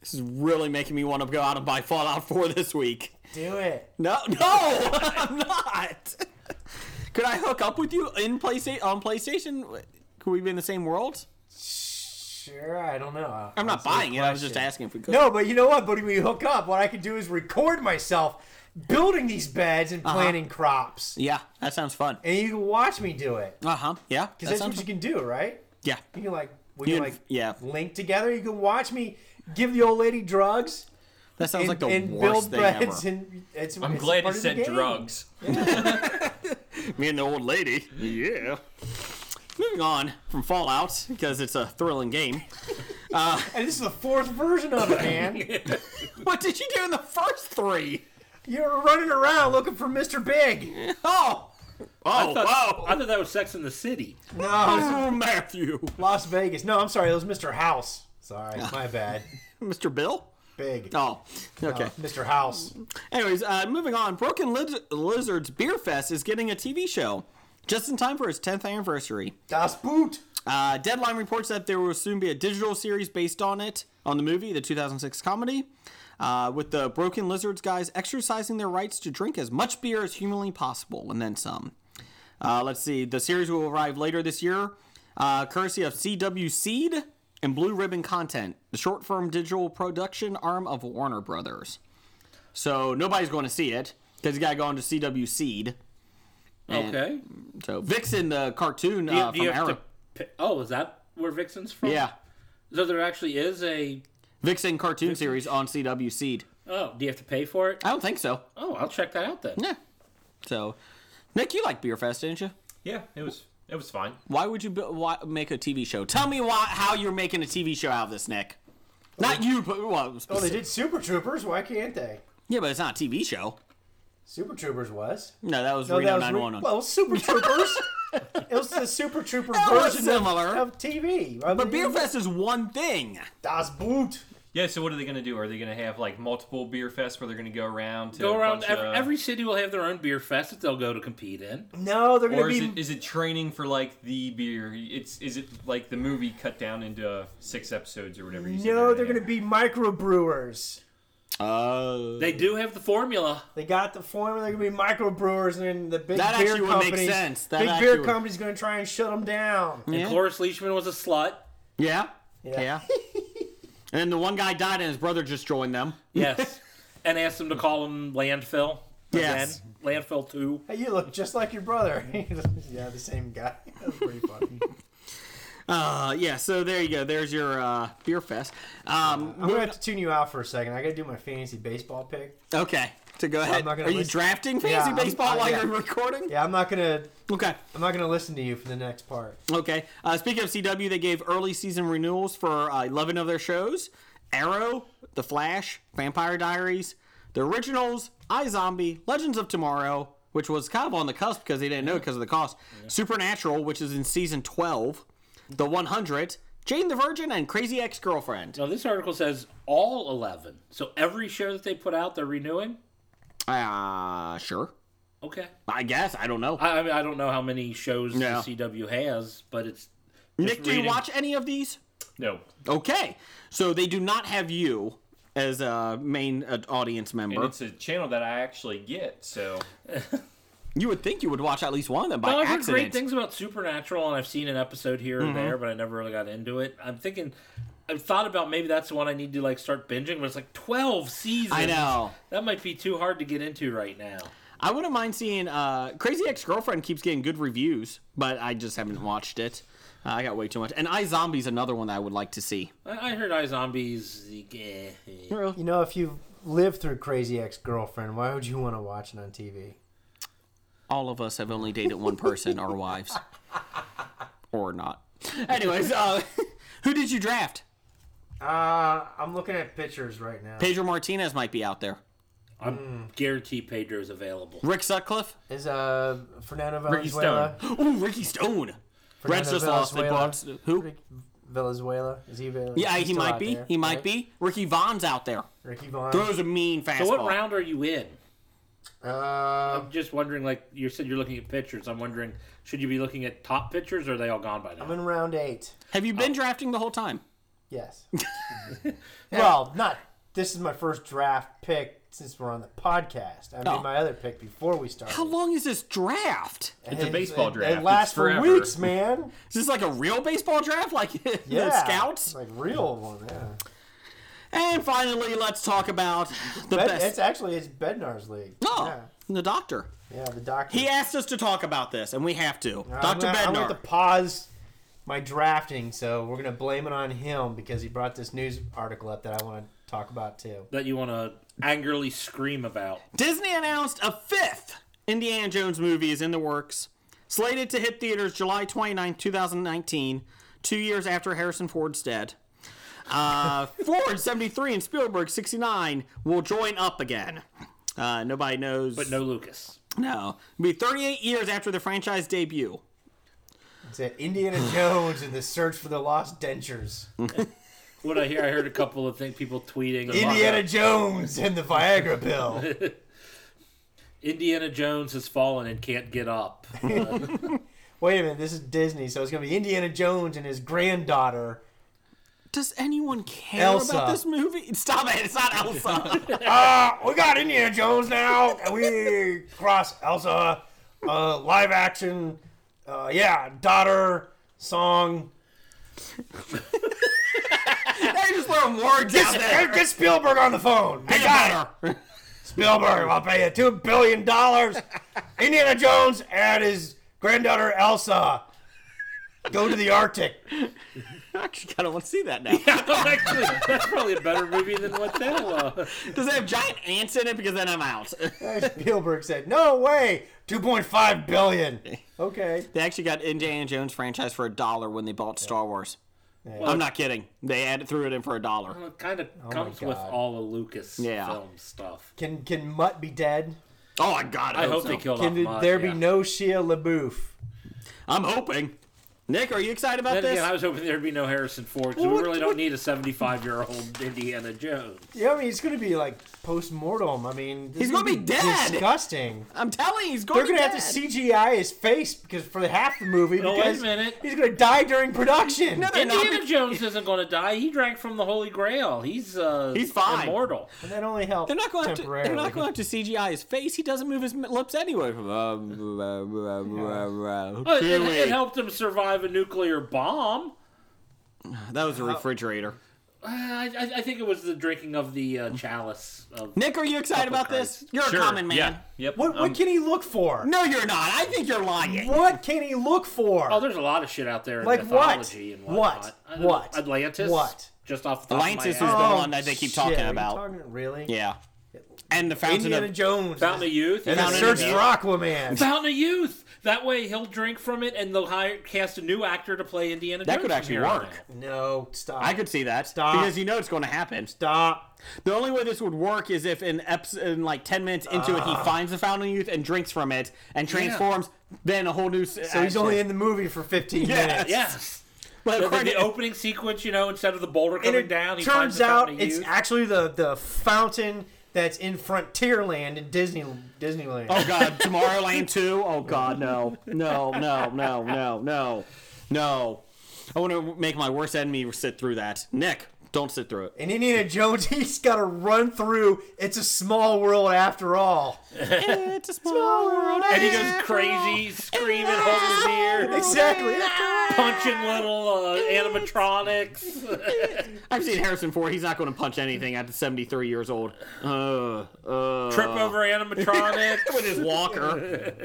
F: This is really making me want to go out and buy Fallout 4 this week.
G: Do it.
F: No, no, I'm not. Could I hook up with you in PlayStation on PlayStation? Could we be in the same world?
G: Sure, I don't know.
F: I'm not buying it. I was just asking if we could.
G: No, but you know what? But when we hook up, what I could do is record myself building these beds and
F: Uh-huh.
G: planting crops,
F: Yeah, that sounds fun.
G: and you can watch me do it.
F: Uh huh. Yeah. that
G: Because that's
F: sounds
G: what you
F: fun.
G: can do, right?
F: Yeah.
G: You can like we
F: You
G: can
F: can-
G: like
F: yeah.
G: link together. You can watch me give the old lady drugs
F: That sounds
G: and,
F: like the
G: and
F: worst
G: build
F: thing ever.
G: beds and it's.
I: I'm
G: it's
I: glad he
G: part of the
I: said
G: game.
I: drugs.
F: Me and the old lady. Yeah. Moving on from Fallout because it's a thrilling game.
G: And this is the fourth version of it, man.
F: What did you do in the first three?
G: you were running around looking for Mr. Big.
F: Oh. Oh,
H: I thought,
F: wow.
H: I thought that was Sex in the City.
G: No,
F: Oh, Matthew.
G: Las Vegas. No, I'm sorry. It was Mr. House. Sorry, my bad.
F: Mr. Bill?
G: Big.
F: Oh, okay.
G: Uh, Mr. House.
F: Anyways, uh, moving on. Broken Liz- Lizards Beer Fest is getting a TV show just in time for its 10th anniversary.
G: Das Boot.
F: Uh, Deadline reports that there will soon be a digital series based on it, on the movie, the 2006 comedy, uh, with the Broken Lizards guys exercising their rights to drink as much beer as humanly possible, and then some. Uh, let's see, the series will arrive later this year, uh, courtesy of CW Seed and Blue Ribbon Content, the short form digital production arm of Warner Brothers. So nobody's going to see it because you got to go on to CW Seed. And-
H: Okay.
F: So Vixen, the cartoon
H: Do you,
F: uh,
H: do you
F: from
H: have
F: Arrow.
H: to pi- oh, is that where Vixen's from?
F: Yeah.
H: So there actually is a.
F: Vixen cartoon series on CW Seed.
H: Oh, do you have to pay for it?
F: I don't think so.
H: Oh, I'll check that out then.
F: Yeah. So, Nick, you like Beer Fest, didn't you?
I: Yeah, it was it was fine.
F: Why would you bu why, make a TV show? Tell me why how you're making a TV show out of this, Nick. Not you, but well,
G: Oh, they did Super Troopers. Why can't they?
F: yeah, but it's not a TV show.
G: Super Troopers was.
F: No, that was
G: No,
F: Reno
G: that was re-
F: 911.
G: well, Super Troopers. it was the Super Trooper
F: was
G: version of,
F: similar.
G: of TV. I
F: but
G: mean,
F: Beer Fest is one thing.
G: Das Boot.
I: Yeah, so what are they going to do? Are they going to have like multiple beer fests where they're going to go around to
H: Go
I: a
H: around.
I: bunch
H: Every,
I: of- uh,
H: every city will have their own beer fest that they'll go to compete in.
G: No, they're
I: or
G: gonna
I: is
G: be.
I: it is it training for like the beer? It's is it like the movie cut down into six episodes or whatever? You said
G: no, they're
I: gonna
G: gonna be microbrewers.
F: Uh,
H: They do have the formula.
G: They got the formula. They're gonna be microbrewers, and then the big
F: That
G: beer
F: actually would make
G: companies.
F: sense. That
G: big
F: actually
G: beer
F: would-
G: company's gonna try and shut them down.
H: And Cloris Leachman was a slut.
F: yeah,
G: Yeah.
F: yeah. and then the one guy died, and his brother just joined them.
H: Yes. and asked them to call him landfill.
F: Yes.
H: Again. Landfill two.
G: Hey, you look just like your brother. yeah, the same guy. That's pretty funny.
F: Uh, yeah. So there you go. There's your uh, beer fest. Um,
G: I'm gonna have to tune you out for a second. I gotta do my fantasy baseball pick.
F: okay. To go ahead.
G: not
F: Are
G: gonna
F: you
G: listen-
F: drafting
G: Yeah,
F: fantasy
G: I'm-
F: baseball
G: uh,
F: while
G: yeah.
F: you're recording?
G: Yeah, I'm not gonna.
F: Okay.
G: I'm not gonna listen to you for the next part.
F: Okay. Uh, speaking of CW, they gave early season renewals for uh, 11 of their shows Arrow, The Flash, Vampire Diaries, The Originals, iZombie, Legends of Tomorrow, which was kind of on the cusp because they didn't know because of the cost, Supernatural, which is in season 12, The 100, Jane the Virgin, and Crazy Ex Girlfriend.
H: Now this article says all eleven. So every show that they put out, they're renewing.
F: Uh, sure.
H: Okay.
F: I guess. I don't know.
H: I, I mean, I don't know how many shows
F: Yeah.
H: the CW has, but it's
F: Nick, do you
H: reading.
F: watch any of these?
I: no.
F: Okay. So they do not have you as a main uh, audience member.
I: And it's a channel that I actually get. So
F: You would think you would watch at least one of them by
H: No, I've heard
F: accident.
H: great things about Supernatural, and I've seen an episode here
F: Mm-hmm.
H: and there, but I never really got into it. I'm thinking, I've thought about maybe that's the one I need to like start binging, but it's like 12 seasons.
F: I know.
H: that might be too hard to get into right now.
F: I wouldn't mind seeing uh, Crazy Ex Girlfriend keeps getting good reviews, but I just haven't watched it. Uh, I got way too much. And I Zombie's another one that I would like to see.
H: I, I heard I Zombies. eh, eh.
G: You know, if you lived through Crazy Ex-Girlfriend, why would you want to watch it on TV?
F: All of us have only dated one person, our wives, or not. Anyways, uh, who did you draft?
G: Uh, I'm looking at pictures right now.
F: Pedro Martinez might be out there.
H: I'm
G: Mm.
H: guarantee Pedro's available.
F: Rick Sutcliffe.
G: Is uh Fernando
I: Ricky
G: Valenzuela?
F: Ooh, Ricky Stone. Reds
G: Fernando
F: just lost. They
G: Valenzuela.
F: bought who?
G: Rick Venezuela? Is he available?
F: Yeah,
G: He's
F: he
G: still
F: might
G: out
F: be.
G: there,
F: He might
G: right? Um,
F: be. Ricky Vaughn's out there.
G: Ricky Vaughn.
F: Throws a mean fastball.
H: So, what round are you in?
G: Uh,
H: I'm just wondering. Like you said, you're looking at pictures. I'm wondering, should you be looking at top pictures, or are they all gone by now?
G: I'm in round eight.
F: Have you been
G: Oh.
F: drafting the whole time?
G: Yes. well, not. This is my first draft pick since we're on the podcast. I
F: Oh.
G: made my other pick before we started.
F: How long is this draft?
I: it's a baseball
G: it,
I: draft.
G: It lasts
I: it's
G: for
I: forever.
G: weeks, man.
F: Is this like a real baseball draft, like
G: Yeah.
F: the scouts?
G: Like real one. Yeah.
F: And finally, let's talk about the
G: Bed,
F: best.
G: It's actually it's Bednar's league.
F: oh,
G: Yeah.
F: the doctor.
G: Yeah. The doctor.
F: He asked us to talk about this, and we have to.
G: I'm
F: Doctor
G: gonna- I'm
F: Bednar.
G: going to pause my drafting, so we're gonna blame it on him because he brought this news article up that I want to talk about too.
H: that you want to angrily scream about?
F: Disney announced a fifth Indiana Jones movie is in the works, slated to hit theaters July 29, 2019, two years after Harrison Ford's dead. Uh, Ford 73 and Spielberg 69 will join up again. Uh, nobody knows.
H: But no, Lucas.
F: No. It'll be 38 years after the franchise debut.
G: It's uh, Indiana Jones and the search for the lost dentures.
H: What I hear, I heard a couple of things, people tweeting. about
G: Indiana
H: that.
G: Jones and the Viagra pill.
H: Indiana Jones has fallen and can't get up.
G: Wait a minute, this is Disney, so it's gonna be Indiana Jones and his granddaughter.
F: Does anyone care
G: Elsa.
F: about this movie? Stop it. It's not Elsa.
G: Uh, we got Indiana Jones now, and we cross Elsa, uh, live action, uh, yeah, daughter song.
F: I just throwing words out there.
G: Get, get Spielberg on the phone. I got it. Spielberg, I'll pay you two billion dollars. Indiana Jones and his granddaughter Elsa go to the Arctic.
F: I actually kind of want to see that now.
H: Actually, that's probably a better movie than what that was.
F: Does it have giant ants in it? Because then I'm out.
G: Spielberg said, "No way, two point five billion. Okay,
F: They actually got Indiana Jones franchise for a dollar when they bought Star Wars. I'm not kidding. They added threw it in for a dollar.
H: It kind of comes with
G: God.
H: all the Lucas
F: Yeah.
H: film stuff.
G: can can Mutt be dead?
F: Oh my god! I,
H: I hope
F: so.
H: they killed
G: Can
H: off Mott,
G: there be
H: yeah.
G: no Shia LaBeouf?
F: I'm hoping. Nick, are you excited about
H: Then
F: this?
H: again, I was hoping there'd be no Harrison Ford because we really don't need a 75 year old Indiana Jones.
G: Yeah, I mean, he's going to be like post mortem. I mean, this
F: He's
G: is
F: gonna be dead!
G: Disgusting.
F: I'm telling you, he's going
G: They're going to
F: to
G: have to CGI his face because for half the movie.
H: No, wait a
G: because
H: minute.
G: He's going to die during production.
F: No, they're not.
H: Indiana Jones isn't going to die. He drank from the Holy Grail. He's uh,
F: He's fine.
H: immortal.
G: And that only helps.
F: They're not going to.
G: temporarily.
F: They're not going to CGI his face. He doesn't move his m- lips anyway. that
H: But Oh, it, it helped him survive a nuclear bomb.
F: was a refrigerator.
H: Uh, I, I I think it was the drinking of the uh, chalice. Of,
F: Nick, are you excited about this? You're a common man.
I: Yeah. Yep.
G: What, what
I: Um,
G: can he look for?
F: No, you're not. I think you're lying.
G: What can he look for?
H: oh, there's a lot of shit out there in
G: Like what?
H: mythology and
G: What?
H: whatnot. I don't
G: What?
H: know. Atlantis.
G: What?
H: Just off the top
F: Atlantis is
H: of my
F: the
H: head.
G: Oh,
F: one that they keep talking
G: shit, are you
F: about.
G: talking- really?
F: Yeah. And the fountain
G: Indiana
F: of
G: Jones.
H: Fountain of Youth.
G: And the
F: Fountain
G: search
F: of
G: for Aquaman.
H: Fountain of Youth. That way he'll drink from it, and they'll hire cast a new actor to play Indiana
F: That
H: Jones.
F: could
H: from
F: actually
H: here on
F: work.
H: out.
G: No, stop.
F: I could see that
G: Stop.
F: because you know it's going to happen.
G: stop.
F: The only way this would work is if in, eps- in like ten minutes into
H: Ah.
F: it, he finds the fountain of youth and drinks from it and transforms. Then a whole new. So
G: So he's only in the movie for 15 minutes.
H: Yes.
F: But
H: The, the-
F: according
H: the
F: to-
H: opening sequence, you know, instead of the boulder
G: And
H: coming
G: it
H: down, he
G: turns
H: finds the
G: out
H: Fountain of
G: it's
H: Youth.
G: actually the, the fountain that's in Frontierland in Disney Disneyland.
F: Oh god, Tomorrowland 2? Oh god, no. No, no, no, no, no. No. I want to make my worst enemy sit through that. Nick, don't sit through it.
G: And Indiana Jones, he's got to run through. It's a small world after all.
F: It's a small world.
H: and he goes crazy, screaming, holding his ear,
G: Exactly.
H: punching little uh, animatronics.
F: I've seen Harrison Ford. He's not going to punch anything at 73 years old. Uh, uh,
H: Trip over animatronics.
F: with his walker.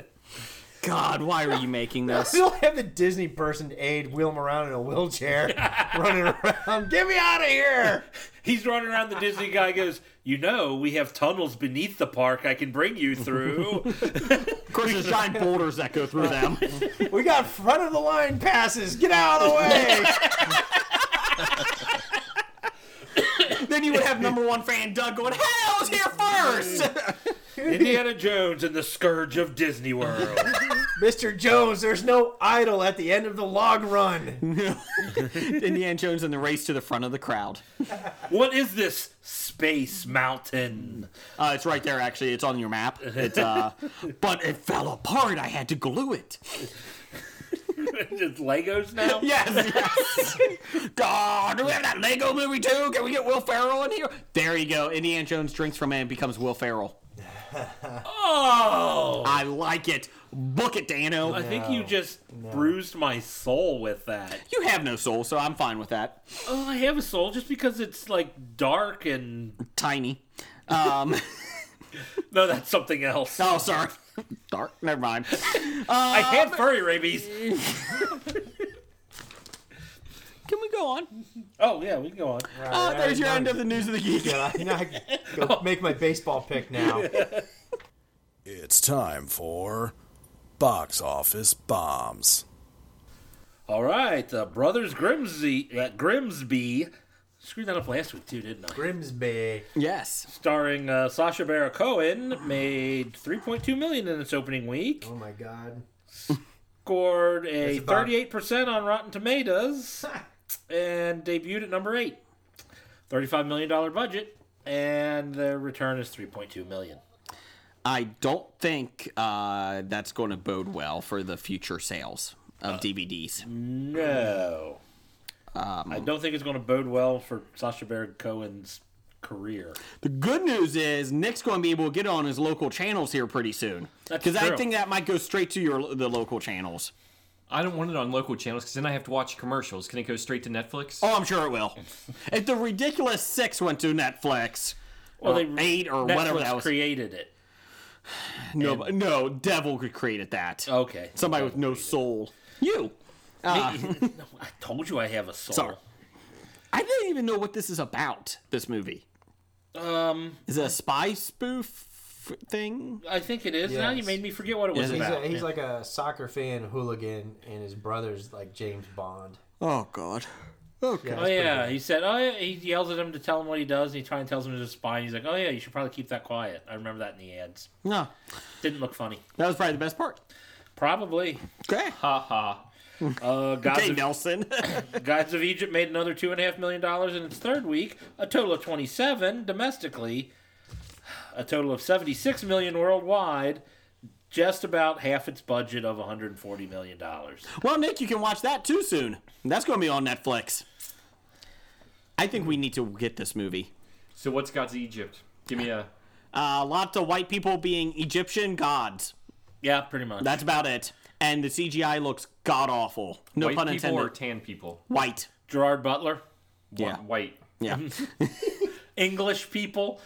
F: God, why are you making this?
G: Still have the Disney person aid wheel him around in a wheelchair, running around. Get me out of here!
H: He's running around. The Disney guy goes, "You know, we have tunnels beneath the park. I can bring you through."
F: Of course, there's giant boulders that go through them.
G: We got front of the line passes. Get out of the way!
F: then you would have number one fan Doug going, "Hey, I was here first!
H: Indiana Jones and the Scourge of Disney World.
G: Mr. Jones, there's no idol at the end of the log run.
F: Indiana Jones in the race to the front of the crowd.
H: what is this space mountain?
F: Uh, it's right there, actually. It's on your map. It, uh, but it fell apart. I had to glue it.
H: It's Legos now.
F: Yes, yes. God, do we have that Lego movie too? Can we get Will Ferrell in here? There you go. Indiana Jones drinks from it and becomes Will Ferrell.
H: Oh.
F: I like it. Book it, Dano.
H: I think you just bruised my soul with that.
F: you have no soul, so I'm fine with that.
H: Oh, I have a soul just because it's like dark and
F: Tiny. Um,
H: no, that's something else.
F: oh, sorry. Dark. Never mind.
H: I had furry rabies.
F: Can we go on?
H: Oh yeah, we can go on.
F: Uh, there's your end of the news of the geek.
G: Yeah, I'm not
I: Oh.
G: go make my baseball pick now.
K: It's time for box office bombs.
H: All right, uh, Brothers Grimsby. Uh, Grimsby. Screwed that up last week too, didn't I?
G: Grimsby.
F: Yes.
H: Starring uh, Sasha Baron Cohen, made 3.2 million in its opening week.
G: Oh my god.
H: Scored a
G: It's about-
H: 38% on Rotten Tomatoes, and debuted at number eight. 35 million dollar budget, and the return is 3.2 million.
F: I don't think uh, that's going to bode well for the future sales of DVDs.
H: No.
F: Um,
H: I don't think it's going to bode well for Sasha Baron Cohen's career.
F: The good news is Nick's going to be able to get on his local channels here pretty soon.
H: That's
F: Because I
H: true.
F: think that might go straight to your the local channels.
I: I don't want it on local channels because then I have to watch commercials. Can it go straight to Netflix?
F: Oh, I'm sure it will. if the ridiculous six went to Netflix,
H: Well,
F: or eight or
H: Netflix
F: whatever that was,
H: created it.
F: no, but- no, Devil could create it that.
H: Okay.
F: Somebody with no soul. You.
H: No, I told you I have a soul.
F: Sorry. I didn't even know what this is about. This movie
H: Um,
F: is it a spy spoof thing?
H: I think it is. Now you
G: Yes.
H: made me forget what it
F: Yes.
H: was
G: He's,
H: about.
G: a, he's like a soccer fan hooligan, and his brother's like James Bond.
F: Oh God. Okay.
H: Oh yeah, he said. Oh yeah, he yells at him to tell him what he does, and he tries and tells him to spy. And he's like, "Oh yeah, you should probably keep that quiet." I remember that in the ads.
F: No,
H: Didn't look funny.
F: that was probably the best part.
H: Probably.
F: Okay.
I: Ha ha.
H: Uh, Gods,
F: Hey,
H: of,
F: Nelson.
H: Gods of Egypt made another two and a half million dollars in its third week, a total of twenty-seven domestically, a total of seventy-six million worldwide, just about half its budget of one hundred and forty million dollars.
F: well, Nick, you can watch that too soon. That's going to be on Netflix. I think we need to get this movie.
I: So what's God's Egypt? Give me a.
F: Uh, lots of white people being Egyptian gods.
H: Yeah, pretty much.
F: That's about it. And the CGI looks god awful. No
I: white
F: pun
I: people
F: intended.
I: or tan people?
F: white.
H: Gerard Butler,
F: Yeah.
I: White.
F: Yeah.
H: English people.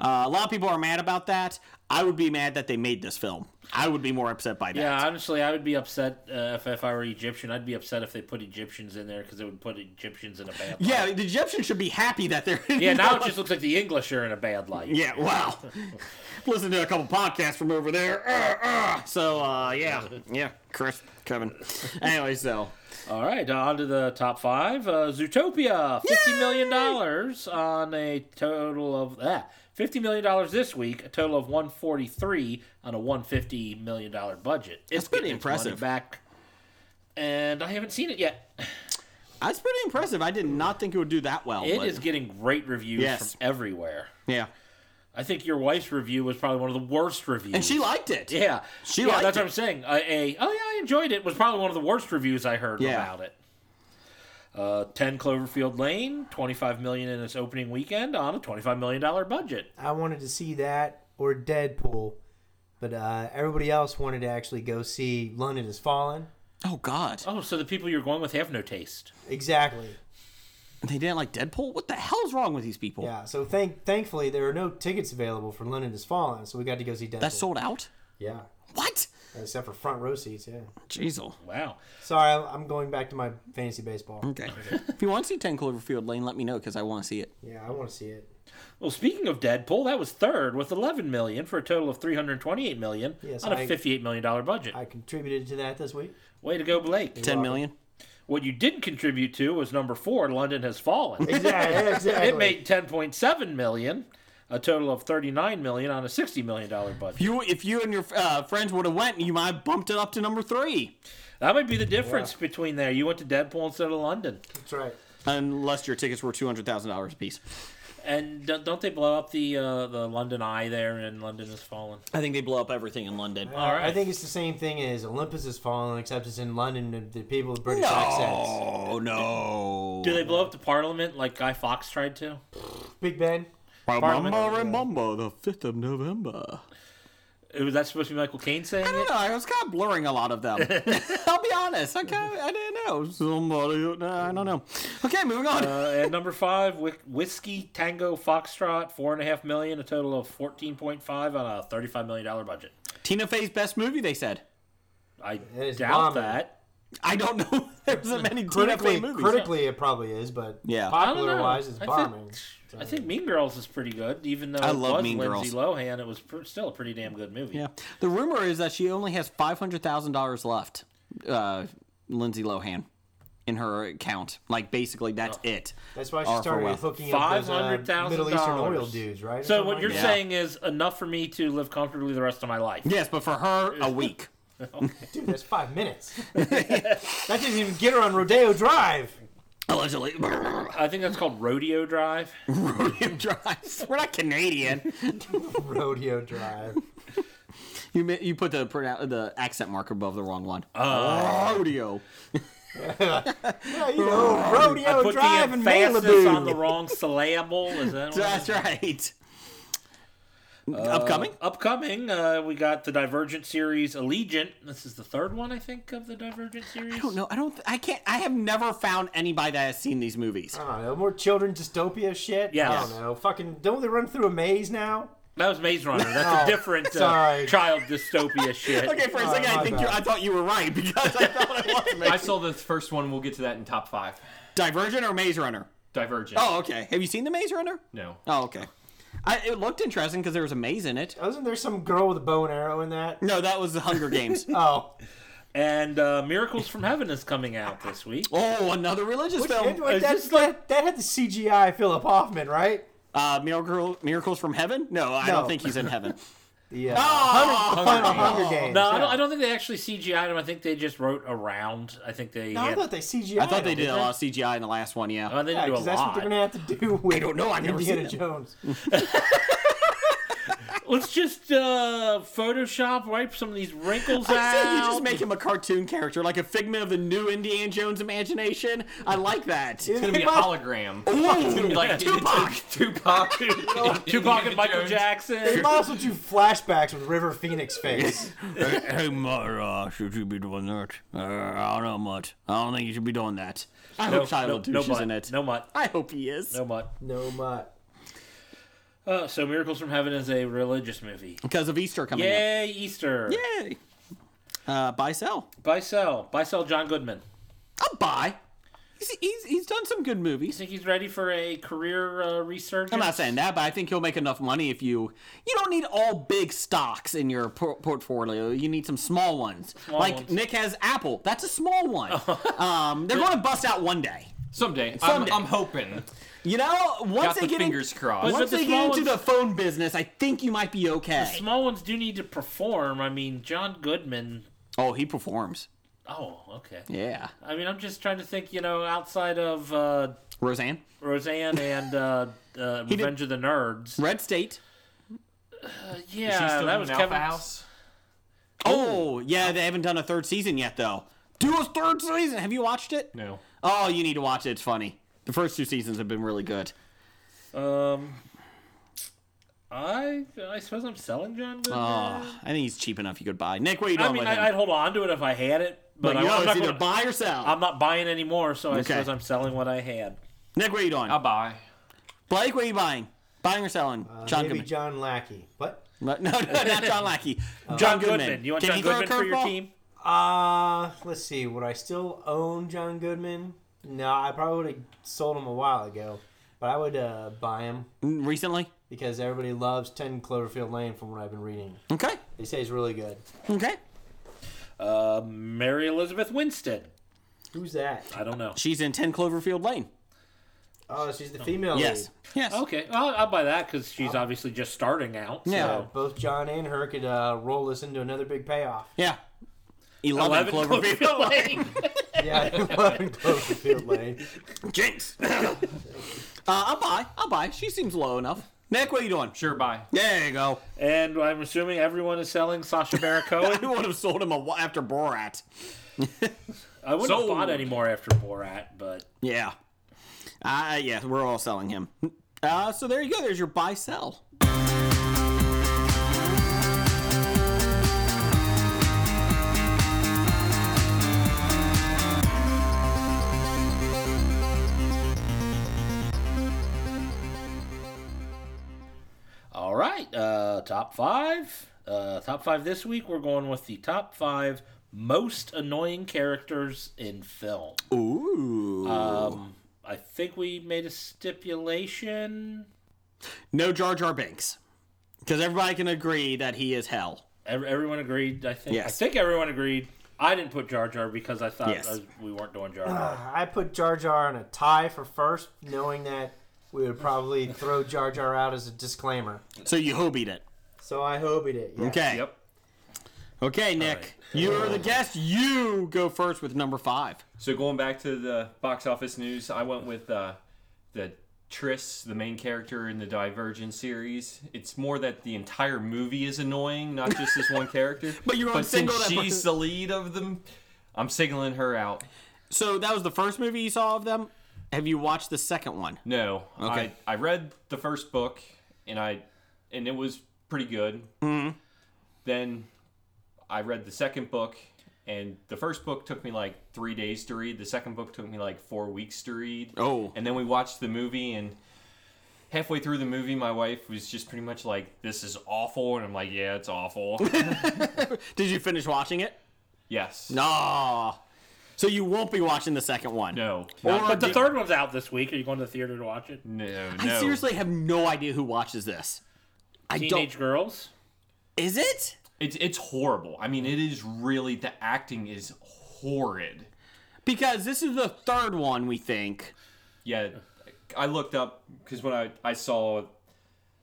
F: Uh, a lot of people are mad about that. I would be mad that they made this film. I would be more upset by that.
H: Yeah, honestly, I would be upset uh, if, if I were Egyptian. I'd be upset if they put Egyptians in there because it would put Egyptians in a bad light.
F: Yeah, the Egyptians should be happy that they're in
H: Yeah, now it just looks like the English are in a bad light.
F: Yeah, wow. Listen to a couple podcasts from over there. Uh, uh. So, uh, yeah. Yeah, Chris, Kevin. Anyway, so.
H: All right, on to the top five. Uh, Zootopia, fifty million dollars on a total of ah, fifty million dollars this week. A total of one forty three on a one fifty million dollar budget. It's
F: pretty
H: getting its money
F: impressive.
H: back, and I haven't seen it yet.
F: That's pretty impressive. I did not think it would do that well.
H: It is
F: but-
H: getting great reviews
F: Yes.
H: from everywhere.
F: Yeah.
H: I think your wife's review was probably one of the worst reviews.
F: And she liked it.
H: yeah,
F: she
H: yeah,
F: liked
H: that's
F: it.
H: what I'm saying. A, a oh yeah, I enjoyed it was probably one of the worst reviews I heard
F: Yeah.
H: about it. Uh, Ten Cloverfield Lane, 25 million in its opening weekend on a 25 million dollar budget.
G: I wanted to see that or Deadpool, but uh, everybody else wanted to actually go see London Has Fallen.
F: Oh, God.
H: Oh, so the people you're going with have no taste.
G: Exactly.
F: They didn't like Deadpool? What the hell's wrong with these people?
G: Yeah. So thank thankfully there are no tickets available for London Has Fallen, so we got to go see Deadpool.
F: That's sold out?
G: Yeah.
F: What?
G: Except for front row seats. Yeah.
F: Jeez. oh,
H: Wow.
G: Sorry, I'm- I'm going back to my fantasy baseball.
F: Okay. if you want to see 10 Cloverfield Lane, let me know because I want to see it.
G: Yeah, I want to see it.
H: Well, speaking of Deadpool, that was third with 11 million for a total of 328 million
G: Yes,
H: on a
G: I-
H: 58 million dollar budget.
G: I contributed to that this week.
H: Way to go, Blake.
F: 10 million?
H: What you did contribute to was number four. London has fallen.
G: Exactly. exactly.
H: It made 10.7 million, a total of 39 million on a 60 million dollar budget.
F: You, if you and your uh, friends would have went, you might have bumped it up to number three.
H: That might be the difference between there. You went to Deadpool instead of London.
G: That's right.
F: Unless your tickets were $200,000 a piece.
H: And don't don't they blow up the uh, the London Eye there and London has fallen?
F: I think they blow up everything in London.
G: All right. I
H: right.
G: think it's the same thing as Olympus Has Fallen, except it's in London. and The people with British accents.
F: Oh, no.
H: Do they blow up the Parliament like Guy Fox tried to?
G: Big Ben.
H: Parliament.
F: Remember the 5th of November.
H: Was that supposed to be Michael Caine saying
F: I don't
H: it?
F: know. I was kind of blurring a lot of them. I'll be honest. I kind of, I didn't know. Somebody, I don't know. Okay, moving on.
H: Uh, and number five, Whi- Whiskey Tango Foxtrot, four and a half million, a total of 14.5 on a 35 million dollar budget.
F: Tina Fey's best movie, they said.
H: I
G: is
H: doubt
G: bombing.
H: that.
F: I don't know. There wasn't many Tina Fey
G: Critically,
F: movies.
G: critically, it probably is, but
F: Yeah.
H: I don't know.
G: popular wise, it's
H: I
G: bombing.
H: Think, I think Mean Girls is pretty good, even though
F: I
H: it
F: love
H: was
F: Mean
H: Lindsay Lohan. It was pr- still a pretty damn good movie.
F: yeah. The rumor is that she only has five hundred thousand dollars left. Uh, Lindsay Lohan, in her account, like basically that's it.
G: Oh. That's why she
F: Or for
G: started
F: wealth.
G: hooking up those uh,
H: $500,000
G: Middle Eastern oil dudes, right? or
H: So
G: something
H: what
G: like
H: you're
G: that.
H: saying is enough for me to live comfortably the rest of my life.
F: Yes, but for her, a week.
G: dude, that's five minutes. that doesn't even get her on Rodeo Drive.
F: Allegedly,
H: I think that's called Rodeo Drive.
F: Rodeo Drive. We're not Canadian.
G: Rodeo Drive.
F: You ma- you put the pronoun- the accent mark above the wrong one.
G: Oh.
F: Rodeo.
G: Yeah, you know, Rodeo
H: Put
G: Drive
H: the
G: in
H: emphasis
G: Malibu.
H: on the wrong syllable. Is that what
F: That's right.
G: Uh,
F: Upcoming.
H: Upcoming, uh, we got the Divergent series Allegiant. This is the third one, I think, of the Divergent series.
F: I don't know. I don't. th- I can't. I have never found anybody that has seen these movies.
G: I don't know, more children dystopia shit.
H: Yes.
G: I don't know. Fucking, don't they run through a maze now?
H: That was Maze Runner. That's
G: Oh,
H: a different uh,
G: sorry.
H: child dystopia shit.
F: Okay, for a second, I
G: Oh, my
F: think you,
G: bad.
F: I thought you were right because I thought it was
I: I
F: Maze.
I: saw the first one. We'll get to that in top five.
F: Divergent or Maze Runner.
I: Divergent.
F: Oh, okay. Have you seen the Maze Runner?
I: No.
F: Oh, okay. I, it looked interesting because there was a maze in it.
G: Wasn't there some girl with a bow and arrow in that?
F: No, that was the Hunger Games.
G: Oh,
H: And uh, Miracles from Heaven is coming out this week.
F: oh, another religious
G: Wait,
F: film.
G: wait, that, that, that had the CGI Philip Hoffman, right?
F: Uh, Miracle, Miracles from Heaven? No, I don't
G: No.
F: think he's in heaven. Oh!
G: The uh, Hunger- final Hunger Games.
H: No, I,
G: yeah.
H: don't, I don't think they actually CGI'd him. I think they just wrote around. I think they.
G: No, I
H: had,
G: thought they CGI.
F: I thought they did a lot of CGI in the last one. Yeah.
H: oh, they didn't
G: Yeah,
H: do a
G: 'cause that's what
H: lot.
G: they're gonna have to do with I
F: don't know, I've never
G: Indiana
F: seen it.
G: Jones.
H: Let's just uh, Photoshop wipe some of these wrinkles
F: I said
H: out.
F: you just make him a cartoon character, like a figment of the new Indiana Jones imagination. I like that.
I: It's gonna be a hologram. It's gonna be like
F: Tupac.
I: Tupac,
H: Tupac and Michael
I: Jones.
G: They
H: Jackson.
G: might as well do flashbacks with River Phoenix face.
F: hey, mother, uh, should you be doing that? Uh, I don't know much. I don't think you should be doing that. I hope Shia LaDouche
H: no
F: is
H: mutt.
F: in it.
H: No mutt.
F: I hope he is.
H: No mutt.
G: no mutt.
H: Uh, so, Miracles from Heaven is a religious movie.
F: Because of Easter coming up.
H: Yay, Easter.
F: Yay. Uh, buy, sell.
H: Buy, sell. Buy, sell John Goodman.
F: I'll buy. He's, he's, he's done some good movies.
H: Think he's ready for a career uh, resurgence?
F: I'm not saying that, but I think he'll make enough money if you. You don't need all big stocks in your por- portfolio. You need some small ones. like
H: ones.
F: Nick has Apple. That's a small one. um, they're going to bust out one day.
I: Someday,
F: Someday.
I: I'm, I'm hoping.
F: You know, once
I: Got
F: they
I: the
F: get in-
I: fingers crossed.
H: But
F: once
H: the
F: they
H: small
F: get into
H: ones-
F: the phone business, I think you might be okay.
H: Small ones do need to perform. I mean, John Goodman.
F: oh, he performs.
H: Oh, okay.
F: Yeah,
H: I mean, I'm just trying to think, you know, outside of uh,
F: Roseanne,
H: Roseanne and uh, uh,
F: did-
H: Revenge of the Nerds.
F: Red State.
H: Yeah,
I: She's still
H: that
I: in
H: was
I: Alpha
H: Kevin.
I: House.
F: Oh, yeah, they haven't done a third season yet, though. Do a third season. Have you watched it?
I: No.
F: Oh, you need to watch it. It's funny. The first two seasons have been really good.
H: Um, I I suppose I'm selling John Goodman.
F: Oh, I think he's cheap enough you could buy. Nick, what are you doing
H: I mean,
F: with him?
H: I, I'd hold on to it if I had it, but,
F: Like,
H: I,
F: you know,
H: am
F: it's
H: not
F: either
H: gonna-
F: buy or sell.
H: I'm not buying anymore, so I
F: Okay.
H: suppose I'm selling what I had.
F: Nick, what are you doing?
I: I'll buy.
F: Blake, what are you buying? Buying or selling? John
G: Maybe
F: Goodman.
G: John Lackey. What?
F: No, no, not John Lackey. John, Goodman.
H: You want
F: Can
H: John
F: he throw a
H: Goodman for your
F: curveball?
H: team?
G: Uh, let's see. Would I still own John Goodman? No, I probably would have sold him a while ago, but I would uh, buy him
F: Mm, Recently?
G: because everybody loves 10 Cloverfield Lane from what I've been reading.
F: Okay.
G: They say it's really good.
F: Okay.
H: Uh, Mary Elizabeth Winstead.
G: Who's that?
H: I don't know.
F: She's in 10 Cloverfield Lane.
G: Oh, she's the female
F: Yes.
G: lead.
F: Yes.
H: Okay, well, I'll buy that because she's obviously just starting out. so-
F: Uh, Yeah.
G: Uh, both John and her could uh, roll this into another big payoff.
F: Yeah. 11,
H: 11
F: Cloverfield.
H: Cloverfield Lane.
G: Yeah, I love Cloverfield Lane.
F: Jinx. uh, I'll buy. I'll buy. She seems low enough. Nick, what are you doing?
I: Sure, buy.
F: There you go.
H: and I'm assuming everyone is selling Sasha Baron
F: I
H: Cohen.
F: would have Oh, sold him a wa- after Borat.
H: I wouldn't
I: Sold.
H: have bought any more after Borat, but
F: Yeah. Uh, yeah, we're all selling him. Uh, so there you go. There's your buy sell.
H: all right. Uh, top five. Uh, top five this week. We're going with the top five most annoying characters in film.
F: Ooh.
H: Um, I think we made a stipulation.
F: no Jar Jar Binks. Because everybody can agree that he is hell.
H: Ev- Everyone agreed. I think. I
F: Yes.
H: think everyone agreed. I didn't put Jar Jar because I thought
F: Yes.
H: uh, we weren't doing Jar Jar.
G: I put Jar Jar in a tie for first, knowing that we would probably throw Jar Jar out as a disclaimer.
F: So you hobied it.
G: So I hobied it. Yeah.
F: Okay.
H: Yep.
F: Okay, Nick. You're the guest. You go first with number five.
I: So going back to the box office news, I went with uh, the Triss, the main character in the Divergent series. It's more that the entire movie is annoying, not just this one character.
F: But you're on
I: but since
F: single that-
I: she's the lead of them, I'm singling her out.
F: So that was the first movie you saw of them. Have you watched the second one?
I: No,
F: Okay.
I: I, I read the first book, and I and it was pretty good. Then I read the second book, and the first book took me like three days to read. The second book took me like four weeks to read.
F: Oh.
I: and then we watched the movie, and halfway through the movie, my wife was just pretty much like, "This is awful," and I'm like, "Yeah, it's awful."
F: Did you finish watching it?
I: yes.
F: No. So you won't be watching the second one.
I: No.
F: Or
H: But the
F: did-
H: third one's out this week. Are you going to the theater to watch it?
I: No. No.
F: I seriously have no idea who watches this. I
H: Teenage
F: don't.
H: girls.
F: Is it?
I: It's it's horrible. I mean, it is really the acting is horrid.
F: Because this is the third one we think.
I: Yeah, I looked up because when I, I saw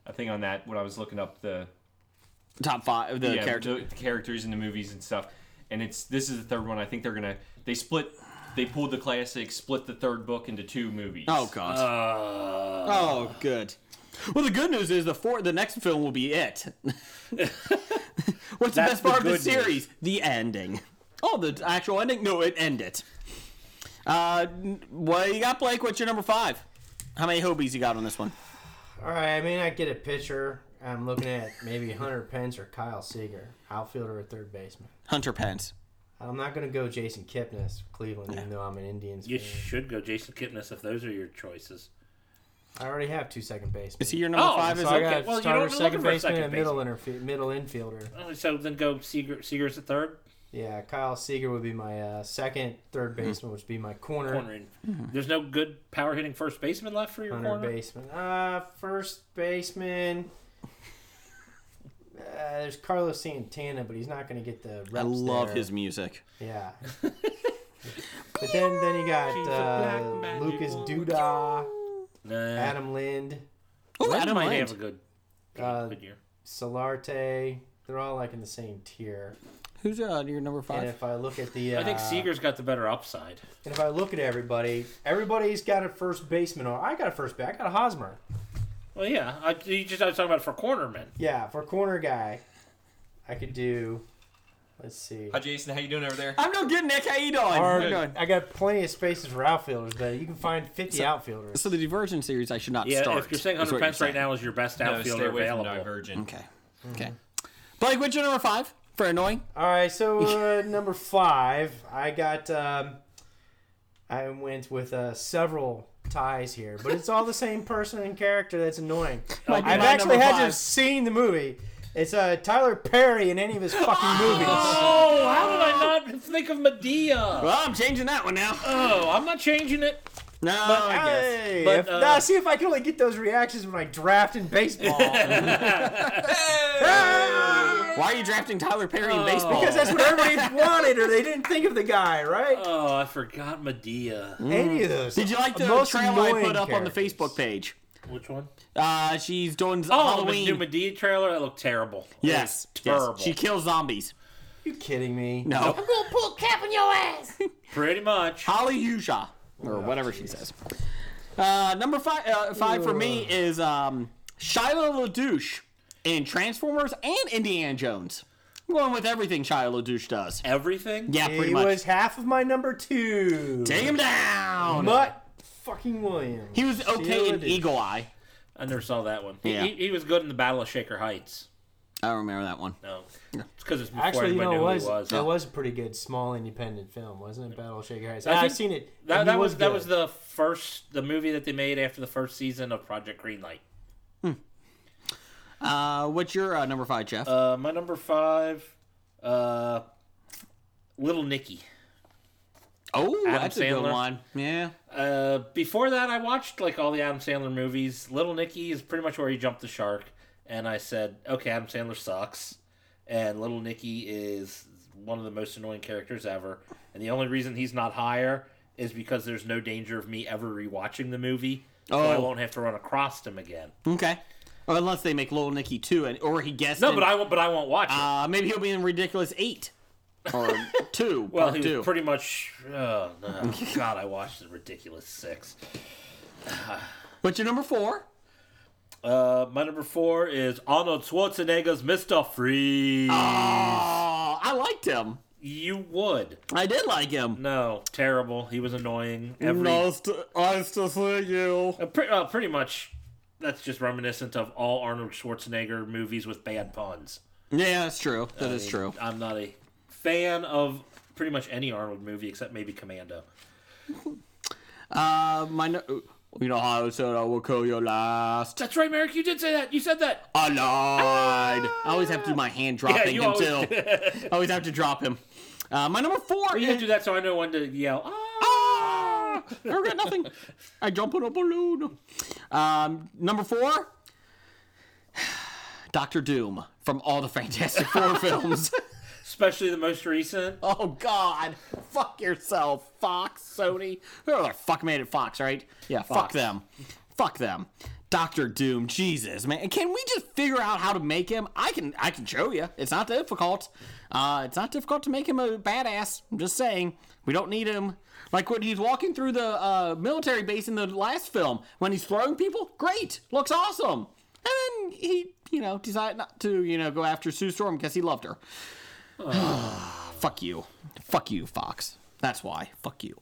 I: a thing on that when I was looking up the
F: top five the
I: yeah,
F: character.
I: the, the characters in the movies and stuff. And it's this is the third one. I think they're gonna they split they pulled the classic, split the third book into two movies.
F: Oh god. oh good. Well, the good news is the four, the next film will be it. What's the best
L: the
F: part of the
L: good news.
F: series? The ending. Oh, the actual ending? No, it end it. Uh, well, you got Blake. What's your number five? How many Hobies you got on this one?
G: All right, I may not get a pitcher. I'm looking at maybe Hunter Pence or Kyle Seager, outfielder or third baseman.
F: Hunter Pence.
G: I'm not going to go Jason Kipnis, Cleveland, even though I'm an Indians
H: You
G: fan.
H: should go Jason Kipnis if those are your choices.
G: I already have two second basemen.
F: Is he your number
H: Oh,
F: five?
G: so
F: Is
G: I
F: okay.
G: got
H: well, you
G: starter,
H: don't look
G: second
H: for a
G: baseman,
H: second
G: and middle, interfe- middle infielder.
H: Oh, So then go Seager, Seager's the third.
G: Yeah, Kyle Seager would be my uh, second, third baseman, which would be my corner,
H: Mm-hmm. Corner in. There's no good power hitting first baseman left for your
G: Hunter
H: corner.
G: baseman. Uh, first baseman. Uh, there's Carlos Santana, but he's not going to get the reps
F: I love
G: there.
F: his music.
G: Yeah. but then then you got uh, Lucas Duda,
H: Nah.
G: Adam Lind,
F: Oh,
H: Lynn
F: Adam
H: might
F: Land.
H: have a good,
G: Uh,
H: good year.
G: Solarte. They're all like in the same tier.
F: Who's uh, your number
G: And
F: five?
G: if I look at the, uh,
H: I think Seager's got the better upside.
G: And if I look at everybody, everybody's got a first baseman. Or I got a first base. I got a Hosmer.
H: Well, yeah. I, you just I was talking about for cornermen.
G: Yeah, for corner guy, I could do. Let's see.
I: Hi Jason, how you doing over there?
F: I'm no good, Nick. How you doing? How you doing?
G: I got plenty of spaces for outfielders, but you can find 50 outfielders.
F: So the Divergent series, I should not
H: Yeah,
F: start.
H: if you're saying
F: is
H: Hunter
F: what you're
H: Pence right
F: saying.
H: now is your best
I: No, stay
H: outfielder
I: away from
H: available,
I: Divergent.
F: Okay. Okay. Blake, what's your number five for annoying?
G: All right, so uh, number five, I got. Um, I went with uh, several ties here, but it's all the same person and character that's annoying. I've
F: my
G: actually
F: number
G: had to
F: five.
G: have seen the movie. It's uh, Tyler Perry in any of his fucking movies.
H: Oh, how did I not think of Medea?
F: Well, I'm changing that one now.
H: Oh, I'm not changing it.
F: No, I guess.
G: Hey,
H: But,
G: if-
H: uh,
G: nah, see if I can only get those reactions when I draft in baseball.
F: Why are you drafting Tyler Perry in baseball?
G: uh, Because that's what everybody wanted, or they didn't think of the guy, right?
H: Oh, I forgot Medea.
G: Any of those.
F: Uh, Did you like the
G: Most
F: trailer I put
G: annoying
F: up on the
G: characters.
F: Facebook page?
H: Which one?
F: Uh, she's doing
H: Oh, the new
F: Halloween.
H: Medea trailer that looked terrible.
F: yes,
H: It was
F: yes.
H: terrible.
F: She kills zombies.
G: you kidding me?
F: No,
H: Pretty much.
F: Holly Husha or whatever she says. Uh, number five, uh, five for me is um, Shia LaDouche in Transformers and Indiana Jones. I'm going with everything Shia LaDouche does.
H: Everything.
F: Yeah,
G: He
F: pretty much.
G: was half of my number two.
F: Take him down.
G: Mutt fucking Williams.
F: He was okay in
G: LaDouche.
F: Eagle Eye.
H: I never saw that one.
F: Yeah.
H: He, he was good in the Battle of Shaker Heights.
F: I don't remember that one.
H: No, it's because it's before
G: Actually, you
H: anybody
G: know, it
H: knew
G: was,
H: who he was.
G: that was a pretty good small independent film, wasn't it? Battle of Shaker Heights.
H: I
G: I've
H: think
G: seen it.
H: That,
G: and he
H: that was, that
G: good.
H: was the first the movie that they made after the first season of Project Greenlight.
F: Uh, what's your uh, number five, Jeff?
H: Uh, my number five, uh, Little Nicky.
F: oh,
H: Adam
F: that's a
H: Sandler.
F: good one. Yeah.
H: Uh, before that, I watched like all the Adam Sandler movies. Little Nicky is pretty much where he jumped the shark, and I said, "Okay, Adam Sandler sucks," and Little Nicky is one of the most annoying characters ever. And the only reason he's not higher is because there's no danger of me ever rewatching the movie, so I
F: Oh. Hmm.
H: won't have to run across him again.
F: Okay. Or unless they make Little Nicky two, and or he guessed.
H: No,
F: in-
H: but I won't. But I won't watch it.
F: Uh, maybe he'll be in Ridiculous Eight or two.
H: Well,
F: part
H: he
F: two.
H: was pretty much. Oh no, God! I watched the ridiculous six.
F: What's your number four?
H: Uh, my number four is Arnold Schwarzenegger's Mister Freeze.
F: Oh, I liked him.
H: You would.
F: I did like him.
H: No, terrible. He was annoying. Every
F: I still see you.
H: uh, pre- uh, pretty much. That's just reminiscent of all Arnold Schwarzenegger movies with bad puns.
F: Yeah, that's true. That is true.
H: I'm not a fan of pretty much any Arnold movie except maybe Commando.
F: Uh, my, nu- you know how I said I will kill your last.
H: That's right, Merrick. You did say that. You said that.
F: I lied. I always have to do my hand dropping
H: Ah. you
F: him too.
H: always-
F: I always have to drop him. Uh, my number four. is-
H: You did do that, so I know when to yell. Ah!
F: Ah! I regret nothing. I jump in a balloon. Um, number four, Doctor Doom from all the Fantastic Four films.
H: Especially the most recent.
F: oh God, fuck yourself, Fox, Sony. Whoever the fuck made it Fox, right? Yeah, fuck them. Fuck them. Doctor Doom, Jesus, man. Can we just figure out how to make him? I can I can show you. It's not difficult. Uh, it's not difficult to make him a badass. I'm just saying. We don't need him. Like when he's walking through the uh, military base in the last film, when he's throwing people, great. Looks awesome. And then he, you know, decided not to, you know, go after Sue Storm because he loved her. Fuck you. Fuck you, Fox. That's why. Fuck you.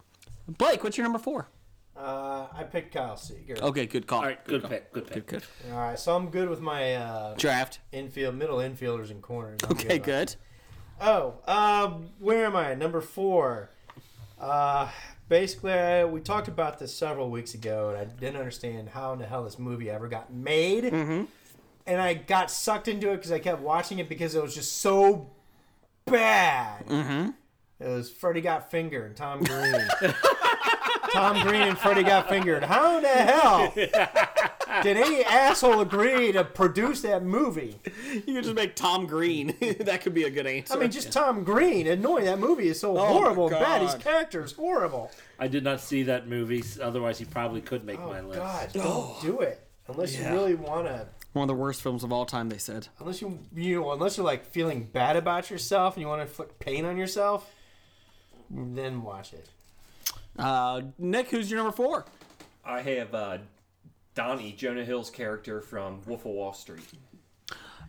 F: Blake, what's your number four?
G: Uh, I picked Kyle Seeger.
F: Okay, good call.
H: All right, good pick, good pick.
F: Good.
G: All right, so I'm good with my uh,
F: Draft.
G: infield, middle infielders and corners. I'm
F: Okay,
G: with
F: good.
G: Oh, uh, where am I? Number four. Uh, basically, I, we talked about this several weeks ago, and I didn't understand how in the hell this movie ever got made. And I got sucked into it because I kept watching it because it was just so bad. Mm-hmm. It was Freddie Got Fingered and Tom Green. Tom Green and Freddie Got Fingered. How in the hell did any asshole agree to produce that movie?
F: You could just make Tom Green. that could be a good answer.
G: I mean, just Tom Green. Annoying. That movie is
I: Oh
G: so horrible and bad. His character is horrible.
H: I did not see that movie, s- otherwise he probably could make
G: Oh
H: my list.
G: God, don't do it unless you really want to.
F: one of the worst films of all time. They said.
G: Unless you you know, unless you're like feeling bad about yourself and you want to inflict pain on yourself, then watch it.
F: Uh, Nick, who's your number four?
I: I have uh, Donnie, Jonah Hill's character from Wolf of Wall Street.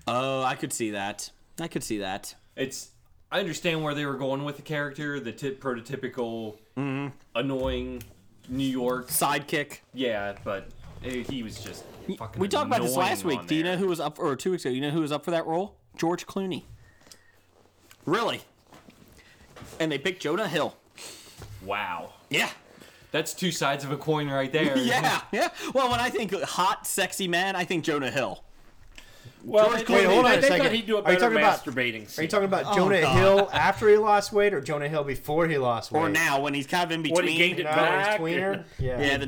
F: Oh, I could see that. I could see that.
I: It's I understand where they were going with the character, the tip prototypical annoying New York.
F: Sidekick.
I: Yeah, but it, he was just fucking.
F: We talked about this
I: annoying
F: last week.
I: on
F: Do you know
I: there.
F: who was up, or two weeks ago? You know who was up for that role? George Clooney. Really? And they picked Jonah Hill.
I: Wow,
F: Yeah.
I: that's two sides of a coin right there.
F: Yeah. Yeah. Well, when I think hot, sexy man, I think Jonah Hill.
H: Well,
F: George
H: they-
F: Clooney.
H: they-
F: Hold on
G: a
H: they thought
G: second.
H: he'd do a
G: Are you
H: better
G: talking about-
H: masturbating
G: Are you
H: scene.
G: talking about Jonah
F: God.
G: Hill after he lost weight or Jonah Hill before he lost weight?
F: Or now, when he's kind of in between.
H: When he gained it
G: No,
H: back.
G: his tweener. Yeah.
F: Yeah, the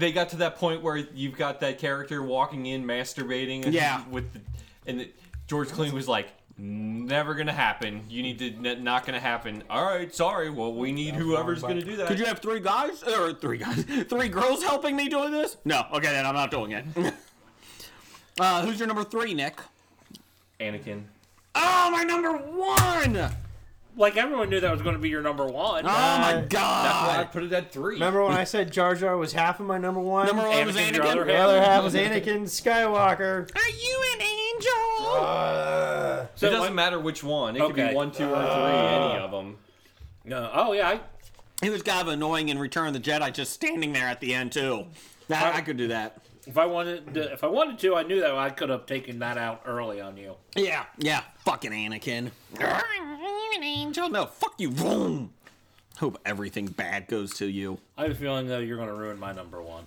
I: they got to that point where you've got that character walking in, masturbating. and-
F: Yeah.
I: with the, and it- George Clooney was like. Never gonna happen. You need to n- not gonna happen. All right, sorry. Well, we need whoever's gonna do that.
F: Could you have three guys or three guys, three girls helping me doing this? No. Okay, then I'm not doing it. uh, who's your number three, Nick?
I: Anakin.
F: Oh, my number one. Oh
H: Like everyone knew that was going to be your number one.
F: my
I: Uh, That's why I
F: god.
I: put it at three.
G: Remember when I said Jar Jar was half of my number one?
F: Number one was
H: Anakin's your other
F: Anakin.
G: The other
H: half.
G: half was Anakin Skywalker.
F: Are you an angel?
G: Uh,
H: So
I: it doesn't
H: like-
I: matter which one. It could
H: Okay.
I: be one, two, or three. Any of them.
H: No. Oh yeah. I,
F: Uh, He was kind of annoying in Return of the Jedi, just standing there at the end too. That, I could do that.
H: if I wanted, to, if I wanted to, I knew that I could have taken that out early on you.
F: Yeah, yeah. Fucking Anakin. Are you an angel? No, fuck you. Vroom. Hope everything bad goes to you.
H: I have a feeling though you're going to ruin my number one.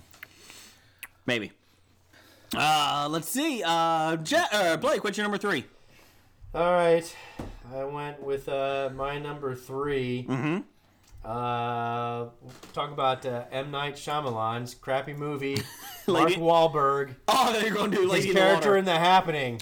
F: Maybe. Uh, let's see. Uh, Je- uh, Blake, what's your number three?
G: All right, I went with uh, my number 3 Mm-hmm. Uh, talk about uh, M Night Shyamalan's crappy movie. Mark
F: Lady-
G: Wahlberg,
F: Oh, they're going to do
G: his
F: Lady in the
G: character
F: Water.
G: in The Happening.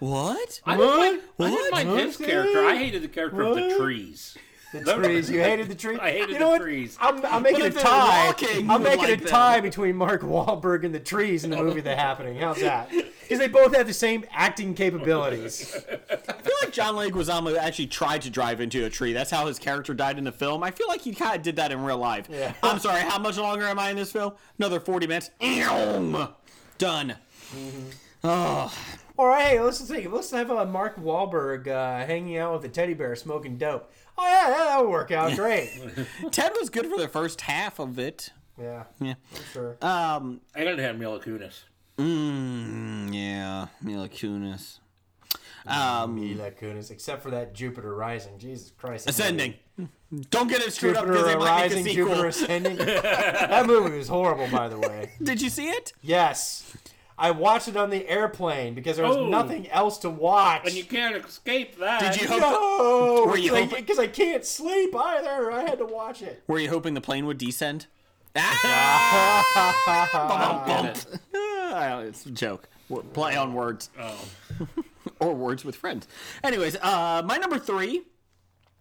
F: what?
H: I didn't mind, I
F: What?
H: didn't mind his
G: What?
H: character. I hated the character of the
G: What?
H: trees.
G: The
H: Those-
G: trees. You hated the trees.
H: I hated
G: you know
H: the
G: what?
H: trees.
G: I'm, I'm making a
F: if they're
G: tie.
F: walking,
G: I'm
F: you would
G: making
F: like
G: a
F: them.
G: tie between Mark Wahlberg and the trees in the movie The Happening. How's that? Because they both have the same acting capabilities.
F: I feel like John Leguizamo actually tried to drive into a tree. That's how his character died in the film. I feel like he kind of did that in real life.
G: Yeah.
F: I'm sorry. How much longer am I in this film? Another 40 minutes. Eom. Done.
G: All right, hey, let's think. Let's have uh, Mark Wahlberg uh, hanging out with a teddy bear smoking dope. Oh yeah, that, that'll work out great.
F: Ted was good for the first half of it.
G: yeah,
F: Yeah.
G: I'm sure.
F: Um.
H: I gotta have Mila Kunis.
F: mm, yeah. Mila Kunis. Um.
G: Mila Kunis, except for that Jupiter Rising. Jesus Christ. that
F: Ascending.
G: movie.
F: Don't get it screwed up because they
G: Jupiter
F: might make a
G: Rising,
F: sequel.
G: Jupiter Ascending. that movie was horrible, by the way.
F: Did you see it?
G: Yes. I watched it on the airplane because there was
H: Oh.
G: nothing else to watch.
H: And you can't escape that.
F: Did you hope?
G: no,
F: Were you hoping-
G: because I can't sleep either. I had to watch it.
F: Were you hoping the plane would descend? Ah! Bum, bum, bump. Ah, it's a joke. W- Play on words.
G: Oh.
F: or words with friends. Anyways, uh, my number three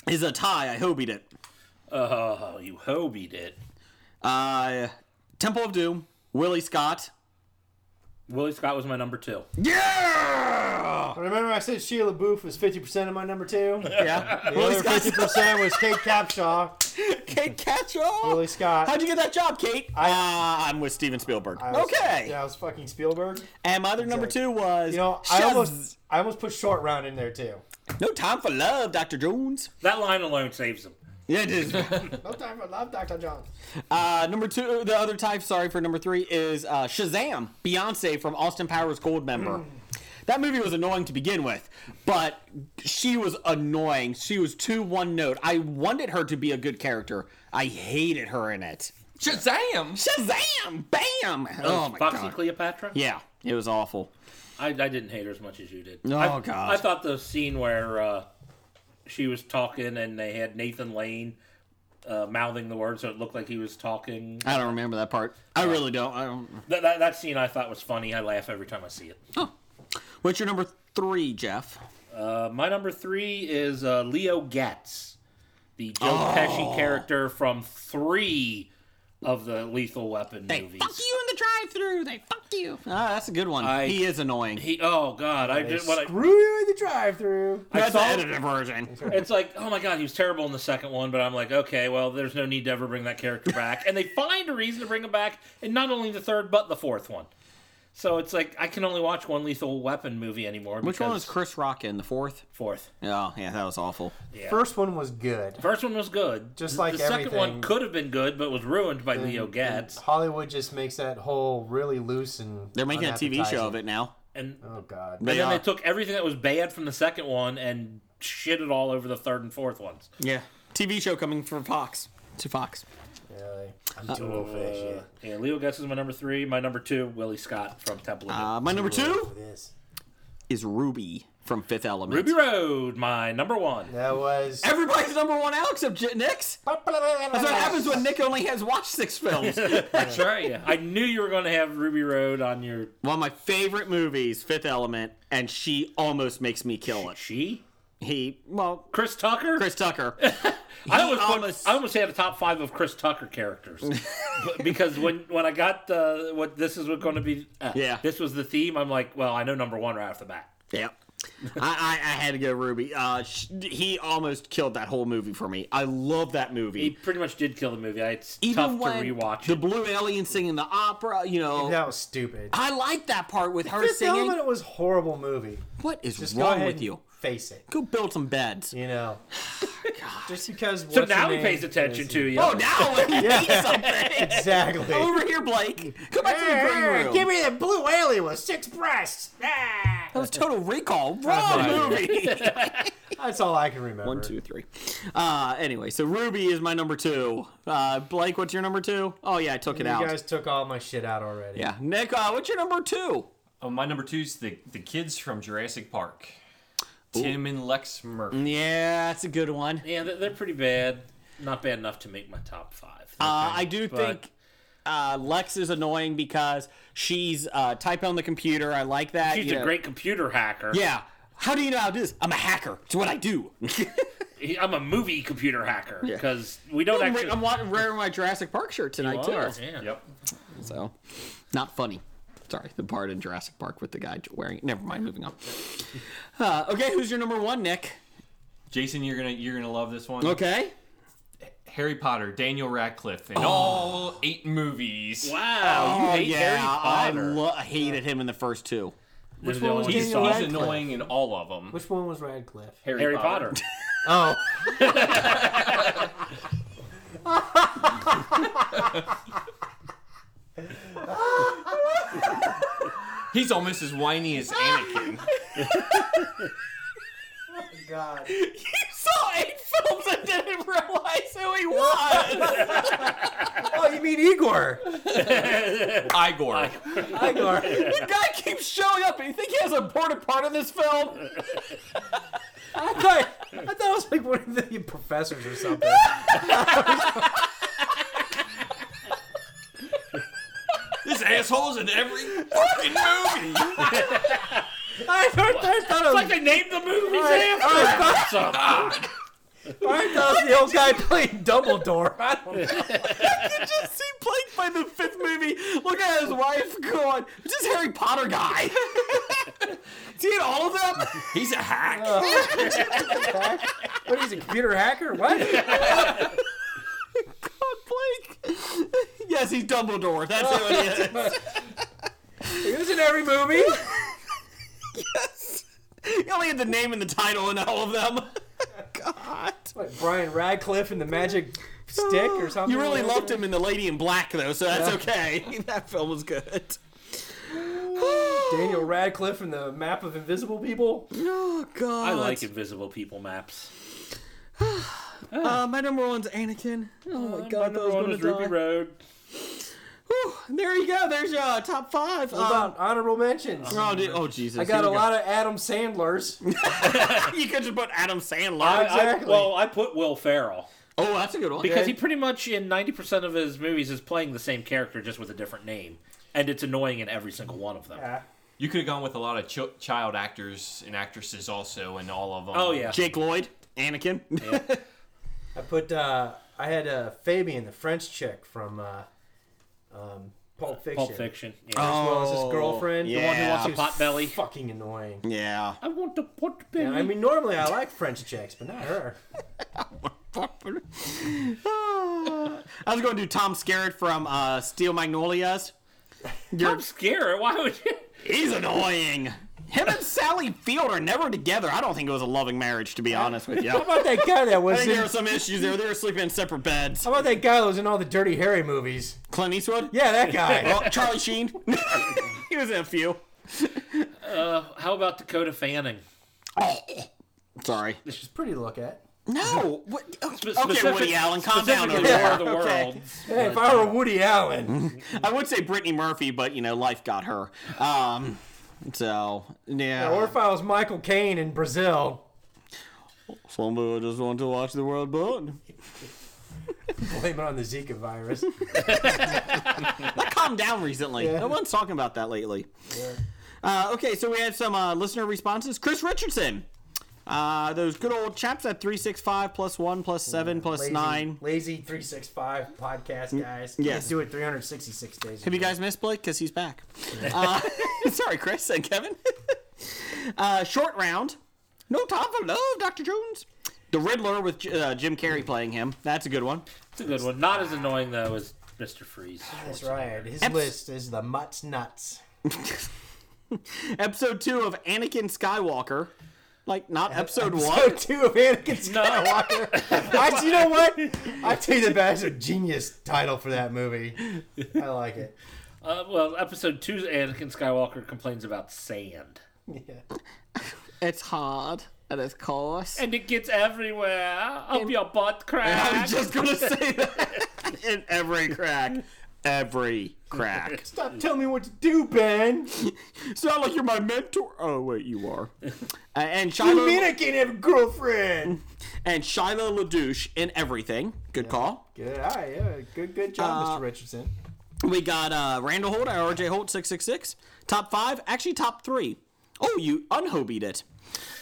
F: is a tie. I hobied it.
H: Oh, you hobied it.
F: Uh, Temple of Doom, Willie Scott.
H: Willie Scott was my number two.
G: Remember, I said Sheila Booth was 50% of my number two? The
F: Yeah. Willie
G: other
F: Scott's
G: 50% was Kate Capshaw,
F: Kate Catchall.
G: Willie Scott.
F: How'd you get that job, Kate? I, uh, I'm with Steven Spielberg.
G: I was-
F: okay.
G: Yeah, I was fucking Spielberg.
F: And my other number two was
G: You know, I
F: Shaz-
G: almost, I almost put Short Round in there too.
F: No Time for Love, Dr. Jones.
H: That line alone saves him.
F: Yeah, it is.
G: No time for love, Dr. John.
F: uh, number two, the other type, sorry for number three, is uh, Shazam, Beyonce from Austin Powers Gold member. That movie was annoying to begin with, but she was annoying. She was too one note. I wanted her to be a good character. I hated her in it.
I: Shazam!
F: Shazam! Bam! Oh my
H: Foxy
F: god.
H: Cleopatra?
F: Yeah, it was awful.
H: I, I didn't hate her as much as you did.
F: Oh,
H: I,
F: God.
H: I thought the scene where uh, she was talking and they had Nathan Lane uh, mouthing the words so it looked like he was talking.
F: I don't remember that part. I really don't. I don't.
H: That, that, that scene I thought was funny. I laugh every time I see it.
F: What's your number three, Jeff?
H: Uh, my number three is uh, Leo Getz, the Joe
F: Oh.
H: Pesci character from three of the Lethal Weapon
F: They
H: movies.
F: fuck you in the drive-through. They fuck you. Ah, that's a good one.
H: I-
F: he is annoying.
H: He, oh God! I just when I,
G: Screw you in the drive-through.
H: I
F: that's the
H: saw
F: edited version.
H: it's like, oh my god, he was terrible in the second one, but I'm like, okay, well, there's no need to ever bring that character back. and they find a reason to bring him back in not only the third but the fourth one. So it's like I can only watch one Lethal Weapon movie anymore.
F: Which one
H: because-
F: was Chris Rock in? The fourth?
H: fourth?
F: Oh, yeah, that was awful.
G: First one was good.
H: First one was good.
G: Just like
H: the second one
G: everything.
H: could have been good, but was ruined by Leo Getz.
G: Hollywood just makes that whole really loose and
F: They're making a TV show of it now.
H: And
G: Oh god.
F: They
H: And
F: are.
H: then they took everything that was bad from the second one and shit it all over the third and fourth ones.
F: yeah. TV show coming from Fox. To Fox.
G: Really. I'm too old for that Oh, shit.
H: Yeah, Leo Getz is my number three. My number two, Willie Scott from Temple of Doom.
F: Uh, my number two
G: For this.
F: is Ruby from Fifth Element.
H: Ruby Road, my number one.
G: That was.
F: Everybody's number one out except J- Nick's. That's what happens when Nick only has watched six films.
H: That's right. Yeah. I knew you were going to have Ruby Road on your.
F: One of my favorite movies, Fifth Element, and she almost makes me kill it.
H: She?
F: He, well,
H: Chris Tucker?
F: Chris Tucker.
H: I almost, put-
F: almost-
H: I almost had a top five of Chris Tucker characters But- because when when I got uh, what this is what going to be uh,
F: Yeah.
H: this was the theme I'm like well I know number one right off the bat
F: Yep. I, I, I had to go Ruby. Uh, sh- he almost killed that whole movie for me. I love that
H: he
F: movie.
H: pretty much did kill the movie I, it's
F: Even
H: tough to
F: when
H: rewatch
F: the
H: it.
F: blue alien singing the opera, you know.
G: That was stupid.
F: I like that part with her
G: Fifth
F: singing.
G: Element was a horrible movie.
F: What is
G: Just go
F: wrong
G: ahead
F: with
G: and
F: you?
G: face it.
F: Go build some beds.
G: You know. Just because.
H: So now he pays attention to you.
F: Oh, now let me eat something.
G: Exactly.
F: Over here, Blake. Go back to the green room.
G: Give me the blue alien with six breasts. Ah!
F: that was Total Recall. Wrong movie.
G: That's all I can remember.
F: One, two, three. Uh, anyway, so Ruby is my number two. Uh, Blake, what's your number two? Oh yeah, I took it
G: You
F: out.
G: guys took all my shit out already.
F: Yeah, Nick, uh, what's your number two?
I: Oh, my number two's the, the kids from Jurassic Park. Tim and Lex Murphy.
F: Yeah, that's a good one.
H: Yeah, they're, they're pretty bad. Not bad enough to make my top five.
F: Uh, I do
H: But-
F: think uh, Lex is annoying because she's uh, typing on the computer. I like that.
H: She's
F: you
H: a
F: know.
H: great computer hacker.
F: Yeah. How do you know how to do this? I'm a hacker. It's what I do.
H: He- I'm a movie computer hacker because we don't
F: I'm,
H: actually.
F: I'm wa- wearing my Jurassic Park shirt tonight too.
H: Oh, yeah.
I: Yep.
F: So, not funny. Sorry, the part in Jurassic Park with the guy wearing. Never mind. Moving on. Uh, okay, who's your number one, Nick?
I: Jason, you're gonna you're gonna love this one.
F: Okay.
I: Harry Potter, Daniel Radcliffe, and all eight movies.
H: Wow, you hate Harry
F: Oh, I
H: Potter.
F: lo- I hated him in the first two.
H: Which
G: one was
I: He's, he's
G: Daniel Radcliffe.
I: annoying in all of them.
G: Which one was Radcliffe?
I: Harry,
H: Harry Potter.
G: Oh.
I: He's almost as whiny as Anakin.
G: God.
F: saw eight films and didn't realize who he was.
G: Oh, you mean Igor?
I: Igor.
G: Igor.
F: the guy keeps showing up, and you think he has a important part in this film?
G: I thought, I thought it was like one of the professors or something.
I: this asshole's in every fucking movie.
G: I thought, I thought it was.
H: like they named the movies after him.
G: I thought it was the old guy playing Dumbledore. I don't know.
F: could just see Blake by the fifth movie looking at his wife going, "Who's this Harry Potter guy? See all of them?
I: He's a hack.
G: What, he's a computer hacker? What?
F: God, Blake. Yes, he's Dumbledore. That's who it is.
G: He was in every movie.
F: He only had the name and the title in all of them. God.
G: What, Brian Radcliffe and the Magic Stick or something?
F: You really loved him in The Lady in Black, though, so that's okay. That film was good.
G: Daniel Radcliffe and the Map of Invisible People?
F: Oh, God.
H: I like invisible people maps.
F: Uh, my number one's Anakin. Oh, my God. That was
H: Uh, One
F: going
H: is
F: to
H: Ruby
F: die.
H: Road.
F: Whew, there you go. There's your uh, top five.
G: What
F: Um,
G: about honorable mentions?
F: oh, dude- oh, Jesus.
G: I got a
F: Here we
G: lot of Adam Sandlers.
F: go. You could just put Adam Sandler.
H: I, I,
G: Exactly.
H: well, I put Will Ferrell
F: oh, that's a good one.
H: because he pretty much in ninety percent of his movies is playing the same character just with a different name, and it's annoying in every single one of them.
I: You could have gone with a lot of ch- child actors and actresses also, and all of them.
H: Oh yeah,
F: Jake Lloyd, Anakin.
G: I put uh, I had uh, Fabian, the French chick from uh, um, Pulp Fiction.
H: Pulp Fiction.
F: Oh.
H: Yeah.
G: As well as his girlfriend, the one who
F: yeah.
G: wants
H: The pot belly.
G: Fucking annoying.
F: yeah.
H: I want to put
G: And I mean, normally I like French chicks, but not her.
F: Ah. I was going to do Tom Skerritt from uh, Steel Magnolias.
H: I'm scared. Why would you?
F: He's annoying. Him and Sally Field are never together. I don't think it was a loving marriage, to be honest with you. I
G: How about that guy that was?
F: think there
G: In,
F: were some issues there. They were sleeping in separate beds.
G: how about that guy that was in all the Dirty Harry movies?
F: Clint Eastwood?
G: Yeah, that guy.
F: Oh, Charlie Sheen? he was in a few.
H: How about Dakota Fanning?
F: Sorry.
G: She's pretty to look at.
F: No. What? Oh,
H: Spe-
F: Okay,
H: specific-
F: Woody Allen, calm down over
H: specifically
F: there.
H: War of the
F: Okay.
H: Worlds.
G: Hey, if I were Woody Allen,
F: I would say Brittany Murphy, but, you know, life got her. Um, so, yeah.
G: or if I was Michael Caine in Brazil,
F: Somebody just want to watch the world burn.
G: blame it on the Zika virus.
F: That calmed down recently. No one's talking about that lately. Uh, okay, so we had some uh, listener responses. Chris Richardson. Uh, those good old chaps at 365 plus 1 plus 7 plus 9.
G: Lazy 365 podcast
F: yes.
G: guys. Yes. Do it 366 days.
F: Have you guys missed Blake? Because he's back. Uh, sorry, Chris and Kevin. uh, short round. No time for love, Dr. Jones. The Riddler with uh, Jim Carrey playing him. That's a good one.
H: It's a good one. Not as annoying though as Mr. Freeze.
G: That's right. His
F: Eps-
G: list is the Mutts Nuts.
F: Episode 2 of Anakin Skywalker. Like, not episode 1.
G: So Oh, two of Anakin Skywalker. I, you know what? I tell you that that's a genius title for that movie. I like it.
H: Uh, well, episode two's Anakin Skywalker complains about sand,
F: It's hard and it's coarse.
H: and it gets everywhere up your butt crack.
F: I was just gonna say that in every crack. Every crack.
G: Stop telling me what to do, Ben.
F: It's not like you're my mentor. Oh wait, you are. Uh, and
G: You
F: Shiloh
G: mean I can't have a girlfriend?
F: and Shiloh LaDouche in everything. Good call.
G: Good, all right, yeah, good, good job, Mr. Richardson.
F: We got uh, Randall Holt, RJ Holt, six six six. Top five, actually top three. Oh, you unhobied it.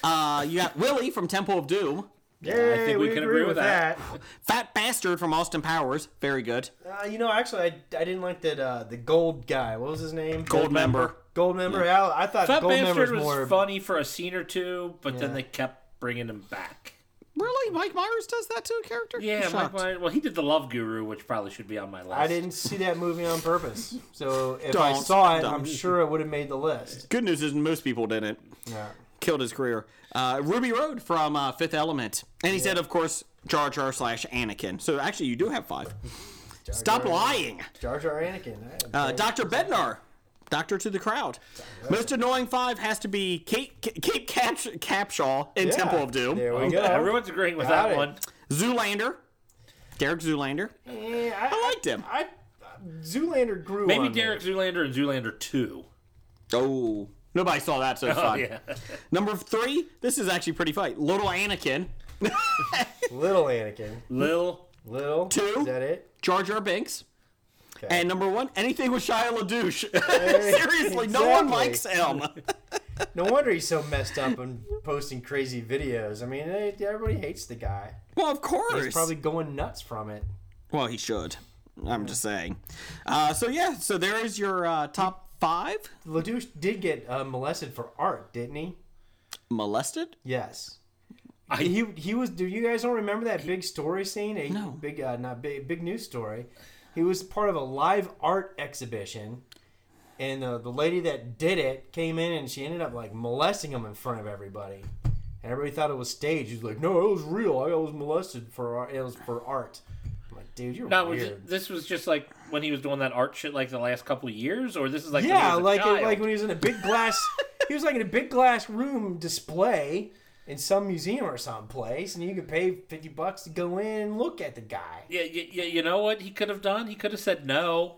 F: Uh, you got Willie from Temple of Doom.
G: Yeah,
H: I think we can agree with that.
F: Fat bastard from Austin Powers. Very good.
G: Uh, you know, actually, I, I didn't like that uh, the gold guy. What was his name?
F: Gold member.
G: Gold member. I, I thought
H: Fat
G: gold member was
H: Bastard was
G: more.
H: funny for a scene or two, but then they kept bringing him back.
F: Really, Mike Myers does that to a character?
H: Yeah,
F: I'm
H: Mike
F: shocked.
H: Myers- well, he did the Love Guru, which probably should be on my list.
G: I didn't see that movie on purpose. So if I
F: Don't.
G: saw it,
F: Don't.
G: I'm sure it would have made the list.
F: Good news is most people didn't.
G: Yeah.
F: killed his career. Uh, Ruby Road from uh, Fifth Element, and he said, of course, Jar Jar slash Anakin. So actually, you do have five. Stop lying,
G: Jar Jar Anakin. I-
F: uh, Doctor Bednar. Doctor to the crowd. Most annoying five has to be Kate K- Kate Caps- Capshaw in
G: Yeah.
F: Temple of Doom.
G: There we go.
H: Everyone's agreeing with
G: Got
H: oh, that
G: it.
H: one.
F: Zoolander, Derek Zoolander.
G: Yeah, I,
F: I liked him.
G: I, Zoolander grew
H: Maybe
G: on me.
H: Derek Zoolander and Zoolander Two.
F: Oh, nobody saw that, so it's fine. Number three. This is actually pretty funny. Little Anakin.
G: Little Anakin.
H: Lil
G: Little.
F: Two.
G: Is that it?
F: Jar Jar Binks.
G: Okay.
F: And number one, anything with Shia LaDouche. Seriously, no one
G: exactly.
F: likes him.
G: No wonder he's so messed up and posting crazy videos. I mean, eh, everybody hates the guy.
F: Well, of course.
G: He's probably going nuts from it.
F: well, he should. I'm just saying. Uh, so yeah, so there is your uh, top five
G: Ladouche did get uh, molested for art, didn't he?
F: molested.
G: Yes. he he was. Do you guys don't remember that big story scene? A
F: No.
G: Big uh, not big big news story. He was part of a live art exhibition, and uh, the lady that did it came in and she ended up like molesting him in front of everybody, and everybody thought it was staged. He was like, "No, it was real. I was molested for art. It was for art." I'm like, dude, you're
H: Now, was
G: weird.
H: it- this was just like when he was doing that art shit, like the last couple of years, or this is like when he
G: Yeah,
H: was a
G: like
H: child?
G: like when he was in a big glass, he was like in a big glass room display in some museum or someplace, and you could pay fifty bucks to go in and look at the guy.
H: yeah, yeah, yeah, you know what he could have done? He could have said no.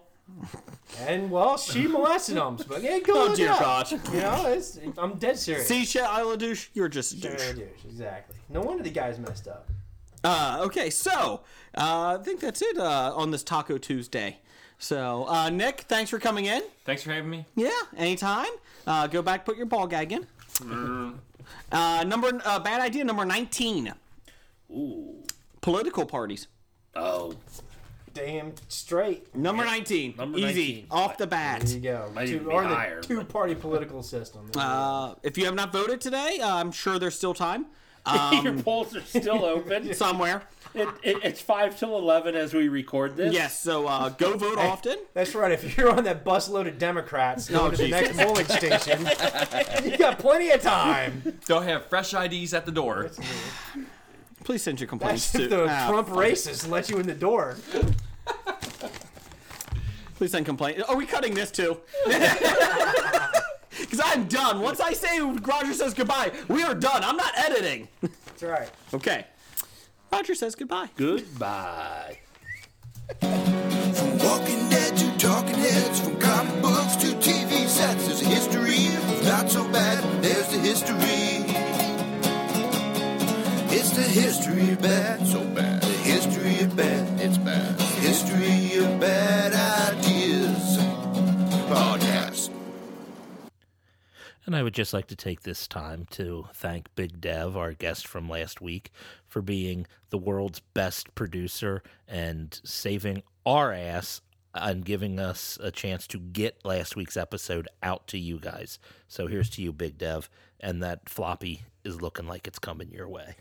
G: And well, she molested him. But yeah, go
F: Oh
G: look
F: dear
G: it up.
F: God.
G: You know, it's, I'm dead serious.
F: See, Sha- Isla douche. You're just a
G: Sure,
F: douche.
G: douche, exactly. No wonder the guy's messed up.
F: Uh, okay, so uh, I think that's it uh, on this Taco Tuesday. So uh, Nick, thanks for coming in.
I: Thanks for having me.
F: Yeah, anytime. Uh, go back, put your ball gag in.
I: Mm.
F: uh, number uh, bad idea number nineteen.
H: Ooh.
F: Political parties.
H: Oh,
G: Damn straight.
F: Number nineteen.
H: Number
F: Easy
H: 19.
F: off the bat.
G: There you go.
H: Might even be
G: or the
H: higher, but-
G: two-party political system.
F: Uh, if you have not voted today, uh, I'm sure there's still time
G: Um,
H: your polls are still open. it,
F: somewhere.
H: it, it's five till eleven as we record this.
F: Yes, so uh, go vote often.
G: That's right. If you're on that bus load of Democrats
H: Oh,
G: going to the
F: Jesus.
G: next polling station, you got plenty of time.
I: They'll have fresh IDs at the door.
F: Please send your complaints
G: That's
F: to
G: if the
F: Ah,
G: Trump racist let you in the door.
F: Please send complaints. Are we cutting this too? Because I'm done. Once I say Roger says goodbye, we are done. I'm not editing.
G: That's right.
F: Okay. Roger says goodbye.
H: Goodbye.
E: From Walking Dead to Talking Heads, from comic books to TV sets, there's a history. If not so bad, there's the history. It's the history of bad, so bad. The history of bad, it's bad. History of bad ideas. Oh, Podcast.
L: And I would just like to take this time to thank Big Dev, our guest from last week, for being the world's best producer and saving our ass and giving us a chance to get last week's episode out to you guys. So here's to you, Big Dev. And that floppy is looking like it's coming your way.